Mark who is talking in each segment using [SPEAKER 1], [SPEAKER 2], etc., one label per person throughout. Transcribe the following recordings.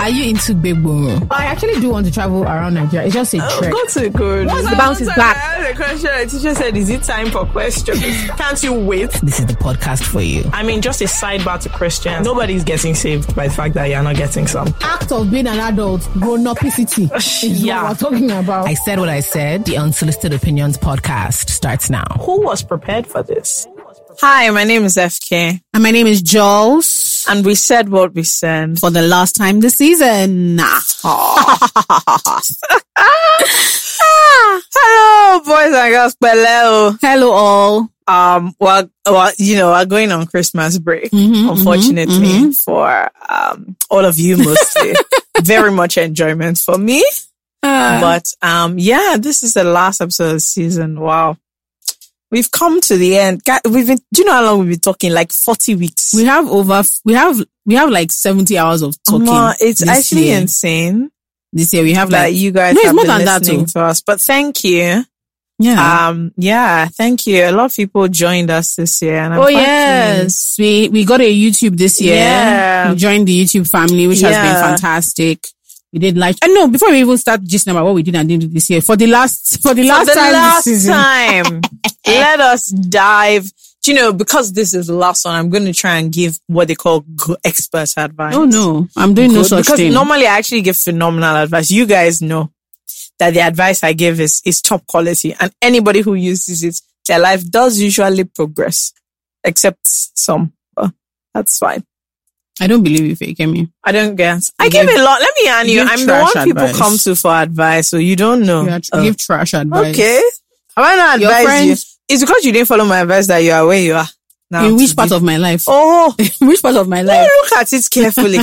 [SPEAKER 1] Are you into Begboro? I actually do want to travel around Nigeria. It's just a
[SPEAKER 2] Oh,
[SPEAKER 1] trek.
[SPEAKER 3] Go to good.
[SPEAKER 1] What's the bounce is back.
[SPEAKER 3] I asked a question. The teacher said, "Is it time for questions? Can't you wait?"
[SPEAKER 1] This is the podcast for you.
[SPEAKER 3] I mean, just a sidebar to questions. Nobody's getting saved by the fact that you're not getting some.
[SPEAKER 1] Act of being an adult, grown upicity is
[SPEAKER 3] Yeah.
[SPEAKER 1] what we're talking about.
[SPEAKER 2] I said what I said. The Unsolicited Opinions podcast starts now.
[SPEAKER 3] Who was prepared for this?
[SPEAKER 4] Hi, my name is FK,
[SPEAKER 1] and my name is Jules.
[SPEAKER 4] and we said what we said.
[SPEAKER 1] For the last time this season.
[SPEAKER 4] Ah, hello, boys and girls. Hello.
[SPEAKER 1] Hello all.
[SPEAKER 4] Um, well, well, you know, we're going on Christmas break,
[SPEAKER 1] Mm-hmm,
[SPEAKER 4] unfortunately, for um all of you mostly. Very much enjoyment for me,
[SPEAKER 2] Uh,
[SPEAKER 4] but um, yeah, this is the last episode of the season. Wow. We've come to the end. Guy- We've been, do you know how long we've been talking? Like 40 weeks.
[SPEAKER 2] We have over, we have, we have like 70 hours of talking.
[SPEAKER 4] No, it's
[SPEAKER 2] this
[SPEAKER 4] actually
[SPEAKER 2] year.
[SPEAKER 4] insane.
[SPEAKER 2] This year we have
[SPEAKER 4] that
[SPEAKER 2] like,
[SPEAKER 4] you guys
[SPEAKER 2] No, it's
[SPEAKER 4] have
[SPEAKER 2] more
[SPEAKER 4] been
[SPEAKER 2] than that
[SPEAKER 4] listening
[SPEAKER 2] too.
[SPEAKER 4] to us. But thank you.
[SPEAKER 2] yeah.
[SPEAKER 4] Um, yeah, thank you. A lot of people joined us this year, and I'm
[SPEAKER 2] oh
[SPEAKER 4] quite pleased.
[SPEAKER 2] yes. We, we got a YouTube this year.
[SPEAKER 4] Yeah.
[SPEAKER 2] We joined the YouTube family, which has been
[SPEAKER 4] Yeah.
[SPEAKER 2] fantastic. We did live. And no, before we even start just about what we did and didn't do this year, for the last, for the last
[SPEAKER 4] For the
[SPEAKER 2] time
[SPEAKER 4] last
[SPEAKER 2] this season.
[SPEAKER 4] time, let us dive. Do you know because this is the last one? I'm going to try and give what they call good expert advice.
[SPEAKER 2] Oh no, I'm doing no
[SPEAKER 4] Good,
[SPEAKER 2] such
[SPEAKER 4] because
[SPEAKER 2] thing.
[SPEAKER 4] normally I actually give phenomenal advice. You guys know that the advice I give is is top quality, and anybody who uses it, their life does usually progress, except some. But that's fine.
[SPEAKER 2] I don't believe you fake me.
[SPEAKER 4] I don't guess. I
[SPEAKER 2] You
[SPEAKER 4] give
[SPEAKER 2] give-
[SPEAKER 4] a lot. Let me hand
[SPEAKER 2] you
[SPEAKER 4] you.
[SPEAKER 2] give
[SPEAKER 4] I'm the
[SPEAKER 2] trash
[SPEAKER 4] one people
[SPEAKER 2] advice.
[SPEAKER 4] come to for advice, so you don't know.
[SPEAKER 2] You are tr-
[SPEAKER 4] Oh.
[SPEAKER 2] give trash advice.
[SPEAKER 4] okay. I might not
[SPEAKER 2] Your
[SPEAKER 4] advise you.
[SPEAKER 2] friends-
[SPEAKER 4] It's because you didn't follow my advice that you are where you are now.
[SPEAKER 2] In which part of my life?
[SPEAKER 4] Oh,
[SPEAKER 2] In which part of my life?
[SPEAKER 4] look at it carefully.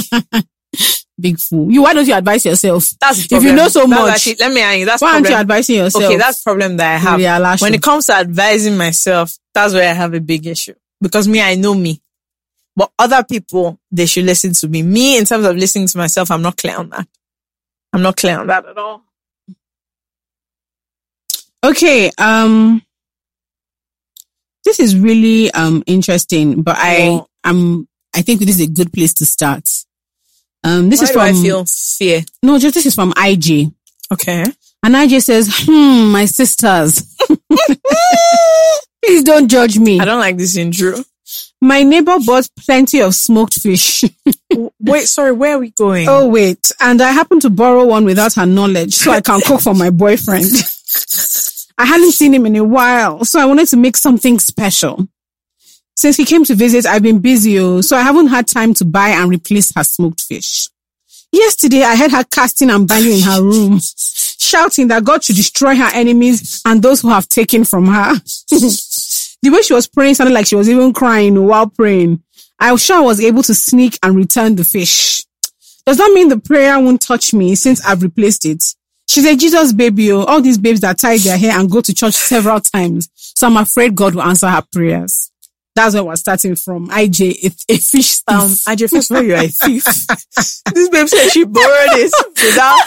[SPEAKER 2] Big fool. You why don't you advise yourself?
[SPEAKER 4] That's the
[SPEAKER 2] If you know
[SPEAKER 4] problem.
[SPEAKER 2] so
[SPEAKER 4] That's
[SPEAKER 2] much,
[SPEAKER 4] actually- let me hand you. That's
[SPEAKER 2] why aren't you
[SPEAKER 4] problem.
[SPEAKER 2] advising yourself?
[SPEAKER 4] Okay, that's problem that I have.
[SPEAKER 2] Maybe I'll ask
[SPEAKER 4] when
[SPEAKER 2] you.
[SPEAKER 4] it comes to advising myself, that's where I have a big issue because me, I know me. But other people, they should listen to me. Me, in terms of listening to myself, I'm not clear on that. I'm not clear on that at all.
[SPEAKER 2] okay. Um, this is really um interesting, but I
[SPEAKER 4] Yeah.
[SPEAKER 2] am. I think this is a good place to start. Um, this
[SPEAKER 4] Why
[SPEAKER 2] is
[SPEAKER 4] do
[SPEAKER 2] from
[SPEAKER 4] I feel fear.
[SPEAKER 2] no, just this is from IG,
[SPEAKER 4] Okay.
[SPEAKER 2] and IG says, "Hmm, my sisters, please don't judge me.
[SPEAKER 4] I don't like this intro.
[SPEAKER 2] My neighbor bought plenty of smoked fish."
[SPEAKER 4] Wait, sorry, where are we going?
[SPEAKER 2] Oh wait, and I happened to borrow one without her knowledge, so I can cook for my boyfriend. I hadn't seen him in a while, so I wanted to make something special. Since he came to visit, I've been busy, oh, so I haven't had time to buy and replace her smoked fish. Yesterday, I heard her casting and banging in her room, shouting that God should destroy her enemies and those who have taken from her. the way she was praying sounded like she was even crying while praying. I was sure I was able to sneak and return the fish. Does that mean the prayer won't touch me since I've replaced it? She's a Jesus baby. Oh, all these babes that tie their hair and go to church several times. So I'm afraid God will answer her prayers. That's where we're starting from. IJ, it's a fish
[SPEAKER 4] Um,
[SPEAKER 2] stamp.
[SPEAKER 4] I just first of all, you're a thief. this babe said she borrowed it without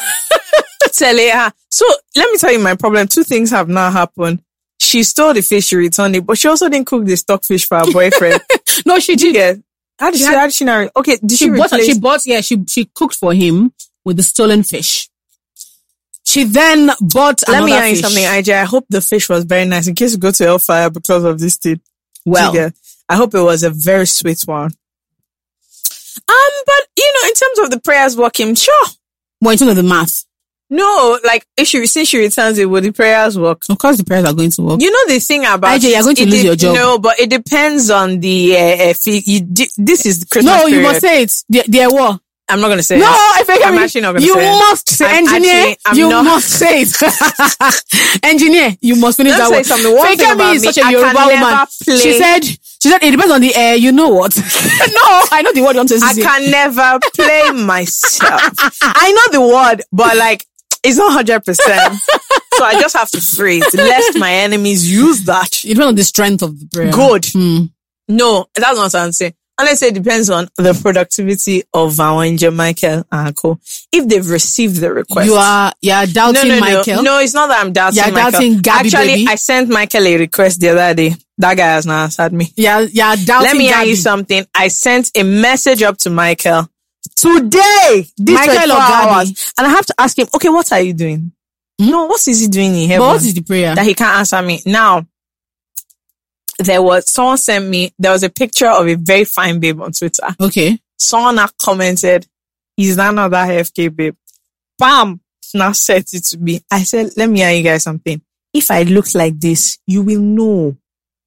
[SPEAKER 4] telling her. So let me tell you my problem. Two things have now happened. She stole the fish, she returned it, but she also didn't cook the stockfish for her boyfriend.
[SPEAKER 2] no, she did.
[SPEAKER 4] yeah. How did she, how did she not? Okay, did she,
[SPEAKER 2] She bought,
[SPEAKER 4] replace?
[SPEAKER 2] she bought, yeah, she, she cooked for him with the stolen fish. She then bought
[SPEAKER 4] let
[SPEAKER 2] another
[SPEAKER 4] me ask you
[SPEAKER 2] fish.
[SPEAKER 4] something, IJ. I hope the fish was very nice in case you go to Hellfire because of this thing.
[SPEAKER 2] well,
[SPEAKER 4] Jide. I hope it was a very sweet one. Um, but you know, in terms of the prayers working, sure.
[SPEAKER 2] well, in terms of the math,
[SPEAKER 4] No, like if she since she returns it, will the prayers work?
[SPEAKER 2] of course the prayers are going to work.
[SPEAKER 4] You know the thing about
[SPEAKER 2] IJ, you're going to
[SPEAKER 4] it
[SPEAKER 2] lose
[SPEAKER 4] de-
[SPEAKER 2] your job.
[SPEAKER 4] No, but it depends on the uh, uh, fee. You di- this is the Christmas.
[SPEAKER 2] no, you
[SPEAKER 4] period.
[SPEAKER 2] must say it. There, there were.
[SPEAKER 4] I'm not gonna say.
[SPEAKER 2] No,
[SPEAKER 4] it.
[SPEAKER 2] I think
[SPEAKER 4] I'm
[SPEAKER 2] I'm
[SPEAKER 4] actually not gonna
[SPEAKER 2] You
[SPEAKER 4] say it.
[SPEAKER 2] must say
[SPEAKER 4] I'm
[SPEAKER 2] engineer.
[SPEAKER 4] actually- I'm
[SPEAKER 2] you
[SPEAKER 4] not-
[SPEAKER 2] must say it. engineer, you must finish
[SPEAKER 4] Let me
[SPEAKER 2] that one.
[SPEAKER 4] say something. One
[SPEAKER 2] Fake
[SPEAKER 4] thing
[SPEAKER 2] Emi
[SPEAKER 4] about
[SPEAKER 2] is
[SPEAKER 4] me,
[SPEAKER 2] such a
[SPEAKER 4] I
[SPEAKER 2] Yoruba
[SPEAKER 4] can
[SPEAKER 2] woman.
[SPEAKER 4] never play-
[SPEAKER 2] She said, she said it depends on the air. You know what? no, I know the word you want to
[SPEAKER 4] I
[SPEAKER 2] say.
[SPEAKER 4] can never play myself. I know the word, but like it's not hundred percent. So I just have to phrase lest my enemies use that.
[SPEAKER 2] It depends on the strength of the prayer.
[SPEAKER 4] Good.
[SPEAKER 2] Hmm.
[SPEAKER 4] No, that's not what I'm saying. Unless it depends on the productivity of our engineer Michael and co. If they've received the request.
[SPEAKER 2] You are, you are
[SPEAKER 4] no,
[SPEAKER 2] doubting
[SPEAKER 4] no,
[SPEAKER 2] Michael.
[SPEAKER 4] no, no, it's not that I'm doubting.
[SPEAKER 2] You're
[SPEAKER 4] Michael.
[SPEAKER 2] doubting Gabby,
[SPEAKER 4] Actually,
[SPEAKER 2] baby.
[SPEAKER 4] I sent Michael a request the other day. That guy has not answered me.
[SPEAKER 2] You are, you are doubting
[SPEAKER 4] Let me
[SPEAKER 2] Gabby.
[SPEAKER 4] tell you something. I sent a message up to Michael Today, this
[SPEAKER 5] Michael
[SPEAKER 4] 24
[SPEAKER 5] Ogabi.
[SPEAKER 4] hours. And I have to ask him, okay, what are you doing? No, what is he doing in heaven?
[SPEAKER 2] Hmm? But what is the prayer?
[SPEAKER 4] that he can't answer me. Now, there was someone sent me, there was a picture of a very fine babe on Twitter.
[SPEAKER 2] Okay.
[SPEAKER 4] Someone had commented, Is that not that FK babe? Bam! Now sent it to me. I said, Let me hear you guys something. If I look like this, you will know.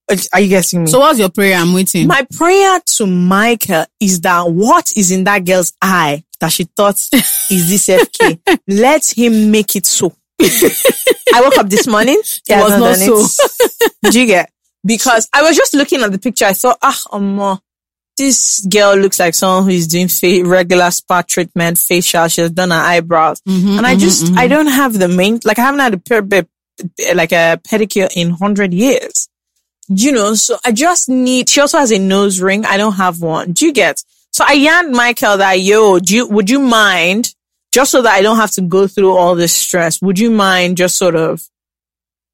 [SPEAKER 4] Are- Are you getting me?
[SPEAKER 2] So what's your prayer? I'm waiting.
[SPEAKER 4] My prayer to Michael is that what is in that girl's eye that she thought is this FK, let him make it so. I woke up this morning. It
[SPEAKER 2] was not
[SPEAKER 4] so. Do you get? Because I was just looking at the picture. I thought, ah, um, this girl looks like someone who is doing fa- regular spa treatment, facial. She has done her eyebrows.
[SPEAKER 2] Mhm,
[SPEAKER 4] And I
[SPEAKER 2] mhm,
[SPEAKER 4] just,
[SPEAKER 2] mhm.
[SPEAKER 4] I don't have the main, like I haven't had a per- pe- like a pedicure in 100 years. You know, so I just need, she also has a nose ring. I don't have one. Do you get? So I yarned Michael that, yo, do you, would you mind just so that I don't have to go through all this stress? Would you mind just sort of,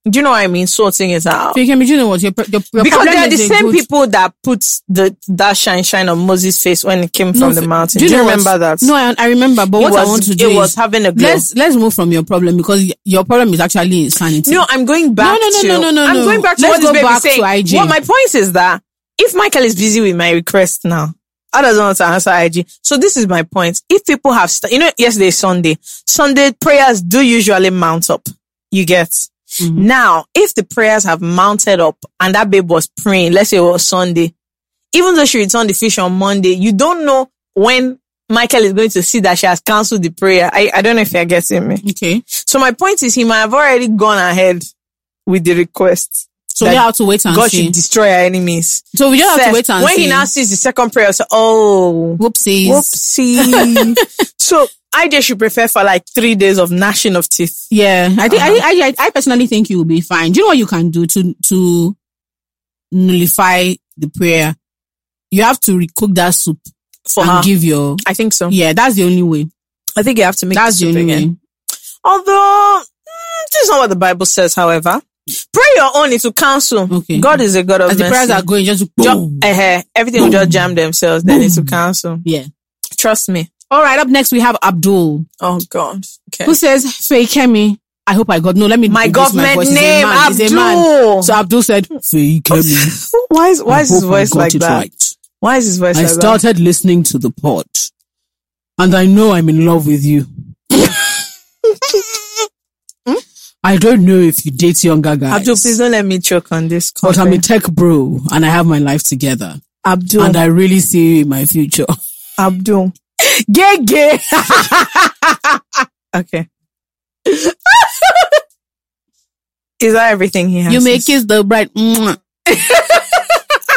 [SPEAKER 4] do you know what I mean? Sorting it out.
[SPEAKER 2] So you can be, you know what? Your, your, your
[SPEAKER 4] Because
[SPEAKER 2] problem
[SPEAKER 4] they are the
[SPEAKER 2] is a
[SPEAKER 4] same
[SPEAKER 2] good-
[SPEAKER 4] people that put the, that shine shine on Moses' face when it came from
[SPEAKER 2] No,
[SPEAKER 4] the mountain.
[SPEAKER 2] do you know what?
[SPEAKER 4] remember that?
[SPEAKER 2] No, I, I remember. But
[SPEAKER 4] It
[SPEAKER 2] what I
[SPEAKER 4] was-
[SPEAKER 2] want to
[SPEAKER 4] it
[SPEAKER 2] do is
[SPEAKER 4] was having a glow.
[SPEAKER 2] let's let's move from your problem because y- your problem is actually insanity.
[SPEAKER 4] No, I'm going back
[SPEAKER 2] No, no, no,
[SPEAKER 4] to
[SPEAKER 2] no, no, no,
[SPEAKER 4] I'm
[SPEAKER 2] no.
[SPEAKER 4] going back to
[SPEAKER 2] Let's
[SPEAKER 4] what this
[SPEAKER 2] go
[SPEAKER 4] baby
[SPEAKER 2] back
[SPEAKER 4] saying.
[SPEAKER 2] to IG.
[SPEAKER 4] Well, my point is that if Michael is busy with my request now, I doesn't want to answer IG. So this is my point. If people have, st- you know, yesterday is Sunday. Sunday prayers do usually mount up. You get.
[SPEAKER 2] Mm-hmm.
[SPEAKER 4] Now, if the prayers have mounted up and that babe was praying, let's say it was Sunday, even though she returned the fish on Monday, you don't know when Michael is going to see that she has cancelled the prayer. I, I don't know if you're getting me.
[SPEAKER 2] Okay.
[SPEAKER 4] So my point is, he might have already gone ahead with the request.
[SPEAKER 2] So
[SPEAKER 4] that
[SPEAKER 2] we have to wait and
[SPEAKER 4] God
[SPEAKER 2] see.
[SPEAKER 4] should destroy our enemies.
[SPEAKER 2] So we just have to
[SPEAKER 4] First,
[SPEAKER 2] wait and
[SPEAKER 4] when
[SPEAKER 2] see.
[SPEAKER 4] he now sees the second prayer, so oh,
[SPEAKER 2] Whoopsies.
[SPEAKER 4] whoopsie. so I just should prefer for like three days of gnashing of teeth.
[SPEAKER 2] Yeah, I think
[SPEAKER 4] Uh-huh.
[SPEAKER 2] I, I I personally think you will be fine. Do you know what you can do to to nullify the prayer? You have to recook that soup
[SPEAKER 4] For
[SPEAKER 2] and
[SPEAKER 4] her.
[SPEAKER 2] give your.
[SPEAKER 4] I think so.
[SPEAKER 2] Yeah, that's the only way.
[SPEAKER 4] I think you have to make
[SPEAKER 2] That's
[SPEAKER 4] the
[SPEAKER 2] the
[SPEAKER 4] soup
[SPEAKER 2] only
[SPEAKER 4] again.
[SPEAKER 2] way.
[SPEAKER 4] Although mm, this is not what the Bible says. However, pray your own into counsel.
[SPEAKER 2] Okay.
[SPEAKER 4] God is a God of
[SPEAKER 2] As the prayers
[SPEAKER 4] mercy.
[SPEAKER 2] are going, just
[SPEAKER 4] Ju-
[SPEAKER 2] boom.
[SPEAKER 4] eh, eh, everything will just jam themselves. Then into counsel.
[SPEAKER 2] yeah.
[SPEAKER 4] Trust me.
[SPEAKER 2] All right. Up next, we have Abdul
[SPEAKER 4] Oh God. Okay.
[SPEAKER 2] who says, "Faye Kemi." I hope I got no. Let me
[SPEAKER 4] my
[SPEAKER 2] reduce
[SPEAKER 4] government
[SPEAKER 2] voice. He's a
[SPEAKER 4] name
[SPEAKER 2] man. He's a man.
[SPEAKER 4] Abdul.
[SPEAKER 2] So Abdul said, "Faye Kemi."
[SPEAKER 4] why is why
[SPEAKER 2] I
[SPEAKER 4] is his
[SPEAKER 2] hope I
[SPEAKER 4] voice
[SPEAKER 2] got
[SPEAKER 4] like
[SPEAKER 2] it
[SPEAKER 4] that?
[SPEAKER 2] right.
[SPEAKER 4] Why is his voice
[SPEAKER 2] I
[SPEAKER 4] like
[SPEAKER 2] started listening to the pod, and I know I'm in love with you. I don't know if you date younger
[SPEAKER 4] that?
[SPEAKER 2] guys,
[SPEAKER 4] Abdul, please don't let me choke on this.
[SPEAKER 2] but I'm
[SPEAKER 4] coffee.
[SPEAKER 2] a tech bro and I have my life together,
[SPEAKER 4] Abdul.
[SPEAKER 2] and I really see you in my future.
[SPEAKER 4] Abdul.
[SPEAKER 2] gay, gay.
[SPEAKER 4] Okay. is that everything he has?
[SPEAKER 2] You
[SPEAKER 4] to
[SPEAKER 2] may
[SPEAKER 4] say?
[SPEAKER 2] kiss the bride. Mwah.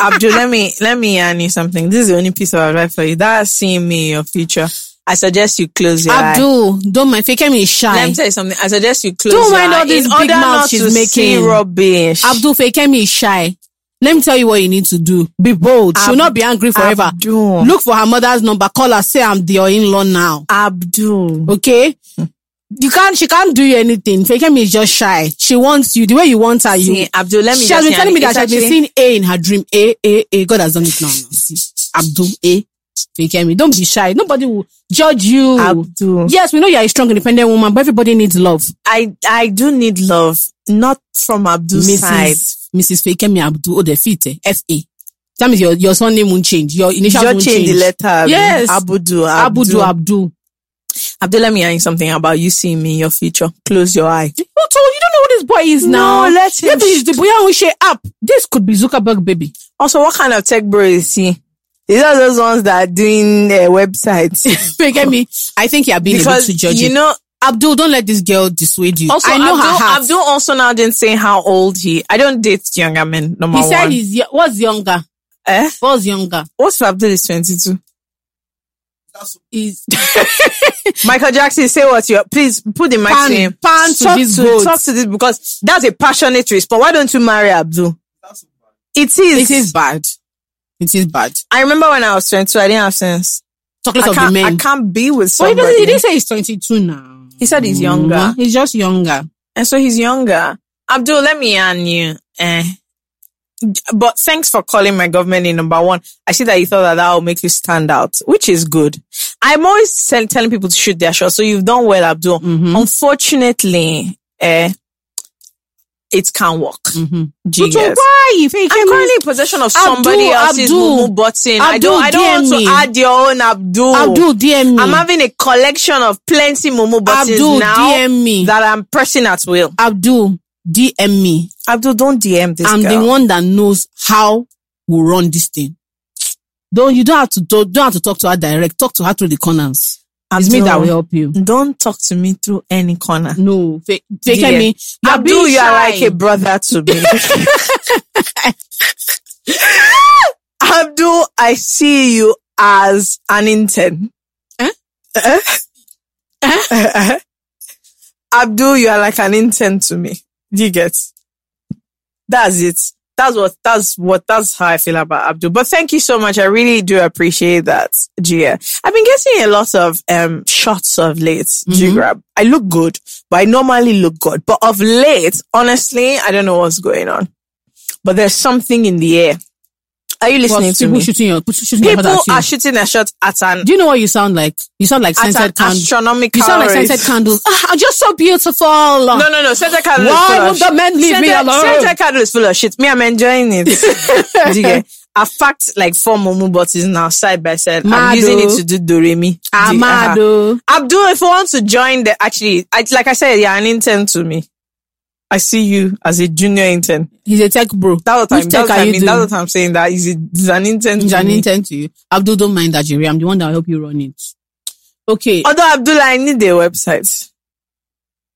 [SPEAKER 4] Abdul, let me let me yarn you something. This is the only piece of advice for you. That's seeing me in your future. I suggest you close your eye.
[SPEAKER 2] Abdul, don't mind. Fake me
[SPEAKER 4] Let
[SPEAKER 2] shy.
[SPEAKER 4] me tell you something. I suggest you close
[SPEAKER 2] Don't
[SPEAKER 4] your
[SPEAKER 2] mind
[SPEAKER 4] eye
[SPEAKER 2] all this
[SPEAKER 4] in
[SPEAKER 2] big
[SPEAKER 4] order
[SPEAKER 2] mouth
[SPEAKER 4] not
[SPEAKER 2] she's
[SPEAKER 4] to see
[SPEAKER 2] making.
[SPEAKER 4] rubbish.
[SPEAKER 2] Abdul, fake me shy. Let me tell you what you need to do. Be bold. She'll
[SPEAKER 4] Ab-
[SPEAKER 2] not be angry forever.
[SPEAKER 4] Abdul.
[SPEAKER 2] Look for her mother's number. Call her. Say I'm your in-law now.
[SPEAKER 4] Abdul.
[SPEAKER 2] Okay.
[SPEAKER 4] Hmm.
[SPEAKER 2] You can't, she can't do you anything. Fakemi is just shy. She wants you the way you want her. You.
[SPEAKER 4] See, Abdul, let me
[SPEAKER 2] she
[SPEAKER 4] just
[SPEAKER 2] has been
[SPEAKER 4] yarn
[SPEAKER 2] telling me
[SPEAKER 4] you.
[SPEAKER 2] that
[SPEAKER 4] It's
[SPEAKER 2] she has been
[SPEAKER 4] actually-
[SPEAKER 2] seeing A in her dream. A, A, A. God has done it now. now. See, Abdul A. Fakemi, don't be shy. Nobody will judge you.
[SPEAKER 4] Abdul.
[SPEAKER 2] Yes, we know you're a strong, independent woman, but everybody needs love.
[SPEAKER 4] I I do need love, not from Abdul's side.
[SPEAKER 2] Mrs. Mrs. Fakemi Abdul Odefite, eh? F A. That means your, your surname won't change. Your initial won't
[SPEAKER 4] Just change
[SPEAKER 2] change.
[SPEAKER 4] the letter. Abdul.
[SPEAKER 2] Yes.
[SPEAKER 4] Abudu. Abdul.
[SPEAKER 2] Abudu Abdul.
[SPEAKER 4] Abdul, let me tell you something about you seeing me in your future. Close your eye.
[SPEAKER 2] Who told you? Don't know who this boy is now.
[SPEAKER 4] No, let him-
[SPEAKER 2] Maybe it's the boy who share up. This could be Zuckerberg baby.
[SPEAKER 4] Also, what kind of tech bro is he? These are those ones that are doing uh, websites.
[SPEAKER 2] You get me? I think you're being
[SPEAKER 4] because
[SPEAKER 2] able to judge
[SPEAKER 4] you
[SPEAKER 2] it.
[SPEAKER 4] know,
[SPEAKER 2] Abdul, don't let this girl dissuade you.
[SPEAKER 4] also
[SPEAKER 2] I know
[SPEAKER 4] Abdul,
[SPEAKER 2] her heart.
[SPEAKER 4] Abdul also now didn't say how old he. I don't date younger men. Number
[SPEAKER 2] he
[SPEAKER 4] one.
[SPEAKER 2] said he's yo- what's younger?
[SPEAKER 4] eh?
[SPEAKER 2] What's younger?
[SPEAKER 4] What's if Abdul is twenty two?
[SPEAKER 2] Is
[SPEAKER 4] Michael Jackson, say what you please put the mic
[SPEAKER 2] Pan-
[SPEAKER 4] to him.
[SPEAKER 2] pan to
[SPEAKER 4] talk
[SPEAKER 2] this
[SPEAKER 4] to
[SPEAKER 2] goat.
[SPEAKER 4] talk to this because that's a passionate response. Why don't you marry Abdul? It is.
[SPEAKER 2] it is bad. It is bad.
[SPEAKER 4] I remember when I was 22, I didn't have sense.
[SPEAKER 2] Chocolate
[SPEAKER 4] I
[SPEAKER 2] of the
[SPEAKER 4] can't, I
[SPEAKER 2] men.
[SPEAKER 4] can't be with
[SPEAKER 2] Well, he,
[SPEAKER 4] somebody.
[SPEAKER 2] doesn't, he didn't say he's 22 now.
[SPEAKER 4] He said Mm-hmm. he's younger.
[SPEAKER 2] Mm, He's just younger.
[SPEAKER 4] And so he's younger. Abdul, let me yarn you. Eh. But thanks for calling my government in number one. I see that you thought that that will make you stand out, which is good. I'm always tell, telling people to shoot their shot. So you've done well, Abdul.
[SPEAKER 2] Mhm.
[SPEAKER 4] Unfortunately, eh, it can work.
[SPEAKER 2] Mhm.
[SPEAKER 4] Do you
[SPEAKER 2] So
[SPEAKER 4] get?
[SPEAKER 2] why you fake
[SPEAKER 4] I'm currently in possession of somebody
[SPEAKER 2] Abdul,
[SPEAKER 4] else's
[SPEAKER 2] Abdul.
[SPEAKER 4] Mumu button. I
[SPEAKER 2] Abdul,
[SPEAKER 4] don't. I don't want
[SPEAKER 2] dear
[SPEAKER 4] to
[SPEAKER 2] me.
[SPEAKER 4] add your own Abdul.
[SPEAKER 2] Abdul DM me.
[SPEAKER 4] Oh. I'm having a collection of plenty Mumu buttons
[SPEAKER 2] Abdul
[SPEAKER 4] now
[SPEAKER 2] DM me.
[SPEAKER 4] that I'm pressing at will.
[SPEAKER 2] Abdul DM me.
[SPEAKER 4] Abdul, don't DM this
[SPEAKER 2] I'm
[SPEAKER 4] girl.
[SPEAKER 2] the one that knows how we run this thing. Don't you don't have to don't, don't have to talk to her direct. Talk to her through the corners. It's me that will help you.
[SPEAKER 4] Don't talk to me through any corner.
[SPEAKER 2] No, fake, fake
[SPEAKER 4] Dear.
[SPEAKER 2] me. You are
[SPEAKER 4] Abdul,
[SPEAKER 2] being
[SPEAKER 4] you are
[SPEAKER 2] shy.
[SPEAKER 4] like a brother to me. Abdul, I see you as an intern.
[SPEAKER 2] Huh?
[SPEAKER 4] Eh? Eh? Abdul, you are like an intern to me. Do you get? That's it. That's what, that's what, that's how I feel about Abdul. But thank you so much. I really do appreciate that, Gia. I've been getting a lot of, um, shots of late, G
[SPEAKER 2] Mm-hmm.
[SPEAKER 4] Grab. I look good, but I normally look good. But of late, honestly, I don't know what's going on. But there's something in the air. Are you
[SPEAKER 2] But
[SPEAKER 4] listening to
[SPEAKER 2] people
[SPEAKER 4] me?
[SPEAKER 2] shooting your shooting your
[SPEAKER 4] People
[SPEAKER 2] shot at you.
[SPEAKER 4] are shooting their shots at an,
[SPEAKER 2] Do you know what you sound like? You sound like
[SPEAKER 4] at an
[SPEAKER 2] scented candles.
[SPEAKER 4] astronomical
[SPEAKER 2] You sound like
[SPEAKER 4] rate.
[SPEAKER 2] scented candles. Ah, I'm just so beautiful. No,
[SPEAKER 4] No, no, no. Santa Carol
[SPEAKER 2] Why
[SPEAKER 4] is full of
[SPEAKER 2] would
[SPEAKER 4] shit.
[SPEAKER 2] the men leave me
[SPEAKER 4] Santa-
[SPEAKER 2] alone?
[SPEAKER 4] Santa Carol is full of shit. Me, I'm enjoying it. Do you get? I've packed like four Momo bottles now side by side. I'm
[SPEAKER 2] Mado.
[SPEAKER 4] using it to do Doremi. uh-huh.
[SPEAKER 2] Amado.
[SPEAKER 4] Abdul, if you want to join the, actually, I, like I said, you're an intern to me. I see you as a junior intern.
[SPEAKER 2] He's a tech bro.
[SPEAKER 4] That's what,
[SPEAKER 2] Which
[SPEAKER 4] I'm,
[SPEAKER 2] tech
[SPEAKER 4] that's what
[SPEAKER 2] are
[SPEAKER 4] I
[SPEAKER 2] you
[SPEAKER 4] mean.
[SPEAKER 2] doing?
[SPEAKER 4] That's what I'm saying. That is, a, is an intern.
[SPEAKER 2] It's
[SPEAKER 4] to
[SPEAKER 2] an
[SPEAKER 4] me.
[SPEAKER 2] intent to you. Abdul, don't mind that, Jerry. I'm the one that will help you run it. Okay.
[SPEAKER 4] Although Abdul, I need their website.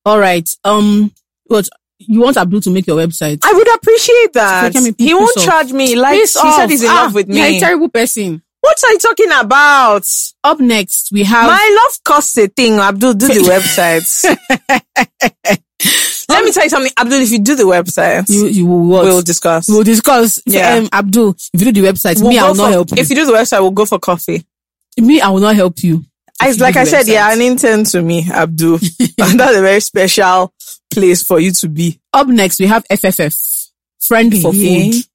[SPEAKER 4] Oh.
[SPEAKER 2] All right. Um, what you want Abdul to make your website?
[SPEAKER 4] I would appreciate that.
[SPEAKER 2] Can we pick
[SPEAKER 4] He won't
[SPEAKER 2] this up?
[SPEAKER 4] charge me. Like he
[SPEAKER 2] Piss off.
[SPEAKER 4] said, he's in
[SPEAKER 2] Ah,
[SPEAKER 4] love with
[SPEAKER 2] You're a
[SPEAKER 4] me.
[SPEAKER 2] terrible person.
[SPEAKER 4] What are you talking about?
[SPEAKER 2] Up next, we have.
[SPEAKER 4] My love costs a thing, Abdul. Do the website. Let me tell you something, Abdul. If you do the website,
[SPEAKER 2] you, you will what?
[SPEAKER 4] we'll discuss.
[SPEAKER 2] We'll discuss.
[SPEAKER 4] Yeah.
[SPEAKER 2] Um, Abdul, if you do the website,
[SPEAKER 4] We'll
[SPEAKER 2] me,
[SPEAKER 4] go
[SPEAKER 2] I will not
[SPEAKER 4] for-
[SPEAKER 2] help you.
[SPEAKER 4] If you do the website, we'll go for coffee.
[SPEAKER 2] me, I will not help you.
[SPEAKER 4] I,
[SPEAKER 2] If you
[SPEAKER 4] like
[SPEAKER 2] do
[SPEAKER 4] I
[SPEAKER 2] the
[SPEAKER 4] said, yeah,
[SPEAKER 2] website.
[SPEAKER 4] an intern to me, Abdul. And that's a very special place for you to be
[SPEAKER 2] Up next, we have FFF. Friendly
[SPEAKER 4] for
[SPEAKER 2] food.
[SPEAKER 4] food.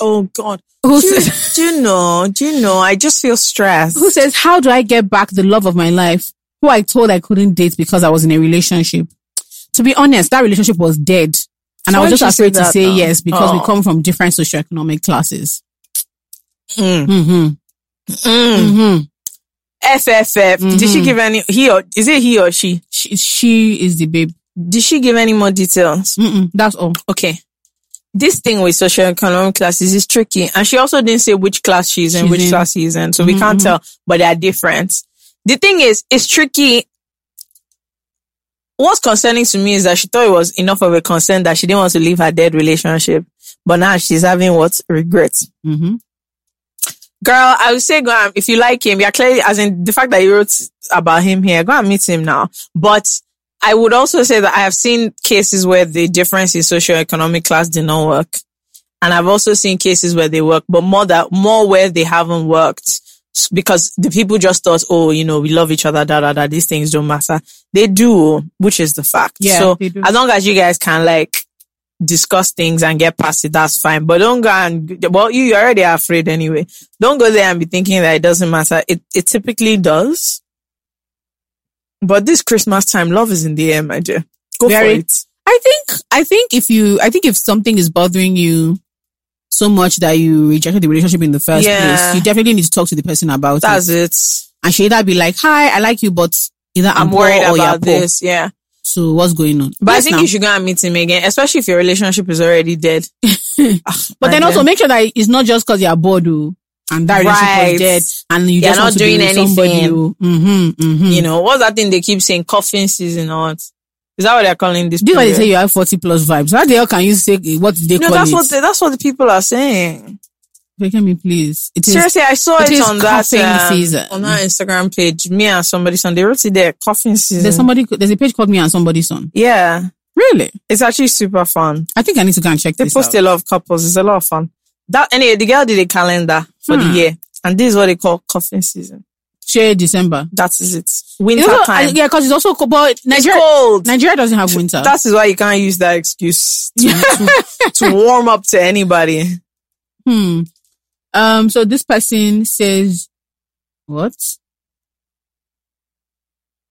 [SPEAKER 4] Oh God,
[SPEAKER 2] Who
[SPEAKER 4] do,
[SPEAKER 2] says,
[SPEAKER 4] do you know? Do you know? I just feel stressed.
[SPEAKER 2] who says, how do I get back the love of my life who I told I couldn't date because I was in a relationship? To be honest, that relationship was dead. And I
[SPEAKER 4] Why
[SPEAKER 2] was
[SPEAKER 4] did you
[SPEAKER 2] just
[SPEAKER 4] say
[SPEAKER 2] afraid to
[SPEAKER 4] that
[SPEAKER 2] say
[SPEAKER 4] now?
[SPEAKER 2] yes because we
[SPEAKER 4] Oh.
[SPEAKER 2] come from different socioeconomic classes.
[SPEAKER 4] Mm.
[SPEAKER 2] hmm
[SPEAKER 4] Mm.
[SPEAKER 2] hmm
[SPEAKER 4] FFF. Did she
[SPEAKER 2] Mhm.
[SPEAKER 4] give any? He or is it he or she?
[SPEAKER 2] She, she is the babe.
[SPEAKER 4] Did she give any more details?
[SPEAKER 2] Mm-mm, that's all.
[SPEAKER 4] okay. This thing with socioeconomic classes is tricky. And she also didn't say which class she's in,
[SPEAKER 2] She's
[SPEAKER 4] which
[SPEAKER 2] in. Mm-hmm,
[SPEAKER 4] class she's in. So we can't tell, but they are different. The thing is, it's tricky. What's concerning to me is that she thought it was enough of a concern that she didn't want to leave her dead relationship. But now she's having what? Regrets.
[SPEAKER 2] Mm-hmm.
[SPEAKER 4] Girl, I would say go and, if you like him, you're clearly, as in the fact that you wrote about him here, go and meet him now. But I would also say that I have seen cases where the difference in socioeconomic class did not work. And I've also seen cases where they work, but more that, more where they haven't worked S- because the people just thought, oh, you know, we love each other, da, da, da, these things don't matter. They do, which is the fact.
[SPEAKER 2] Yeah,
[SPEAKER 4] so
[SPEAKER 2] they do.
[SPEAKER 4] as long as you guys can like, discuss things and get past it, that's fine. But don't go and well, you you already are afraid anyway. Don't go there and be thinking that it doesn't matter. It it typically does. But this Christmas time, love is in the air, my dear. Go
[SPEAKER 2] Very.
[SPEAKER 4] for it.
[SPEAKER 2] I think I think if you I think if something is bothering you so much that you rejected the relationship in the first
[SPEAKER 4] Yeah.
[SPEAKER 2] place, you definitely need to talk to the person about
[SPEAKER 4] That's
[SPEAKER 2] it.
[SPEAKER 4] it.
[SPEAKER 2] And she either be like, "Hi, I like you, but either I'm,
[SPEAKER 4] I'm
[SPEAKER 2] poor
[SPEAKER 4] worried
[SPEAKER 2] or
[SPEAKER 4] about
[SPEAKER 2] you're poor.
[SPEAKER 4] this. Yeah.
[SPEAKER 2] So what's going on?"
[SPEAKER 4] But
[SPEAKER 2] Yes,
[SPEAKER 4] I think
[SPEAKER 2] now.
[SPEAKER 4] you should go and meet him again, especially if your relationship is already dead.
[SPEAKER 2] But then also make sure that it's not just because you're bored, oh, and that relationship
[SPEAKER 4] Right.
[SPEAKER 2] was dead, and you
[SPEAKER 4] You're
[SPEAKER 2] just
[SPEAKER 4] not
[SPEAKER 2] want to
[SPEAKER 4] doing
[SPEAKER 2] be with somebody.
[SPEAKER 4] anything.
[SPEAKER 2] Mm-hmm, mm-hmm.
[SPEAKER 4] you know, what's that thing they keep saying? Coughing season or what? Is that what they're calling this?
[SPEAKER 2] This is why they
[SPEAKER 4] period?
[SPEAKER 2] say you have forty plus vibes. How the hell can you say eh, what did they
[SPEAKER 4] no,
[SPEAKER 2] call
[SPEAKER 4] that's
[SPEAKER 2] it?
[SPEAKER 4] what the, that's what the people are saying.
[SPEAKER 2] Break me, please. It is
[SPEAKER 4] Seriously, I saw
[SPEAKER 2] it
[SPEAKER 4] it,
[SPEAKER 2] is
[SPEAKER 4] on that
[SPEAKER 2] coughing
[SPEAKER 4] um,
[SPEAKER 2] season.
[SPEAKER 4] on our Instagram page. Me and somebody Sunday wrote it there. Coughing season.
[SPEAKER 2] there's somebody. There's a page called me and somebody's son.
[SPEAKER 4] yeah,
[SPEAKER 2] Really?
[SPEAKER 4] it's actually super fun.
[SPEAKER 2] I think I need to go and check
[SPEAKER 4] They
[SPEAKER 2] this
[SPEAKER 4] post
[SPEAKER 2] out.
[SPEAKER 4] a lot of couples. It's a lot of fun. That anyway, the girl did a calendar for
[SPEAKER 2] Hmm.
[SPEAKER 4] the year, and this is what they call coughing season.
[SPEAKER 2] Share December.
[SPEAKER 4] That is it.
[SPEAKER 2] It's
[SPEAKER 4] Winter
[SPEAKER 2] also-
[SPEAKER 4] time.
[SPEAKER 2] yeah, because it's also co- but
[SPEAKER 4] It's
[SPEAKER 2] Nigeria.
[SPEAKER 4] cold.
[SPEAKER 2] Nigeria doesn't have winter.
[SPEAKER 4] That is why you can't use that excuse to, to, to warm up to anybody.
[SPEAKER 2] hmm. Um. So this person says, what?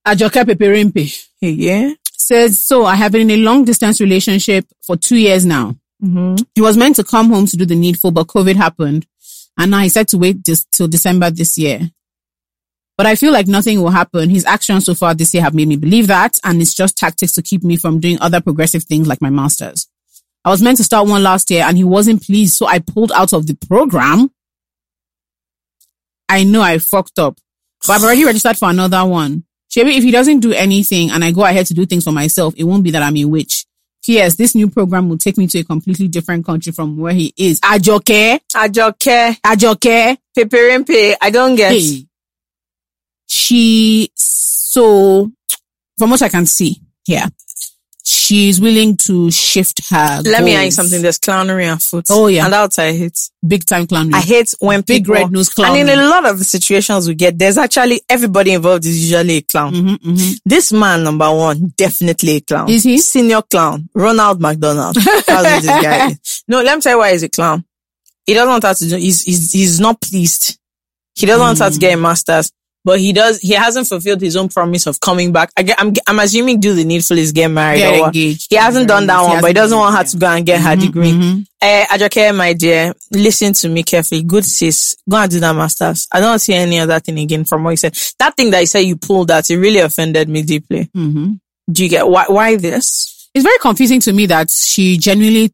[SPEAKER 2] Ajoke Peperimpe
[SPEAKER 4] Yeah.
[SPEAKER 2] says, so I have been in a long distance relationship for two years now.
[SPEAKER 4] Mm-hmm.
[SPEAKER 2] He was meant to come home to do the needful, but COVID happened. And now he said to wait this, till December this year. But I feel like nothing will happen. His actions so far this year have made me believe that, and it's just tactics to keep me from doing other progressive things like my master's. I was meant to start one last year and he wasn't pleased, so I pulled out of the program. I know I fucked up, but I've already registered for another one. Shebi, if he doesn't do anything and I go ahead to do things for myself, it won't be that I'm a witch. P.S. This new program will take me to a completely different country from where he is. Ajoke,
[SPEAKER 4] Ajoke,
[SPEAKER 2] Ajoke.
[SPEAKER 4] peperimpe. I don't get.
[SPEAKER 2] Hey. She, so, from what I can see, yeah, she's willing to shift her.
[SPEAKER 4] Let me
[SPEAKER 2] goals.
[SPEAKER 4] ask you something. There's clownery and foot.
[SPEAKER 2] Oh, yeah.
[SPEAKER 4] And that's what I hate.
[SPEAKER 2] Big time clown.
[SPEAKER 4] I hate when
[SPEAKER 2] Big
[SPEAKER 4] people,
[SPEAKER 2] red nose clown.
[SPEAKER 4] And in a lot of the situations we get, there's actually everybody involved is usually a clown.
[SPEAKER 2] Mhm, mhm.
[SPEAKER 4] This man, number one, definitely a clown.
[SPEAKER 2] Is he?
[SPEAKER 4] Senior clown. Ronald McDonald. That's what this guy is. No, let me tell you why he's a clown. He doesn't want her to do, he's, he's, he's not pleased. He doesn't want her to get a master's, but he does, he hasn't fulfilled his own promise of coming back. I get, I'm, I'm assuming do the needful is get married
[SPEAKER 2] Get
[SPEAKER 4] or what.
[SPEAKER 2] engaged.
[SPEAKER 4] He hasn't done Mm-hmm. that
[SPEAKER 2] He
[SPEAKER 4] one, but he
[SPEAKER 2] hasn't
[SPEAKER 4] doesn't
[SPEAKER 2] done
[SPEAKER 4] want
[SPEAKER 2] it,
[SPEAKER 4] her to go and get her degree.
[SPEAKER 2] mhm.
[SPEAKER 4] Eh, Ajoke, my dear, listen to me carefully. Good sis, go and do that masters. I don't see any other thing again from what you said. That thing that you said you pulled out, it really offended me deeply.
[SPEAKER 2] Mhm.
[SPEAKER 4] Do you get why? Why this?
[SPEAKER 2] it's very confusing to me that she genuinely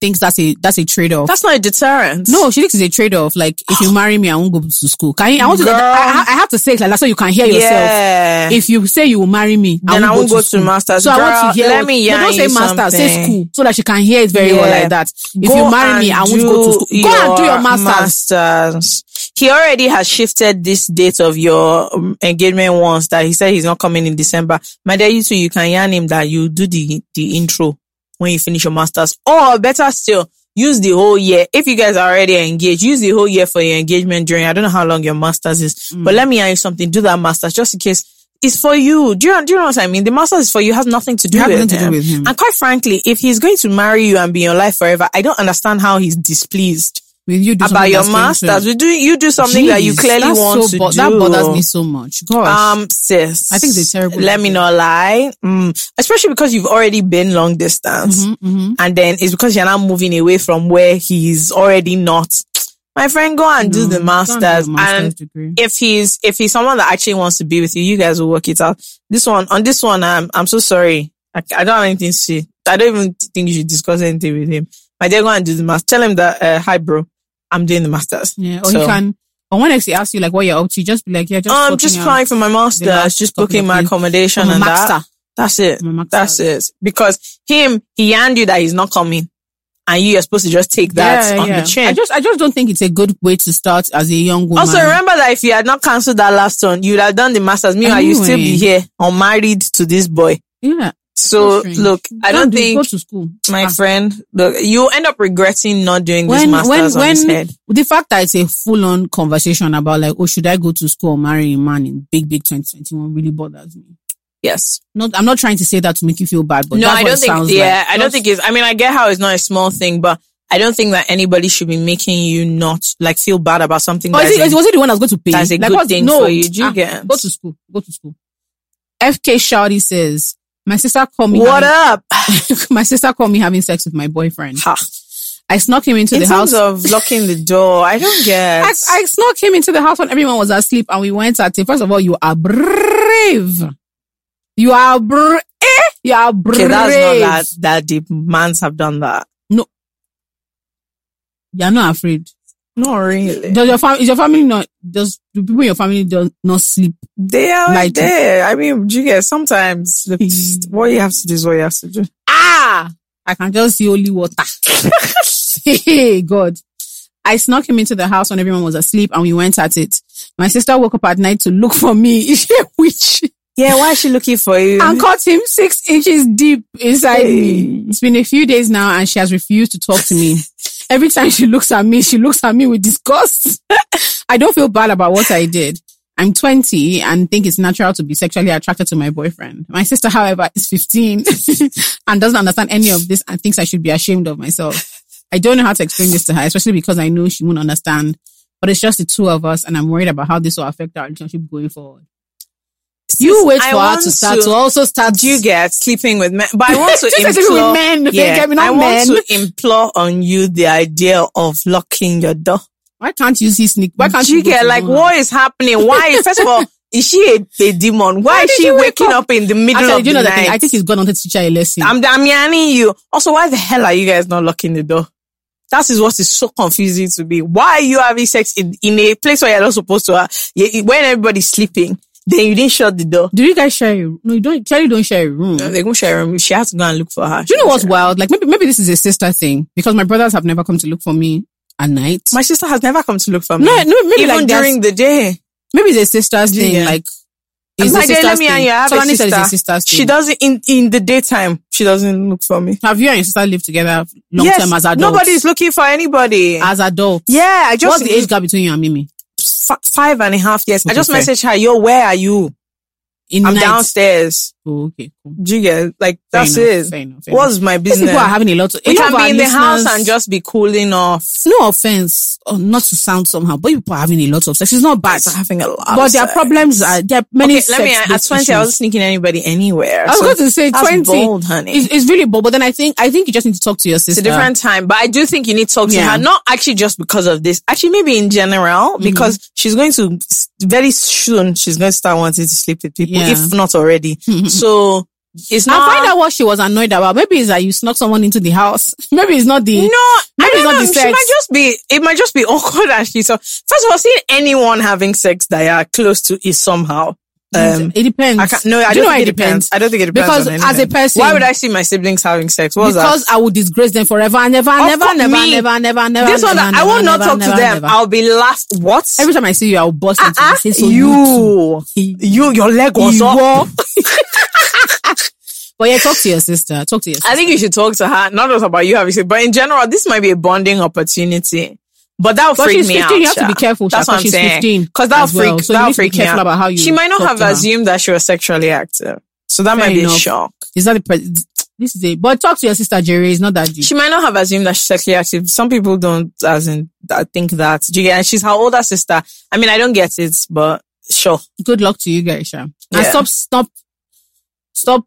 [SPEAKER 2] thinks that's a that's a trade off.
[SPEAKER 4] That's not a deterrent.
[SPEAKER 2] No, she thinks it's a trade off. Like if you marry me, I won't go to school. Can you, I want to?
[SPEAKER 4] Girl.
[SPEAKER 2] I, I have to say it like that so you can hear yourself.
[SPEAKER 4] yeah.
[SPEAKER 2] If you say you will marry me,
[SPEAKER 4] then I won't go to,
[SPEAKER 2] school.
[SPEAKER 4] masters.
[SPEAKER 2] So
[SPEAKER 4] Girl,
[SPEAKER 2] I want to hear.
[SPEAKER 4] Let
[SPEAKER 2] what-
[SPEAKER 4] me
[SPEAKER 2] no,
[SPEAKER 4] yarn
[SPEAKER 2] don't say
[SPEAKER 4] you
[SPEAKER 2] master, say
[SPEAKER 4] something.
[SPEAKER 2] school, so that she can hear it very well
[SPEAKER 4] Yeah.
[SPEAKER 2] like that. If
[SPEAKER 4] Go
[SPEAKER 2] you marry me, I
[SPEAKER 4] and
[SPEAKER 2] won't go to
[SPEAKER 4] do
[SPEAKER 2] school. Go and do your masters.
[SPEAKER 4] masters. He already has shifted this date of your um, engagement once that he said he's not coming in December. My dear, you two, you can yarn him that you do the, the intro when you finish your masters. Or better still, use the whole year. If you guys are already engaged, use the whole year for your engagement during, I don't know how long your masters is,
[SPEAKER 2] Mm.
[SPEAKER 4] but let me yarn you something. Do that masters just in case. It's for you. Do you, do you know what I mean? The masters is for you. It has nothing to do,
[SPEAKER 2] have
[SPEAKER 4] with,
[SPEAKER 2] nothing to do
[SPEAKER 4] him.
[SPEAKER 2] with him.
[SPEAKER 4] And quite frankly, if he's going to marry you and be in your life forever, I don't understand how he's displeased
[SPEAKER 2] With you do
[SPEAKER 4] about
[SPEAKER 2] something
[SPEAKER 4] your
[SPEAKER 2] that's going to-
[SPEAKER 4] masters. We do you do something that you
[SPEAKER 2] Jeez,
[SPEAKER 4] clearly
[SPEAKER 2] that's
[SPEAKER 4] want
[SPEAKER 2] so
[SPEAKER 4] to
[SPEAKER 2] bo-
[SPEAKER 4] do.
[SPEAKER 2] That bothers me so much. Gosh.
[SPEAKER 4] Um, sis,
[SPEAKER 2] I think it's a terrible
[SPEAKER 4] Let me
[SPEAKER 2] idea.
[SPEAKER 4] not lie, mm. especially because you've already been long distance,
[SPEAKER 2] Mhm, mhm.
[SPEAKER 4] and then it's because you're now moving away from where he's already not. My friend, go and do
[SPEAKER 2] No,
[SPEAKER 4] the
[SPEAKER 2] go and do your
[SPEAKER 4] masters, and
[SPEAKER 2] master's degree.
[SPEAKER 4] if he's if he's someone that actually wants to be with you, you guys will work it out. This one on this one, I'm I'm so sorry. I, I don't have anything to say. I don't even think you should discuss anything with him. My dear, go and do the master. Tell him that uh, hi, bro. I'm doing the masters.
[SPEAKER 2] Yeah, or
[SPEAKER 4] So-
[SPEAKER 2] he can. Or when he asks you like what you're up to, just be like, yeah, just.
[SPEAKER 4] I'm
[SPEAKER 2] sorting
[SPEAKER 4] just
[SPEAKER 2] out
[SPEAKER 4] applying for my
[SPEAKER 2] the
[SPEAKER 4] masters,
[SPEAKER 2] last
[SPEAKER 4] just
[SPEAKER 2] couple
[SPEAKER 4] booking
[SPEAKER 2] of
[SPEAKER 4] my
[SPEAKER 2] things.
[SPEAKER 4] accommodation
[SPEAKER 2] I'm a
[SPEAKER 4] and that.
[SPEAKER 2] master.
[SPEAKER 4] That's it.
[SPEAKER 2] I'm a master.
[SPEAKER 4] That's it. Because him, he yarned you that he's not coming, and you are supposed to just take that on the chin.
[SPEAKER 2] I just, I just don't think it's a good way to start as a young woman.
[SPEAKER 4] Also, remember that if you had not cancelled that last one, you'd have done the masters. Meanwhile, you still be
[SPEAKER 2] Anyway.
[SPEAKER 4] here, unmarried to this boy.
[SPEAKER 2] yeah.
[SPEAKER 4] So
[SPEAKER 2] Strange.
[SPEAKER 4] look, I
[SPEAKER 2] Go
[SPEAKER 4] don't
[SPEAKER 2] do- go
[SPEAKER 4] think
[SPEAKER 2] to school.
[SPEAKER 4] my
[SPEAKER 2] Ah.
[SPEAKER 4] friend. Look, you end up regretting not doing this
[SPEAKER 2] when, when,
[SPEAKER 4] masters on his
[SPEAKER 2] when
[SPEAKER 4] head.
[SPEAKER 2] the fact that it's a full-on conversation about like, oh, should I go to school or marry a man in big, big 2021 really bothers me.
[SPEAKER 4] Yes.
[SPEAKER 2] Not, I'm not trying to say that to make you feel bad, but
[SPEAKER 4] no,
[SPEAKER 2] that's
[SPEAKER 4] I
[SPEAKER 2] what
[SPEAKER 4] don't
[SPEAKER 2] it
[SPEAKER 4] think.
[SPEAKER 2] sounds
[SPEAKER 4] Yeah,
[SPEAKER 2] like.
[SPEAKER 4] I don't think it's. I mean, I get how it's not a small thing, but I don't think that anybody should be making you not like feel bad about something.
[SPEAKER 2] Oh,
[SPEAKER 4] that
[SPEAKER 2] is
[SPEAKER 4] is
[SPEAKER 2] it, was it the one that's going to pay?
[SPEAKER 4] that's a good
[SPEAKER 2] what's- ah,
[SPEAKER 4] thing for you. Do you get?
[SPEAKER 2] Go to school. Go to school. FK Shouty says, my sister called me.
[SPEAKER 4] what up?
[SPEAKER 2] having- my sister called me having sex with my boyfriend.
[SPEAKER 4] Ha.
[SPEAKER 2] I snuck him into
[SPEAKER 4] In
[SPEAKER 2] the house.
[SPEAKER 4] terms of locking the door, I don't get.
[SPEAKER 2] I, I snuck him into the house when everyone was asleep and we went at it. First of all, you are brave. You are brave. You are brave.
[SPEAKER 4] okay, that's not that that the mans have done that.
[SPEAKER 2] You're not afraid.
[SPEAKER 4] Not really.
[SPEAKER 2] Does your family, is your family not, does, do people in your family do not sleep?
[SPEAKER 4] They are
[SPEAKER 2] Like-
[SPEAKER 4] there. I mean, do you get sometimes the, what you have to do is what you have to do.
[SPEAKER 2] Ah! I can just see holy water. hey, God. I snuck him into the house when everyone was asleep and we went at it. My sister woke up at night to look for me. Is she a witch?
[SPEAKER 4] Yeah, why is she looking for you?
[SPEAKER 2] and cut him six inches deep inside
[SPEAKER 4] Hey.
[SPEAKER 2] me. It's been a few days now and she has refused to talk to me. Every time she looks at me, she looks at me with disgust. I don't feel bad about what I did. I'm 20 and think it's natural to be sexually attracted to my boyfriend. My sister, however, is 15 and doesn't understand any of this and thinks I should be ashamed of myself. I don't know how to explain this to her, especially because I know she won't understand. But it's just the two of us and I'm worried about how this will affect our relationship going forward.
[SPEAKER 4] yes.
[SPEAKER 2] You wait
[SPEAKER 4] I
[SPEAKER 2] for her
[SPEAKER 4] want
[SPEAKER 2] to start to, also start.
[SPEAKER 4] do you get sleeping with men? But I want to
[SPEAKER 2] She said sleeping with
[SPEAKER 4] implore,
[SPEAKER 2] men, okay,
[SPEAKER 4] yeah,
[SPEAKER 2] get me, not
[SPEAKER 4] I want
[SPEAKER 2] men.
[SPEAKER 4] to implore on you the idea of locking your door.
[SPEAKER 2] Why can't you see sneak? Why can't
[SPEAKER 4] Do you
[SPEAKER 2] go
[SPEAKER 4] get
[SPEAKER 2] to
[SPEAKER 4] like
[SPEAKER 2] Zola?
[SPEAKER 4] what is happening? Why? First of all, is she a, a demon? Why,
[SPEAKER 2] Why
[SPEAKER 4] is
[SPEAKER 2] did
[SPEAKER 4] she
[SPEAKER 2] you wake
[SPEAKER 4] waking
[SPEAKER 2] up?
[SPEAKER 4] up? in the middle
[SPEAKER 2] Actually,
[SPEAKER 4] of
[SPEAKER 2] do you know
[SPEAKER 4] the
[SPEAKER 2] that thing?
[SPEAKER 4] night?
[SPEAKER 2] I think he's gone on to teach her a lesson.
[SPEAKER 4] I'm, I'm yanning you. Also, why the hell are you guys not locking the door? That is what is so confusing to me. Why are you having sex in, in a place where you're not supposed to? Uh, you- when everybody's sleeping, then you didn't shut the door.
[SPEAKER 2] do you guys share a room? No, you don't. Cherry don't share a room.
[SPEAKER 4] They go share room. She has to go and look for her.
[SPEAKER 2] Do you know what's wild? Like maybe maybe this is a sister thing because my brothers have never come to look for me at night.
[SPEAKER 4] My sister has never come to look for me.
[SPEAKER 2] no, no, maybe
[SPEAKER 4] even
[SPEAKER 2] like there's-
[SPEAKER 4] during the day.
[SPEAKER 2] maybe it's a sister's thing.
[SPEAKER 4] Yeah.
[SPEAKER 2] Like
[SPEAKER 4] I'm
[SPEAKER 2] it's a
[SPEAKER 4] like, "Hey,
[SPEAKER 2] sister's
[SPEAKER 4] let me and
[SPEAKER 2] thing.
[SPEAKER 4] you have
[SPEAKER 2] Someone
[SPEAKER 4] a
[SPEAKER 2] said it's
[SPEAKER 4] sister.
[SPEAKER 2] a sister's
[SPEAKER 4] She
[SPEAKER 2] thing.
[SPEAKER 4] doesn't in in the daytime. She doesn't look for me.
[SPEAKER 2] Have you and your sister lived together long
[SPEAKER 4] Yes,
[SPEAKER 2] term as adults?
[SPEAKER 4] nobody's looking for anybody.
[SPEAKER 2] as adults.
[SPEAKER 4] yeah, I just
[SPEAKER 2] What's the age gap between you and Mimi?
[SPEAKER 4] f- five and a half years. I
[SPEAKER 2] Okay,
[SPEAKER 4] just
[SPEAKER 2] fair.
[SPEAKER 4] messaged her. Yo, where are you?
[SPEAKER 2] In
[SPEAKER 4] I'm
[SPEAKER 2] night.
[SPEAKER 4] downstairs.
[SPEAKER 2] Oh, okay, cool.
[SPEAKER 4] Do you get like
[SPEAKER 2] Fair
[SPEAKER 4] that's
[SPEAKER 2] enough,
[SPEAKER 4] it?
[SPEAKER 2] Fair enough. fair enough.
[SPEAKER 4] What's my
[SPEAKER 2] These
[SPEAKER 4] business?
[SPEAKER 2] people are having a lot. To,
[SPEAKER 4] we
[SPEAKER 2] a lot
[SPEAKER 4] can
[SPEAKER 2] of our
[SPEAKER 4] be in the house
[SPEAKER 2] listeners-
[SPEAKER 4] and just be cooling off.
[SPEAKER 2] no offense, or not to sound somehow, but people are having a lot of sex. It's not bad,
[SPEAKER 4] It's having a lot.
[SPEAKER 2] but
[SPEAKER 4] of
[SPEAKER 2] their
[SPEAKER 4] sex.
[SPEAKER 2] problems are there are many.
[SPEAKER 4] Okay, let me.
[SPEAKER 2] sex-based
[SPEAKER 4] At twenty, I
[SPEAKER 2] issues.
[SPEAKER 4] wasn't sneaking anybody anywhere.
[SPEAKER 2] I was
[SPEAKER 4] so
[SPEAKER 2] going to say
[SPEAKER 4] that's
[SPEAKER 2] twenty.
[SPEAKER 4] bold, honey.
[SPEAKER 2] It's, it's really bold, but then I think I think you just need to talk to your
[SPEAKER 4] It's
[SPEAKER 2] sister.
[SPEAKER 4] a different time, but I do think you need to talk to
[SPEAKER 2] Yeah. Mm-hmm.
[SPEAKER 4] her, not actually just because of this, actually maybe in general, because she's going to s- very soon, she's going to start wanting to sleep with people,
[SPEAKER 2] Yeah. Mm-hmm.
[SPEAKER 4] if not already. so it's
[SPEAKER 2] I
[SPEAKER 4] not.
[SPEAKER 2] find out what she was annoyed about. Maybe it's that you snuck someone into the house. Maybe it's not the.
[SPEAKER 4] no, I
[SPEAKER 2] Maybe
[SPEAKER 4] don't
[SPEAKER 2] it's not
[SPEAKER 4] know.
[SPEAKER 2] the
[SPEAKER 4] She
[SPEAKER 2] sex.
[SPEAKER 4] might just be, it might just be awkward actually. So first of all, seeing anyone having sex that you are close to is somehow, um,
[SPEAKER 2] it depends.
[SPEAKER 4] I can't, no, I
[SPEAKER 2] Do
[SPEAKER 4] don't
[SPEAKER 2] you know why
[SPEAKER 4] think it depends. I don't think it depends.
[SPEAKER 2] Because
[SPEAKER 4] on
[SPEAKER 2] as a
[SPEAKER 4] anything.
[SPEAKER 2] person-
[SPEAKER 4] why would I see my siblings having sex? What was that?
[SPEAKER 2] because I would disgrace them forever and never, and
[SPEAKER 4] Of
[SPEAKER 2] never,
[SPEAKER 4] course,
[SPEAKER 2] never,
[SPEAKER 4] me.
[SPEAKER 2] never, never, never.
[SPEAKER 4] This one,
[SPEAKER 2] never,
[SPEAKER 4] I will
[SPEAKER 2] never,
[SPEAKER 4] not
[SPEAKER 2] never,
[SPEAKER 4] talk to
[SPEAKER 2] never,
[SPEAKER 4] them.
[SPEAKER 2] never.
[SPEAKER 4] I'll be laugh. What?
[SPEAKER 2] Every time I see you, I'll burst into
[SPEAKER 4] Ah,
[SPEAKER 2] you. Say, so you.
[SPEAKER 4] you, you, your leg was
[SPEAKER 2] Iwo.
[SPEAKER 4] up.
[SPEAKER 2] But yeah, talk to your sister. Talk to your sister.
[SPEAKER 4] I think you should talk to her, not just about you having sex, but in general, this might be a bonding opportunity. But that would
[SPEAKER 2] But
[SPEAKER 4] freak
[SPEAKER 2] she's
[SPEAKER 4] me
[SPEAKER 2] 15.
[SPEAKER 4] out.
[SPEAKER 2] You have to
[SPEAKER 4] Sha.
[SPEAKER 2] be careful, Sha,
[SPEAKER 4] That's what
[SPEAKER 2] 'cause
[SPEAKER 4] I'm
[SPEAKER 2] she's
[SPEAKER 4] saying.
[SPEAKER 2] 15
[SPEAKER 4] Because that
[SPEAKER 2] as
[SPEAKER 4] would freak,
[SPEAKER 2] well. So you
[SPEAKER 4] that
[SPEAKER 2] need
[SPEAKER 4] would
[SPEAKER 2] to be
[SPEAKER 4] freak me
[SPEAKER 2] careful
[SPEAKER 4] out.
[SPEAKER 2] about how you
[SPEAKER 4] She might not
[SPEAKER 2] talk
[SPEAKER 4] have
[SPEAKER 2] to her.
[SPEAKER 4] assumed that she was sexually active, so that
[SPEAKER 2] Fair
[SPEAKER 4] might be a
[SPEAKER 2] enough.
[SPEAKER 4] shock.
[SPEAKER 2] Is that the pre- this is it? But talk to your sister, Jerry. It's not that deep.
[SPEAKER 4] She might not have assumed that she's sexually active. Some people don't, as in, I think that. Do you get? And she's her older sister. I mean, I don't get it, but sure.
[SPEAKER 2] Good luck to you guys, Sha. And
[SPEAKER 4] Yeah.
[SPEAKER 2] stop, stop, stop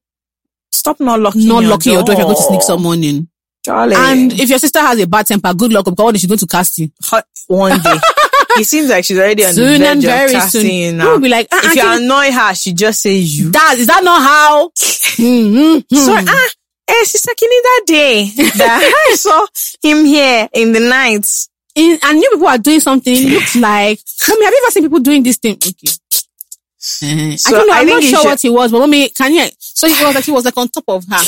[SPEAKER 4] Stop not locking.
[SPEAKER 2] not
[SPEAKER 4] your
[SPEAKER 2] locking your door if you're going to sneak someone in.
[SPEAKER 4] Charlie.
[SPEAKER 2] And if your sister has a bad temper, good luck because she's going to cast you
[SPEAKER 4] hot one day. it seems like she's already on
[SPEAKER 2] soon
[SPEAKER 4] the
[SPEAKER 2] and
[SPEAKER 4] verge
[SPEAKER 2] very
[SPEAKER 4] of
[SPEAKER 2] soon.
[SPEAKER 4] casting you
[SPEAKER 2] We'll
[SPEAKER 4] now.
[SPEAKER 2] be like, uh-uh,
[SPEAKER 4] if you
[SPEAKER 2] can-
[SPEAKER 4] annoy her, she just says you.
[SPEAKER 2] that is that not how? Mhm.
[SPEAKER 4] So ah, eh, sister Kini that day that I saw him here in the night.
[SPEAKER 2] In- and you people are doing something. Looks like mommy. Have you ever seen people doing this thing? Okay. Uh, I
[SPEAKER 4] So
[SPEAKER 2] don't know.
[SPEAKER 4] I
[SPEAKER 2] I'm not
[SPEAKER 4] think you
[SPEAKER 2] sure
[SPEAKER 4] should-
[SPEAKER 2] what he was, but mommy, can you? So he was like he was like on top of her.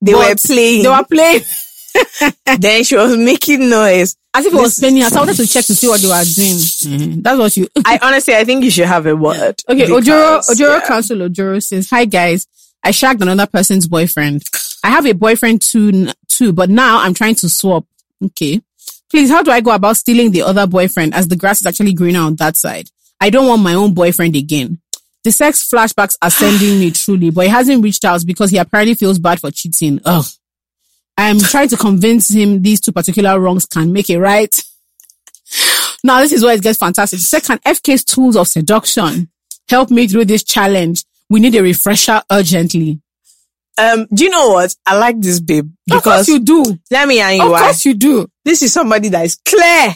[SPEAKER 4] They
[SPEAKER 2] But
[SPEAKER 4] were playing.
[SPEAKER 2] They were playing
[SPEAKER 4] then she was making noise.
[SPEAKER 2] as if it was playing. us. I wanted to check to see what they were doing. Mhm. That's what you.
[SPEAKER 4] I honestly, I think you should have a word.
[SPEAKER 2] Okay, Ojoro,
[SPEAKER 4] because,
[SPEAKER 2] Ojoro
[SPEAKER 4] yeah.
[SPEAKER 2] Council Ojoro says, Hi guys, I shagged another person's boyfriend. I have a boyfriend too, n- too, but now I'm trying to swap. Okay. Please, how do I go about stealing the other boyfriend as the grass is actually greener on that side? I don't want my own boyfriend again. The sex flashbacks are sending me truly, but he hasn't reached out because he apparently feels bad for cheating. Ugh. I'm trying to convince him these two particular wrongs can make it right. Now this is where it gets fantastic. Second, FK's tools of seduction help me through this challenge. We need a refresher urgently.
[SPEAKER 4] Um, do you know what? I like this babe
[SPEAKER 2] Of course
[SPEAKER 4] because
[SPEAKER 2] you do.
[SPEAKER 4] let me and you
[SPEAKER 2] Of
[SPEAKER 4] why.
[SPEAKER 2] course you do.
[SPEAKER 4] this is somebody that is clear.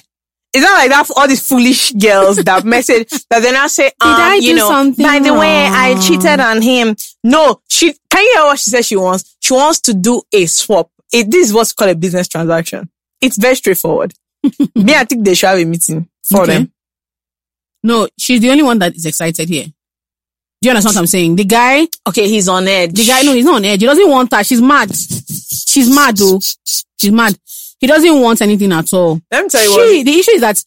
[SPEAKER 4] It's not like that for all these foolish girls that message that they now say, um,
[SPEAKER 2] I
[SPEAKER 4] you
[SPEAKER 2] do
[SPEAKER 4] know,
[SPEAKER 2] something
[SPEAKER 4] by the way,
[SPEAKER 2] wrong?"
[SPEAKER 4] I cheated on him. No, she can you hear what she says she wants? She wants to do a swap. It, this is what's called a business transaction. It's very straightforward. Me, I think they should have a meeting for
[SPEAKER 2] Okay.
[SPEAKER 4] them.
[SPEAKER 2] No, she's the only one that is excited here. Do you understand what I'm saying? The guy,
[SPEAKER 4] Okay, he's on edge.
[SPEAKER 2] the guy, no, he's not on edge. He doesn't want her. She's mad. She's mad though. She's mad. He doesn't want anything at all.
[SPEAKER 4] Let me tell you what.
[SPEAKER 2] She, the issue is that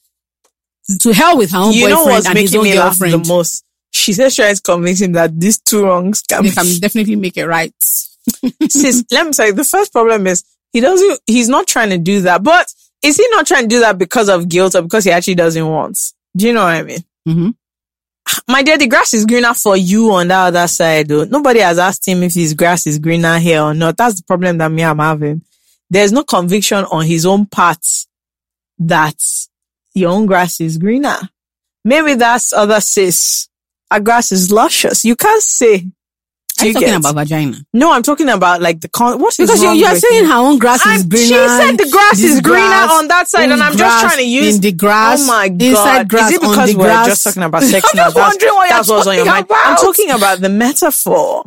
[SPEAKER 2] to hell with her own
[SPEAKER 4] you know
[SPEAKER 2] boyfriend
[SPEAKER 4] what's
[SPEAKER 2] and his
[SPEAKER 4] making
[SPEAKER 2] own
[SPEAKER 4] me laugh the
[SPEAKER 2] girlfriend.
[SPEAKER 4] most? She says she is convincing that these two wrongs can
[SPEAKER 2] They
[SPEAKER 4] be
[SPEAKER 2] can definitely make it right.
[SPEAKER 4] sis, let me say the first problem is he doesn't he's not trying to do that. But is he not trying to do that because of guilt or because he actually doesn't want? Do you know what I mean?
[SPEAKER 2] Mhm.
[SPEAKER 4] My dear, the grass is greener for you on the other side though. Nobody has asked him if his grass is greener here or not. That's the problem that me I'm having. There's no conviction on his own part that your own grass is greener. Maybe that's other sis Our grass is luscious. You can't say. Do
[SPEAKER 2] Are you talking
[SPEAKER 4] get?
[SPEAKER 2] about vagina?
[SPEAKER 4] No, I'm talking about like the con. What is
[SPEAKER 2] Because you're,
[SPEAKER 4] wrong
[SPEAKER 2] you're
[SPEAKER 4] with
[SPEAKER 2] saying
[SPEAKER 4] me?
[SPEAKER 2] her own grass
[SPEAKER 4] I'm-
[SPEAKER 2] is greener.
[SPEAKER 4] she said the grass
[SPEAKER 2] this
[SPEAKER 4] is greener
[SPEAKER 2] grass,
[SPEAKER 4] on that side, and
[SPEAKER 2] this
[SPEAKER 4] I'm
[SPEAKER 2] grass,
[SPEAKER 4] just trying to use.
[SPEAKER 2] in the grass.
[SPEAKER 4] oh my
[SPEAKER 2] inside
[SPEAKER 4] god!
[SPEAKER 2] grass,
[SPEAKER 4] is it
[SPEAKER 2] on
[SPEAKER 4] because
[SPEAKER 2] the
[SPEAKER 4] we're
[SPEAKER 2] grass.
[SPEAKER 4] just talking about sex
[SPEAKER 2] I'm
[SPEAKER 4] now?
[SPEAKER 2] just
[SPEAKER 4] That's-
[SPEAKER 2] wondering what
[SPEAKER 4] that's
[SPEAKER 2] you're
[SPEAKER 4] what's on your
[SPEAKER 2] talking
[SPEAKER 4] mind. I'm
[SPEAKER 2] about.
[SPEAKER 4] talking about the metaphor.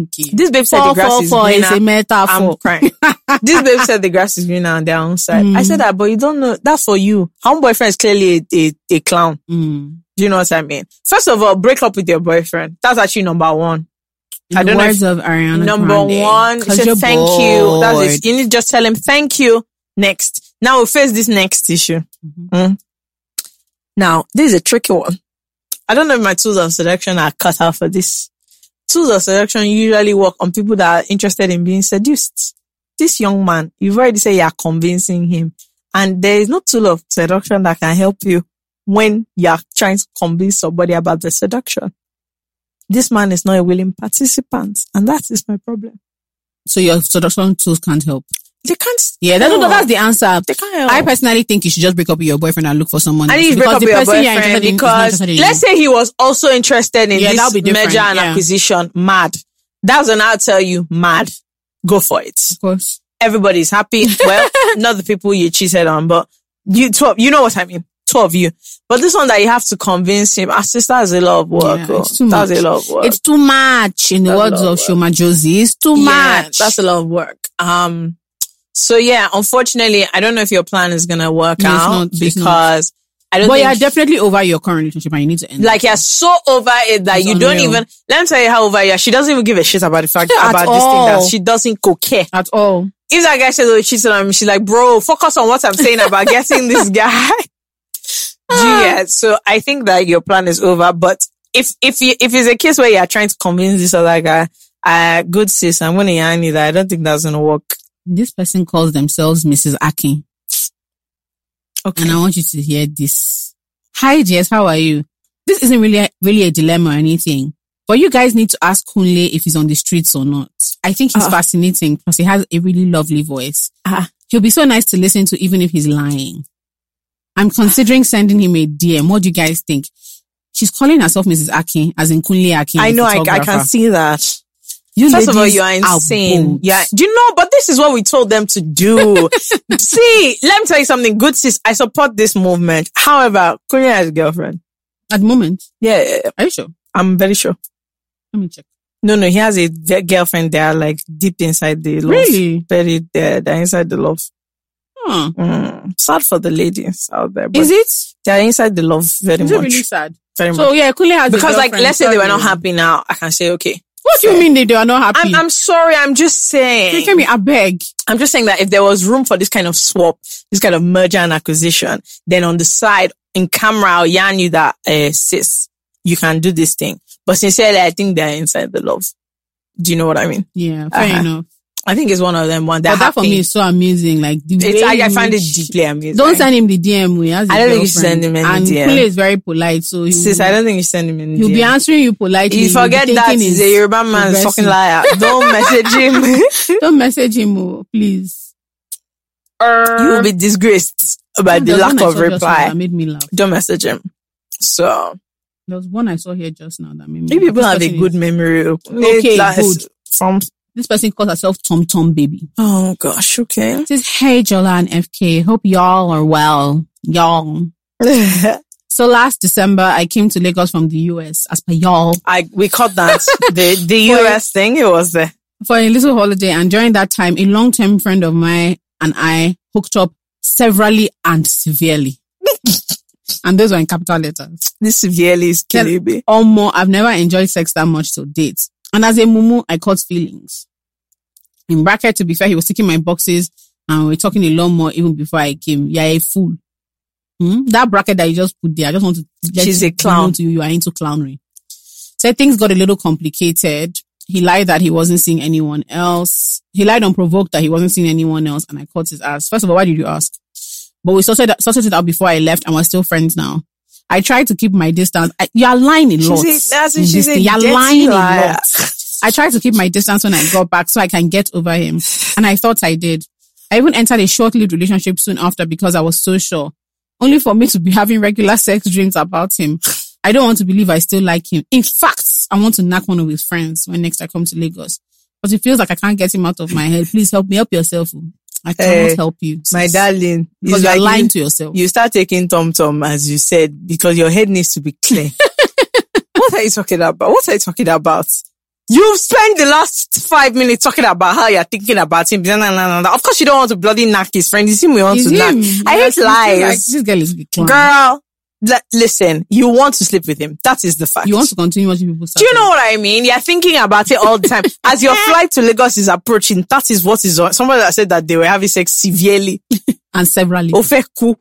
[SPEAKER 2] Okay.
[SPEAKER 4] This babe said
[SPEAKER 2] Four,
[SPEAKER 4] the grass
[SPEAKER 2] four,
[SPEAKER 4] is
[SPEAKER 2] four
[SPEAKER 4] greener.
[SPEAKER 2] is a
[SPEAKER 4] I'm
[SPEAKER 2] metaphor.
[SPEAKER 4] crying. this babe said the grass is greener on their own side. I
[SPEAKER 2] Mm.
[SPEAKER 4] said that, but you don't know. That's for you. Her own boyfriend is clearly a, a, a clown.
[SPEAKER 2] Mm.
[SPEAKER 4] Do you know what I mean? First of all, break up with your boyfriend. That's actually number one. I
[SPEAKER 2] In
[SPEAKER 4] don't
[SPEAKER 2] the
[SPEAKER 4] know
[SPEAKER 2] words
[SPEAKER 4] if-
[SPEAKER 2] of Ariana
[SPEAKER 4] number
[SPEAKER 2] Grande.
[SPEAKER 4] one,
[SPEAKER 2] 'Cause
[SPEAKER 4] say
[SPEAKER 2] you're
[SPEAKER 4] thank you. That's
[SPEAKER 2] bored.
[SPEAKER 4] it. You need to just tell him thank you. Next. Now we'll face this next issue.
[SPEAKER 2] Mm-hmm.
[SPEAKER 4] Mm. Now, this is a tricky one. I don't know if my tools of selection are cut out for this. Tools of selection usually work on people that are interested in being seduced. This young man, you've already said you are convincing him. And there is no tool of seduction that can help you when you're trying to convince somebody about the seduction. This man is not a willing participant. And that is my problem.
[SPEAKER 2] So your seduction tools can't help.
[SPEAKER 4] They can't.
[SPEAKER 2] Yeah, that's,
[SPEAKER 4] no.
[SPEAKER 2] that's the answer.
[SPEAKER 4] They can't help.
[SPEAKER 2] I personally think you should just break up with your boyfriend and look for someone.
[SPEAKER 4] I
[SPEAKER 2] else
[SPEAKER 4] need to break
[SPEAKER 2] because
[SPEAKER 4] up
[SPEAKER 2] the
[SPEAKER 4] with your
[SPEAKER 2] person you're
[SPEAKER 4] boyfriend
[SPEAKER 2] interested in is not
[SPEAKER 4] because
[SPEAKER 2] interested in
[SPEAKER 4] let's
[SPEAKER 2] you.
[SPEAKER 4] say he was also interested in
[SPEAKER 2] Yeah, that'll
[SPEAKER 4] this
[SPEAKER 2] be different,
[SPEAKER 4] merger and
[SPEAKER 2] yeah.
[SPEAKER 4] acquisition. Mad. That's when I'll tell you, mad. Go for it.
[SPEAKER 2] of course.
[SPEAKER 4] Everybody's happy. Well, not the people you cheated on, but you two, of- you know what I mean. Two of you. But this one that you have to convince him, our sister is a lot of work.
[SPEAKER 2] Yeah,
[SPEAKER 4] oh.
[SPEAKER 2] it's too
[SPEAKER 4] that's
[SPEAKER 2] much.
[SPEAKER 4] a lot of work.
[SPEAKER 2] It's too much in the
[SPEAKER 4] That's a
[SPEAKER 2] words
[SPEAKER 4] lot
[SPEAKER 2] of
[SPEAKER 4] of
[SPEAKER 2] Shoma Josie. It's too
[SPEAKER 4] Yeah,
[SPEAKER 2] much.
[SPEAKER 4] That's a lot of work. Um, so yeah, unfortunately, I don't know if your plan is gonna work
[SPEAKER 2] No, it's
[SPEAKER 4] out
[SPEAKER 2] not, it's
[SPEAKER 4] because I don't.
[SPEAKER 2] but
[SPEAKER 4] think
[SPEAKER 2] you're definitely over your current relationship and you need to end.
[SPEAKER 4] like
[SPEAKER 2] it.
[SPEAKER 4] you're so over it that
[SPEAKER 2] It's
[SPEAKER 4] you don't
[SPEAKER 2] unreal.
[SPEAKER 4] even. Let me tell you how over you. are. She doesn't even give a shit about the fact
[SPEAKER 2] At
[SPEAKER 4] about this thing
[SPEAKER 2] all.
[SPEAKER 4] that she doesn't go care.
[SPEAKER 2] at all.
[SPEAKER 4] If that guy says oh she's on me, she's like, bro, focus on what I'm saying about getting this guy. Do you get? So I think that your plan is over. But if if you, if it's a case where you're trying to convince this other guy, uh, good sis, I'm gonna yarn you that I don't think that's gonna work.
[SPEAKER 2] This person calls themselves Mrs. Akin.
[SPEAKER 4] Okay.
[SPEAKER 2] And I want you to hear this. Hi, Jess. How are you? This isn't really, really a dilemma or anything, but you guys need to ask Kunle if he's on the streets or not. I think he's
[SPEAKER 4] Ah.
[SPEAKER 2] fascinating because he has a really lovely voice.
[SPEAKER 4] Ah.
[SPEAKER 2] He'll be so nice to listen to, even if he's lying. I'm considering sending him a DM. What do you guys think? She's calling herself Mrs. Akin, as in Kunle Akin.
[SPEAKER 4] I
[SPEAKER 2] the
[SPEAKER 4] know. I, I can
[SPEAKER 2] photographer.
[SPEAKER 4] see that.
[SPEAKER 2] You
[SPEAKER 4] First of all,
[SPEAKER 2] ladies
[SPEAKER 4] you are
[SPEAKER 2] are
[SPEAKER 4] insane.
[SPEAKER 2] bold.
[SPEAKER 4] yeah. Do you know? But this is what we told them to do. See, let me tell you something. Good sis, I support this movement. However, Korea has a girlfriend.
[SPEAKER 2] At the moment,
[SPEAKER 4] Yeah, yeah, yeah.
[SPEAKER 2] are you sure?
[SPEAKER 4] I'm very sure.
[SPEAKER 2] Let me check.
[SPEAKER 4] No, no, he has a de- girlfriend. They are like deep inside the love.
[SPEAKER 2] Really?
[SPEAKER 4] Buried there. They're inside the love.
[SPEAKER 2] Huh.
[SPEAKER 4] Mm. Sad for the ladies out there. But
[SPEAKER 2] Is it?
[SPEAKER 4] They're inside the love very
[SPEAKER 2] Is it
[SPEAKER 4] much.
[SPEAKER 2] really sad?
[SPEAKER 4] very
[SPEAKER 2] So
[SPEAKER 4] much.
[SPEAKER 2] yeah, Kunle has a
[SPEAKER 4] Because like,
[SPEAKER 2] girlfriend,
[SPEAKER 4] let's say they were not
[SPEAKER 2] sorry.
[SPEAKER 4] happy now. I can say, okay.
[SPEAKER 2] What do you mean they, they are not happy?
[SPEAKER 4] I'm, I'm sorry. I'm just saying.
[SPEAKER 2] They came here, I beg.
[SPEAKER 4] I'm just saying that if there was room for this kind of swap, this kind of merger and acquisition, then on the side in camera, I'll yarn you that, uh, sis, you can do this thing. But sincerely, I think they're inside the love. Do you know what I mean?
[SPEAKER 2] Yeah, fair
[SPEAKER 4] Uh-huh.
[SPEAKER 2] enough.
[SPEAKER 4] I think it's one of them. One
[SPEAKER 2] but
[SPEAKER 4] that,
[SPEAKER 2] that for me is so amusing. Like the way
[SPEAKER 4] it's, I, I
[SPEAKER 2] in
[SPEAKER 4] find it
[SPEAKER 2] which-
[SPEAKER 4] deeply amusing.
[SPEAKER 2] Don't send him the DM. We
[SPEAKER 4] I don't think you should send him any
[SPEAKER 2] and
[SPEAKER 4] DM.
[SPEAKER 2] Kunle is very polite, so he
[SPEAKER 4] sis.
[SPEAKER 2] will,
[SPEAKER 4] I don't think you send him in.
[SPEAKER 2] he'll
[SPEAKER 4] DM.
[SPEAKER 2] be answering you politely.
[SPEAKER 4] You
[SPEAKER 2] You'll
[SPEAKER 4] forget
[SPEAKER 2] be
[SPEAKER 4] that
[SPEAKER 2] thinking
[SPEAKER 4] he's a
[SPEAKER 2] it's-
[SPEAKER 4] Yoruba man, he's fucking
[SPEAKER 2] progressive.
[SPEAKER 4] liar. Don't message him.
[SPEAKER 2] Don't message him, oh, please.
[SPEAKER 4] you will be disgraced by the
[SPEAKER 2] There's one
[SPEAKER 4] lack
[SPEAKER 2] I
[SPEAKER 4] of
[SPEAKER 2] saw just now that
[SPEAKER 4] reply.
[SPEAKER 2] made me laugh.
[SPEAKER 4] Don't message him. So.
[SPEAKER 2] There was one I saw here just now that made me.
[SPEAKER 4] Maybe
[SPEAKER 2] laugh. This
[SPEAKER 4] people have a
[SPEAKER 2] person
[SPEAKER 4] good
[SPEAKER 2] is-
[SPEAKER 4] memory. oh,
[SPEAKER 2] Okay,
[SPEAKER 4] That's
[SPEAKER 2] good.
[SPEAKER 4] From
[SPEAKER 2] This person calls herself Tom Tom Baby.
[SPEAKER 4] oh gosh, okay.
[SPEAKER 2] Says, "Hey Jola and FK, hope y'all are well, y'all." So last December, I came to Lagos from the US as per y'all
[SPEAKER 4] I we caught that the the US thing. It was uh, there.
[SPEAKER 2] for a little holiday. And during that time, a long-term friend of mine and I hooked up severally and severely. and those were in capital letters.
[SPEAKER 4] This severely is
[SPEAKER 2] Then-
[SPEAKER 4] killing me.
[SPEAKER 2] Or more, I've never enjoyed sex that much till date. And as a mumu, I caught feelings. In bracket, to be fair, he was ticking my boxes and we were talking a lot more even before I came. You're a fool. Hmm? That bracket that you just put there, I just want to let
[SPEAKER 4] She's
[SPEAKER 2] you
[SPEAKER 4] a clown.
[SPEAKER 2] know to you, you are into clownery. So things got a little complicated. He lied that he wasn't seeing anyone else. He lied unprovoked that he wasn't seeing anyone else, and I caught his ass. First of all, why did you ask? But we sorted, sorted it out before I left, and we're still friends now. I tried to keep my distance. I, you're lying a lot.
[SPEAKER 4] She's a, that's
[SPEAKER 2] in
[SPEAKER 4] she's
[SPEAKER 2] this
[SPEAKER 4] Mm-hmm. a
[SPEAKER 2] thing.
[SPEAKER 4] dirty
[SPEAKER 2] You're lying a
[SPEAKER 4] liar.
[SPEAKER 2] lot. I tried to keep my distance when I got back so I can get over him. And I thought I did. I even entered a short lived relationship soon after because I was so sure. Only for me to be having regular sex dreams about him. I don't want to believe I still like him. In fact, I want to knock one of his friends when next I come to Lagos. But it feels like I can't get him out of my head. Please help me. Help yourself. oh. I cannot
[SPEAKER 4] Hey,
[SPEAKER 2] help you.
[SPEAKER 4] Eh, My
[SPEAKER 2] sis.
[SPEAKER 4] darling,
[SPEAKER 2] Because
[SPEAKER 4] it's
[SPEAKER 2] you're
[SPEAKER 4] like
[SPEAKER 2] lying
[SPEAKER 4] you,
[SPEAKER 2] to yourself.
[SPEAKER 4] you start taking Tom Tom, as you said, because your head needs to be clear. what are you talking about? What are you talking about? You've spent the last five minutes talking about how you're thinking about him. Blah, blah, blah, blah. Of course, you don't want to bloody knock his friend. It's him we want
[SPEAKER 2] It's
[SPEAKER 4] to knock.
[SPEAKER 2] him.
[SPEAKER 4] I
[SPEAKER 2] You're
[SPEAKER 4] hate
[SPEAKER 2] like-
[SPEAKER 4] lies.
[SPEAKER 2] This girl is a clown.
[SPEAKER 4] Girl, li- listen, you want to sleep with him. That is the fact.
[SPEAKER 2] You want to continue watching people
[SPEAKER 4] Do you know what I mean? You're thinking about it all the time. As your flight to Lagos is approaching, that is what is on. Somebody that said that they were having sex severely.
[SPEAKER 2] And severally.
[SPEAKER 4] Ofeku.